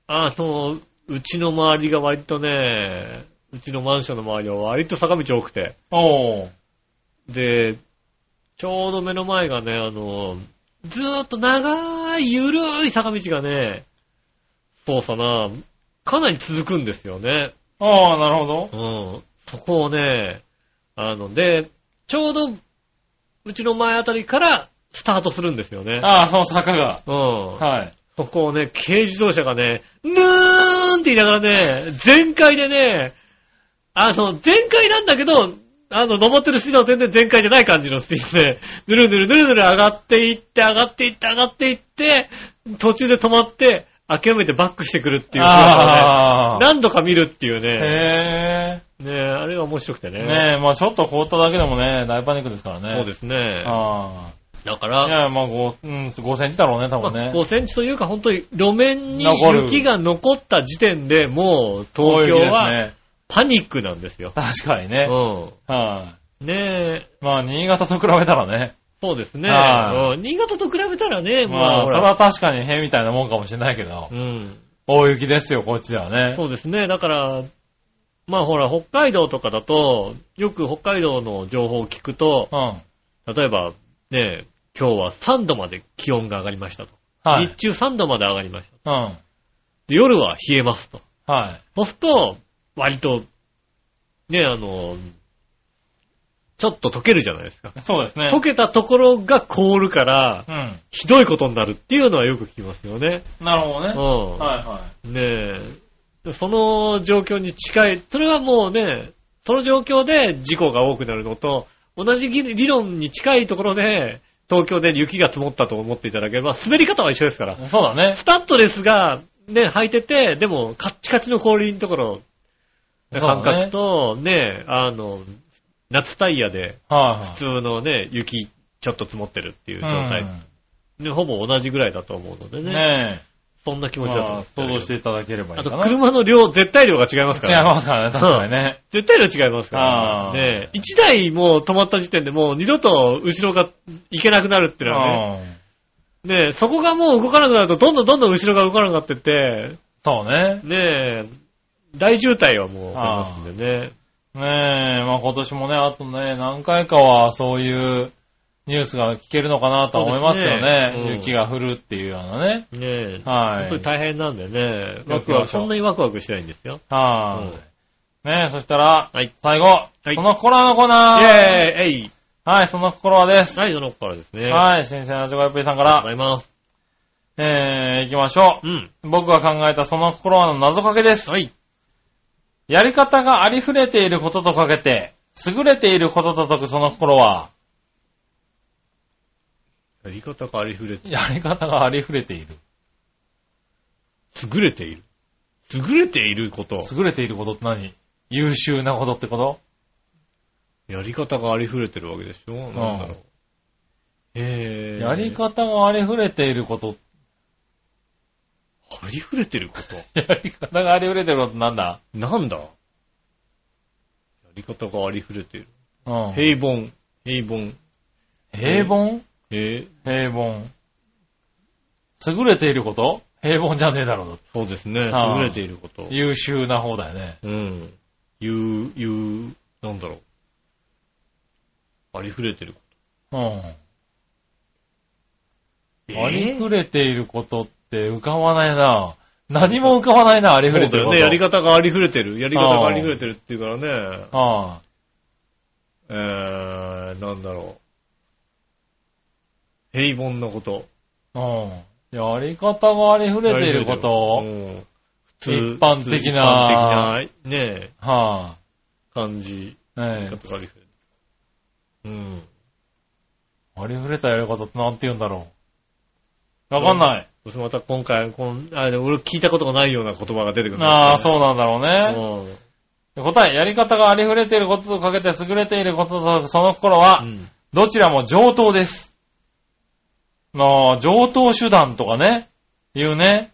[SPEAKER 2] あの、うちの周りが割とね、うちのマンションの周りは割と坂道多くて。
[SPEAKER 3] おー。
[SPEAKER 2] で、ちょうど目の前がね、あの、ずーっと長い、ゆるい坂道がね、そうさな、かなり続くんですよね。
[SPEAKER 3] ああ、なるほど。
[SPEAKER 2] うん。そこをね、あの、で、ちょうど、うちの前あたりからスタートするんですよね。
[SPEAKER 3] ああ、その坂が。
[SPEAKER 2] うん。
[SPEAKER 3] はい。
[SPEAKER 2] そこをね、軽自動車がね、ぬーーンって言いながらね、全開でね、あの、全開なんだけど、あの、登ってるスピードは全然全開じゃない感じのスピードで、ぬるぬるぬるぬる上がっていって、上がっていって、上がっていって、途中で止まって、諦めてバックしてくるっていう姿をね、
[SPEAKER 3] ああ。
[SPEAKER 2] 何度か見るっていうね、
[SPEAKER 3] へ
[SPEAKER 2] ねあれが面白くて
[SPEAKER 3] え。
[SPEAKER 2] ね。
[SPEAKER 3] ねえ、まあちょっと凍っただけでもね、大パニックですからね。。
[SPEAKER 2] そうですすね。
[SPEAKER 3] あ
[SPEAKER 2] だか
[SPEAKER 3] あ。い
[SPEAKER 2] ら、
[SPEAKER 3] や、まあ5、うん、5センチだろうね、多
[SPEAKER 2] まあ
[SPEAKER 3] 分ね。
[SPEAKER 2] 5センチというか本当に路面に
[SPEAKER 3] 残る
[SPEAKER 2] 雪が残った時点でもう東京はパニックなんですよ。
[SPEAKER 3] 確かにね。
[SPEAKER 2] う
[SPEAKER 3] は
[SPEAKER 2] ん。ねえ、
[SPEAKER 3] い。まあ、新潟と比べたらね。
[SPEAKER 2] そうですね。
[SPEAKER 3] は
[SPEAKER 2] うん新潟と比べたらね、ま
[SPEAKER 3] ま
[SPEAKER 2] あ、
[SPEAKER 3] あ、
[SPEAKER 2] ほ
[SPEAKER 3] それ
[SPEAKER 2] ら
[SPEAKER 3] は確かに変みたいなもんかもしれないけど
[SPEAKER 2] う。ん。
[SPEAKER 3] 大雪ですよ、こっちではね。
[SPEAKER 2] そうですね。だから、まあほら、北海道とかだと、よく北海道の情報を聞くと、
[SPEAKER 3] うん。
[SPEAKER 2] 例えば、ねえ、今日は3度まで気温が上がりましたと。
[SPEAKER 3] はい
[SPEAKER 2] 日。中3度まで上がりました。
[SPEAKER 3] うん。はい。
[SPEAKER 2] で夜は冷えますと。
[SPEAKER 3] あ
[SPEAKER 2] そうすると、割と、ね、あの、ちょっと溶けるじゃないですか。
[SPEAKER 3] そうですね。
[SPEAKER 2] 溶けたところが凍るから、
[SPEAKER 3] うん。
[SPEAKER 2] ひどいことになるっていうのはよく聞きますよね。
[SPEAKER 3] なるほど
[SPEAKER 2] う
[SPEAKER 3] ね。
[SPEAKER 2] ん。
[SPEAKER 3] はいは
[SPEAKER 2] ねえ。その状況に近い、それはもうね、その状況で事故が多くなるのと、同じぎ理論に近いところで、東京で雪が積もったと思っていただければ、滑り方は一緒ですから。
[SPEAKER 3] い。そうだね。
[SPEAKER 2] スタッドレスが、ね、履いてて、でも、カッチカチの氷のところ、
[SPEAKER 3] そう
[SPEAKER 2] 感
[SPEAKER 3] だね
[SPEAKER 2] 覚と、ね、あの、夏タイヤで、
[SPEAKER 3] はい
[SPEAKER 2] 普通のね、雪、ちょっと積もってるっていう状
[SPEAKER 3] はい。
[SPEAKER 2] 態、ね、ほぼ同じぐらいだと思うので
[SPEAKER 3] うん
[SPEAKER 2] ね、
[SPEAKER 3] ね
[SPEAKER 2] そんな気
[SPEAKER 3] え。
[SPEAKER 2] 持ちだと
[SPEAKER 3] ま
[SPEAKER 2] 思
[SPEAKER 3] あ
[SPEAKER 2] って
[SPEAKER 3] 想像していただければい
[SPEAKER 2] あ
[SPEAKER 3] いか
[SPEAKER 2] と、
[SPEAKER 3] な。違い
[SPEAKER 2] 車の量、絶対量が違いますから。
[SPEAKER 3] ますからね、確かにね。
[SPEAKER 2] 絶対量違いますから
[SPEAKER 3] あー
[SPEAKER 2] ね。ね一台もう止まった時点でもう二度と後ろが行けなくなるっていうのはね。
[SPEAKER 3] うん
[SPEAKER 2] ねそこがもう動かなくなると、どんどんどんどん後ろが動かなくなってって、
[SPEAKER 3] そうね。
[SPEAKER 2] ねえ、大渋滞はもう起こりますんでね。
[SPEAKER 3] ねえ、まあ今年もね、あとね、何回かはそういうニュースが聞けるのかなとは思いますけ
[SPEAKER 2] そ
[SPEAKER 3] ど
[SPEAKER 2] うですねうん
[SPEAKER 3] ね。雪が降るっていうようなね。
[SPEAKER 2] ねえ、
[SPEAKER 3] は
[SPEAKER 2] 本当に
[SPEAKER 3] い。
[SPEAKER 2] 大変なんでね、
[SPEAKER 3] 気を
[SPEAKER 2] ワ
[SPEAKER 3] つ
[SPEAKER 2] ク
[SPEAKER 3] け
[SPEAKER 2] ワ
[SPEAKER 3] ま
[SPEAKER 2] ク、
[SPEAKER 3] しょう
[SPEAKER 2] そんなにワクワクしないんですよ。
[SPEAKER 3] はい。ねえ、そしたら、
[SPEAKER 2] はい。
[SPEAKER 3] 最後、
[SPEAKER 2] い
[SPEAKER 3] その心のコーナ
[SPEAKER 2] イェー
[SPEAKER 3] ー。
[SPEAKER 2] イえい
[SPEAKER 3] はい、その心はです。
[SPEAKER 2] はい、その子からですね。あ
[SPEAKER 3] はい、新鮮なジョコヨッピーさんか
[SPEAKER 2] りがとうご
[SPEAKER 3] ら、
[SPEAKER 2] ざいます。
[SPEAKER 3] えー、行きましょ
[SPEAKER 2] うん。
[SPEAKER 3] う。僕が考えたその心はの謎かけです。
[SPEAKER 2] はい。
[SPEAKER 3] やり方がありふれていることとかけて、優れていることと解くその心は、
[SPEAKER 2] やり方がありふれて、
[SPEAKER 3] やり方がありふれている。
[SPEAKER 2] 優れている。優れていること。
[SPEAKER 3] 優れていることって何優秀なことってこと
[SPEAKER 2] やり方がありふれてるわけでしょなんだろう。えー、
[SPEAKER 3] やり方がありふれていること。
[SPEAKER 2] ありふれてること。
[SPEAKER 3] やり方がありふれてることなんだ
[SPEAKER 2] なんだやり方がありふれている。
[SPEAKER 3] うん。
[SPEAKER 2] 平凡。平凡。
[SPEAKER 3] 平凡
[SPEAKER 2] えー、
[SPEAKER 3] 平凡。優れていること平凡じゃねえだろう
[SPEAKER 2] そうですね。
[SPEAKER 3] あー
[SPEAKER 2] 優れていること
[SPEAKER 3] と。。優秀な方だよね。
[SPEAKER 2] うん。言う、言う、なんだろう。ありふれてるこ
[SPEAKER 3] うん。
[SPEAKER 2] と。
[SPEAKER 3] あり
[SPEAKER 2] れ
[SPEAKER 3] ふれていることって浮かばないな。何も浮かばないな、ありふれて
[SPEAKER 2] て
[SPEAKER 3] る
[SPEAKER 2] る
[SPEAKER 3] こ
[SPEAKER 2] ね。
[SPEAKER 3] と。
[SPEAKER 2] やり方がありふれてる。やり方がありふれてるっていうからね。
[SPEAKER 3] あ
[SPEAKER 2] えー、なんだろう。平凡なこと。
[SPEAKER 3] あ。うん。やり方がありふれていること。
[SPEAKER 2] うん普
[SPEAKER 3] 一般
[SPEAKER 2] 普
[SPEAKER 3] 的な
[SPEAKER 2] 通一般的な、ね、
[SPEAKER 3] は
[SPEAKER 2] 感じ。
[SPEAKER 3] あ。ね
[SPEAKER 2] やり
[SPEAKER 3] え
[SPEAKER 2] 方がありふれてる。うん。
[SPEAKER 3] ありふれたやり方ってなんて言うんだろう。わかんない。
[SPEAKER 2] そしてまた今回、この、あ、でも俺聞いたことがないような言葉が出てくるんだよね、
[SPEAKER 3] ああ、そうなんだろうね。
[SPEAKER 2] うん。
[SPEAKER 3] 答え、やり方がありふれていることとかけて優れていることと、その心は、
[SPEAKER 2] うん
[SPEAKER 3] どちらも上等です。なあ、上等手段とかね、言うね。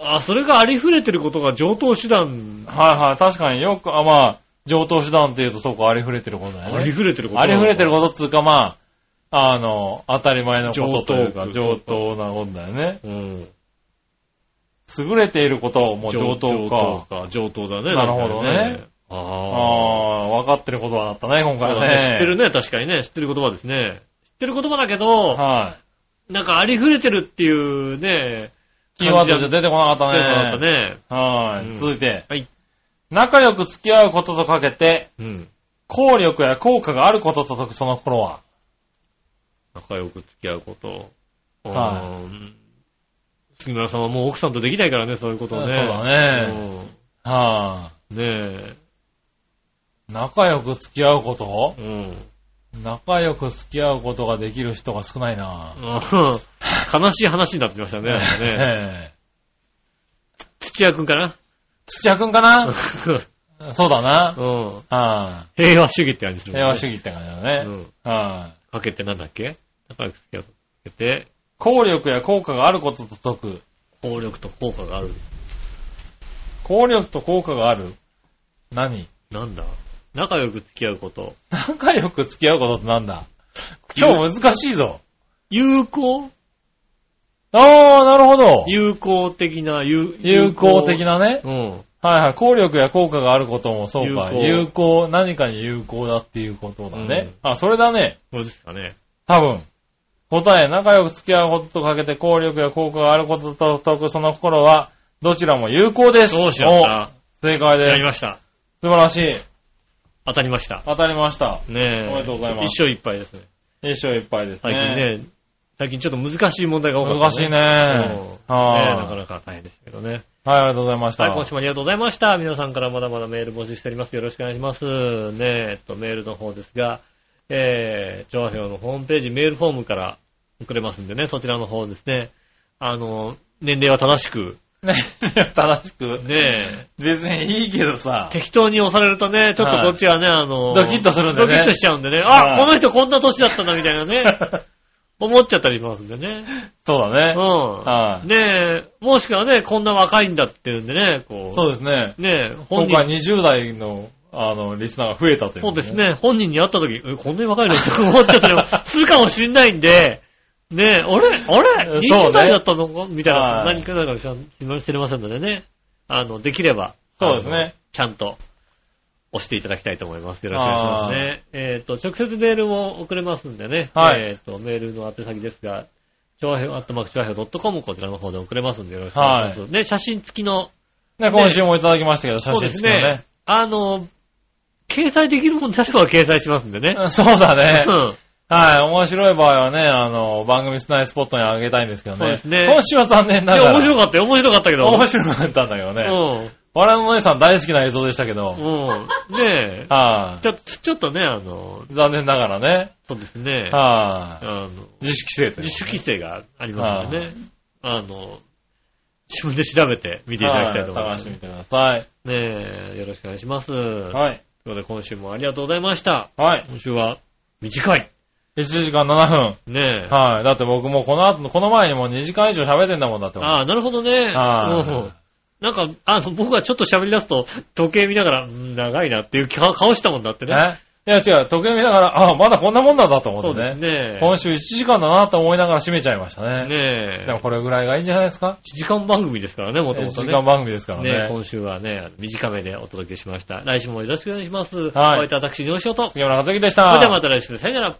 [SPEAKER 2] あ、それがありふれてることが上等手段、
[SPEAKER 3] はいはい、確かによく、あ、まあ、上等手段って言うとそうか、ありふれてることだ
[SPEAKER 2] あ
[SPEAKER 3] よ
[SPEAKER 2] り
[SPEAKER 3] ね。
[SPEAKER 2] ふれてること。
[SPEAKER 3] ありふれてることっつうか、まあ、あの、当たり前のことというか、
[SPEAKER 2] 上
[SPEAKER 3] 上
[SPEAKER 2] 等
[SPEAKER 3] 等なことだよね。
[SPEAKER 2] と。うん。
[SPEAKER 3] 優れていることも上等か。
[SPEAKER 2] 上等だね。
[SPEAKER 3] なるほどね
[SPEAKER 2] なんか。
[SPEAKER 3] あ
[SPEAKER 2] ああ。
[SPEAKER 3] あ、分かってる言葉だったね、今
[SPEAKER 2] そう
[SPEAKER 3] 回
[SPEAKER 2] だ
[SPEAKER 3] はね。
[SPEAKER 2] ね知ってるね、確かにね。知ってる言葉ですね。知ってる言葉だけど、
[SPEAKER 3] は
[SPEAKER 2] なんかありふれてるっていうね、
[SPEAKER 3] い。キーワードじゃ
[SPEAKER 2] 感
[SPEAKER 3] 出てこなかった
[SPEAKER 2] じだった
[SPEAKER 3] ね。
[SPEAKER 2] ね。
[SPEAKER 3] はい、
[SPEAKER 2] うん
[SPEAKER 3] 続いて。
[SPEAKER 2] はい。
[SPEAKER 3] 仲良く付き合うこととかけて、
[SPEAKER 2] うん。
[SPEAKER 3] 効力や効果があることと解くその頃は。
[SPEAKER 2] 仲良く付き合うこと。
[SPEAKER 3] は
[SPEAKER 2] うん杉村さんはもう奥さんとできないからね、そういうことをね。
[SPEAKER 3] そうだねは
[SPEAKER 2] うん。ね
[SPEAKER 3] あ、仲良く付き合うこと
[SPEAKER 2] え。うん。
[SPEAKER 3] 仲良く付き合うことができる人が少ないな。
[SPEAKER 2] うん悲しい話になってきま したね。なんかね
[SPEAKER 3] ええ
[SPEAKER 2] 土屋くんかな
[SPEAKER 3] 土屋くんかな
[SPEAKER 2] う
[SPEAKER 3] そうだな。
[SPEAKER 2] ん。
[SPEAKER 3] は
[SPEAKER 2] 平和主義って感じす
[SPEAKER 3] い
[SPEAKER 2] る、
[SPEAKER 3] 平和主
[SPEAKER 2] 義。
[SPEAKER 3] 義って感じだ
[SPEAKER 2] う
[SPEAKER 3] ね。
[SPEAKER 2] ん。
[SPEAKER 3] はい
[SPEAKER 2] かけてなんだっけ仲良く付き合うかけて、
[SPEAKER 3] 効力や効果があることと解く。
[SPEAKER 2] 効力と効果がある。
[SPEAKER 3] 効力と効果がある何
[SPEAKER 2] なんだ仲良く付き合うこと。
[SPEAKER 3] 仲良く付き合うことってなんだ今日難しいぞ。
[SPEAKER 2] 有効
[SPEAKER 3] ああ、なるほど。
[SPEAKER 2] 有効的な、有
[SPEAKER 3] 有効的。なね。
[SPEAKER 2] うん。
[SPEAKER 3] はいはい。効力や効果があることもそうか。
[SPEAKER 2] 有
[SPEAKER 3] 有効。何かに有効だっていうことだね。あ、それだね。
[SPEAKER 2] そうですかね。
[SPEAKER 3] 多分。答え、仲良く付き合うこととかけて、効力や効果があることと解くその心は、どちらも有効です。
[SPEAKER 2] どうしようか。
[SPEAKER 3] お正解で
[SPEAKER 2] や
[SPEAKER 3] す
[SPEAKER 2] り。ました。
[SPEAKER 3] 素晴らしい。
[SPEAKER 2] 当たりました。
[SPEAKER 3] 当たりました。
[SPEAKER 2] ねえ。
[SPEAKER 3] おめでとうございます
[SPEAKER 2] 一生いっぱいですね。
[SPEAKER 3] 一生いっぱいです
[SPEAKER 2] 最近
[SPEAKER 3] ね。
[SPEAKER 2] ね、最近ちょっと難しい問題が多かった、
[SPEAKER 3] 難し
[SPEAKER 2] う
[SPEAKER 3] いね。
[SPEAKER 2] んねえなか
[SPEAKER 3] は
[SPEAKER 2] なか大変でしたけどね。
[SPEAKER 3] い。はい、ありがとうございました。
[SPEAKER 2] はい、今週もありがとうございました。皆さんからまだまだメール募集しております。よろしくお願いします。ねえ、えっと、メールの方ですが、えー、調和表のホームページメールフォームから送れますんでね、そちらの方ですね。あの、年齢は正しく、
[SPEAKER 3] ね、正しく。
[SPEAKER 2] ねえ、
[SPEAKER 3] 別にいいけどさ。
[SPEAKER 2] 適当に押されるとね、ちょっとこっちはね、あの、
[SPEAKER 3] ドキッとするんでね
[SPEAKER 2] ドキッとしちゃうんでね、
[SPEAKER 3] は
[SPEAKER 2] あ、
[SPEAKER 3] い
[SPEAKER 2] この人こんな年だったんだみたいな ね、思っちゃったりしますんでね。
[SPEAKER 3] そうだね。は
[SPEAKER 2] うん。
[SPEAKER 3] い
[SPEAKER 2] ねえ、もしくはね、こんな若いんだっていうんでね、こう。
[SPEAKER 3] そうですね。
[SPEAKER 2] ねえ、本
[SPEAKER 3] 今
[SPEAKER 2] 人
[SPEAKER 3] 回20代の、あの、リスナーが増えたという、
[SPEAKER 2] そうです。ね。本人に会った時、えこんなに若いのって思っちゃったりも するかもしれないんで、ねえ、あれあれ
[SPEAKER 3] そうね
[SPEAKER 2] ?20 代だったのかみたいな、
[SPEAKER 3] はい
[SPEAKER 2] 何かなるかもしれませんのでね。あの、できれば。
[SPEAKER 3] そうですね
[SPEAKER 2] あの。ちゃんと。押していただきたいと思います。よろしくお願いしますね。えっ、と、直接メールも送れますんでね。
[SPEAKER 3] はい
[SPEAKER 2] えっ、と、メールの宛先ですが、超平アットマーク超平 .com こちらの方で送れますんでよろしくお願いします。ね、写真付きの
[SPEAKER 3] ね、今週もいただきましたけど、写
[SPEAKER 2] そう
[SPEAKER 3] 真
[SPEAKER 2] で
[SPEAKER 3] 付
[SPEAKER 2] す
[SPEAKER 3] きのね
[SPEAKER 2] ね。。あの、掲載できるもんであれば掲載しますんでね。
[SPEAKER 3] うんそう だね
[SPEAKER 2] う。ん。
[SPEAKER 3] はい、面白い場合はね、あの、番組スナイスポットにあげたいんですけどね。
[SPEAKER 2] そうですね
[SPEAKER 3] 今週は残念
[SPEAKER 2] い
[SPEAKER 3] なが
[SPEAKER 2] や、
[SPEAKER 3] ら。
[SPEAKER 2] 面白かったよ。面白かったけど。
[SPEAKER 3] 面白かったんだけどね。我々のお姉さん大好きな映像でしたけど。はい、
[SPEAKER 2] うん。うん。ねえ。ちょっと、ちょっとね、あの、
[SPEAKER 3] 残念ながらね。
[SPEAKER 2] そうですね。
[SPEAKER 3] はい、
[SPEAKER 2] あの、
[SPEAKER 3] 自主規制という。
[SPEAKER 2] 自主規制がありますのでね。あの、自分で調べて見ていただきたいと思い
[SPEAKER 3] は
[SPEAKER 2] ま
[SPEAKER 3] い探し
[SPEAKER 2] す。
[SPEAKER 3] て
[SPEAKER 2] ね
[SPEAKER 3] みてください。
[SPEAKER 2] え、よろしくお願いします。という
[SPEAKER 3] はい。
[SPEAKER 2] ことで、今週もありがとうございました。
[SPEAKER 3] はい。
[SPEAKER 2] 今週は、短い。
[SPEAKER 3] 1時間7分。
[SPEAKER 2] ねえ。
[SPEAKER 3] はい。だって僕もこの後の、この前にもう2時間以上喋ってんだもんだって。
[SPEAKER 2] ああ、なるほどね。
[SPEAKER 3] はい
[SPEAKER 2] うんなんか、あの、僕がちょっと喋り出すと、時計見ながら、うん長いなっていう顔顔したもんだってね。
[SPEAKER 3] ね。いや違う、時計見ながら、ああ、まだこんなもんなんだと思
[SPEAKER 2] そ
[SPEAKER 3] っ
[SPEAKER 2] う
[SPEAKER 3] て
[SPEAKER 2] です
[SPEAKER 3] ね。
[SPEAKER 2] ね。
[SPEAKER 3] 今週1時間だなと思いながら閉めちゃいました
[SPEAKER 2] ね
[SPEAKER 3] ね。
[SPEAKER 2] え。
[SPEAKER 3] でもこれぐらいがいいんじゃないですか
[SPEAKER 2] 1時間番組ですからね、もと
[SPEAKER 3] 1
[SPEAKER 2] もと
[SPEAKER 3] 時
[SPEAKER 2] ね。
[SPEAKER 3] 間番組ですから
[SPEAKER 2] ね
[SPEAKER 3] ね。
[SPEAKER 2] 今週はね、短めでお届けしました。来週もよろしくお願いします。
[SPEAKER 3] はい
[SPEAKER 2] お相手は私、上昇と。そ
[SPEAKER 3] 杉村和樹でした。
[SPEAKER 2] れではまた来週、さよなら。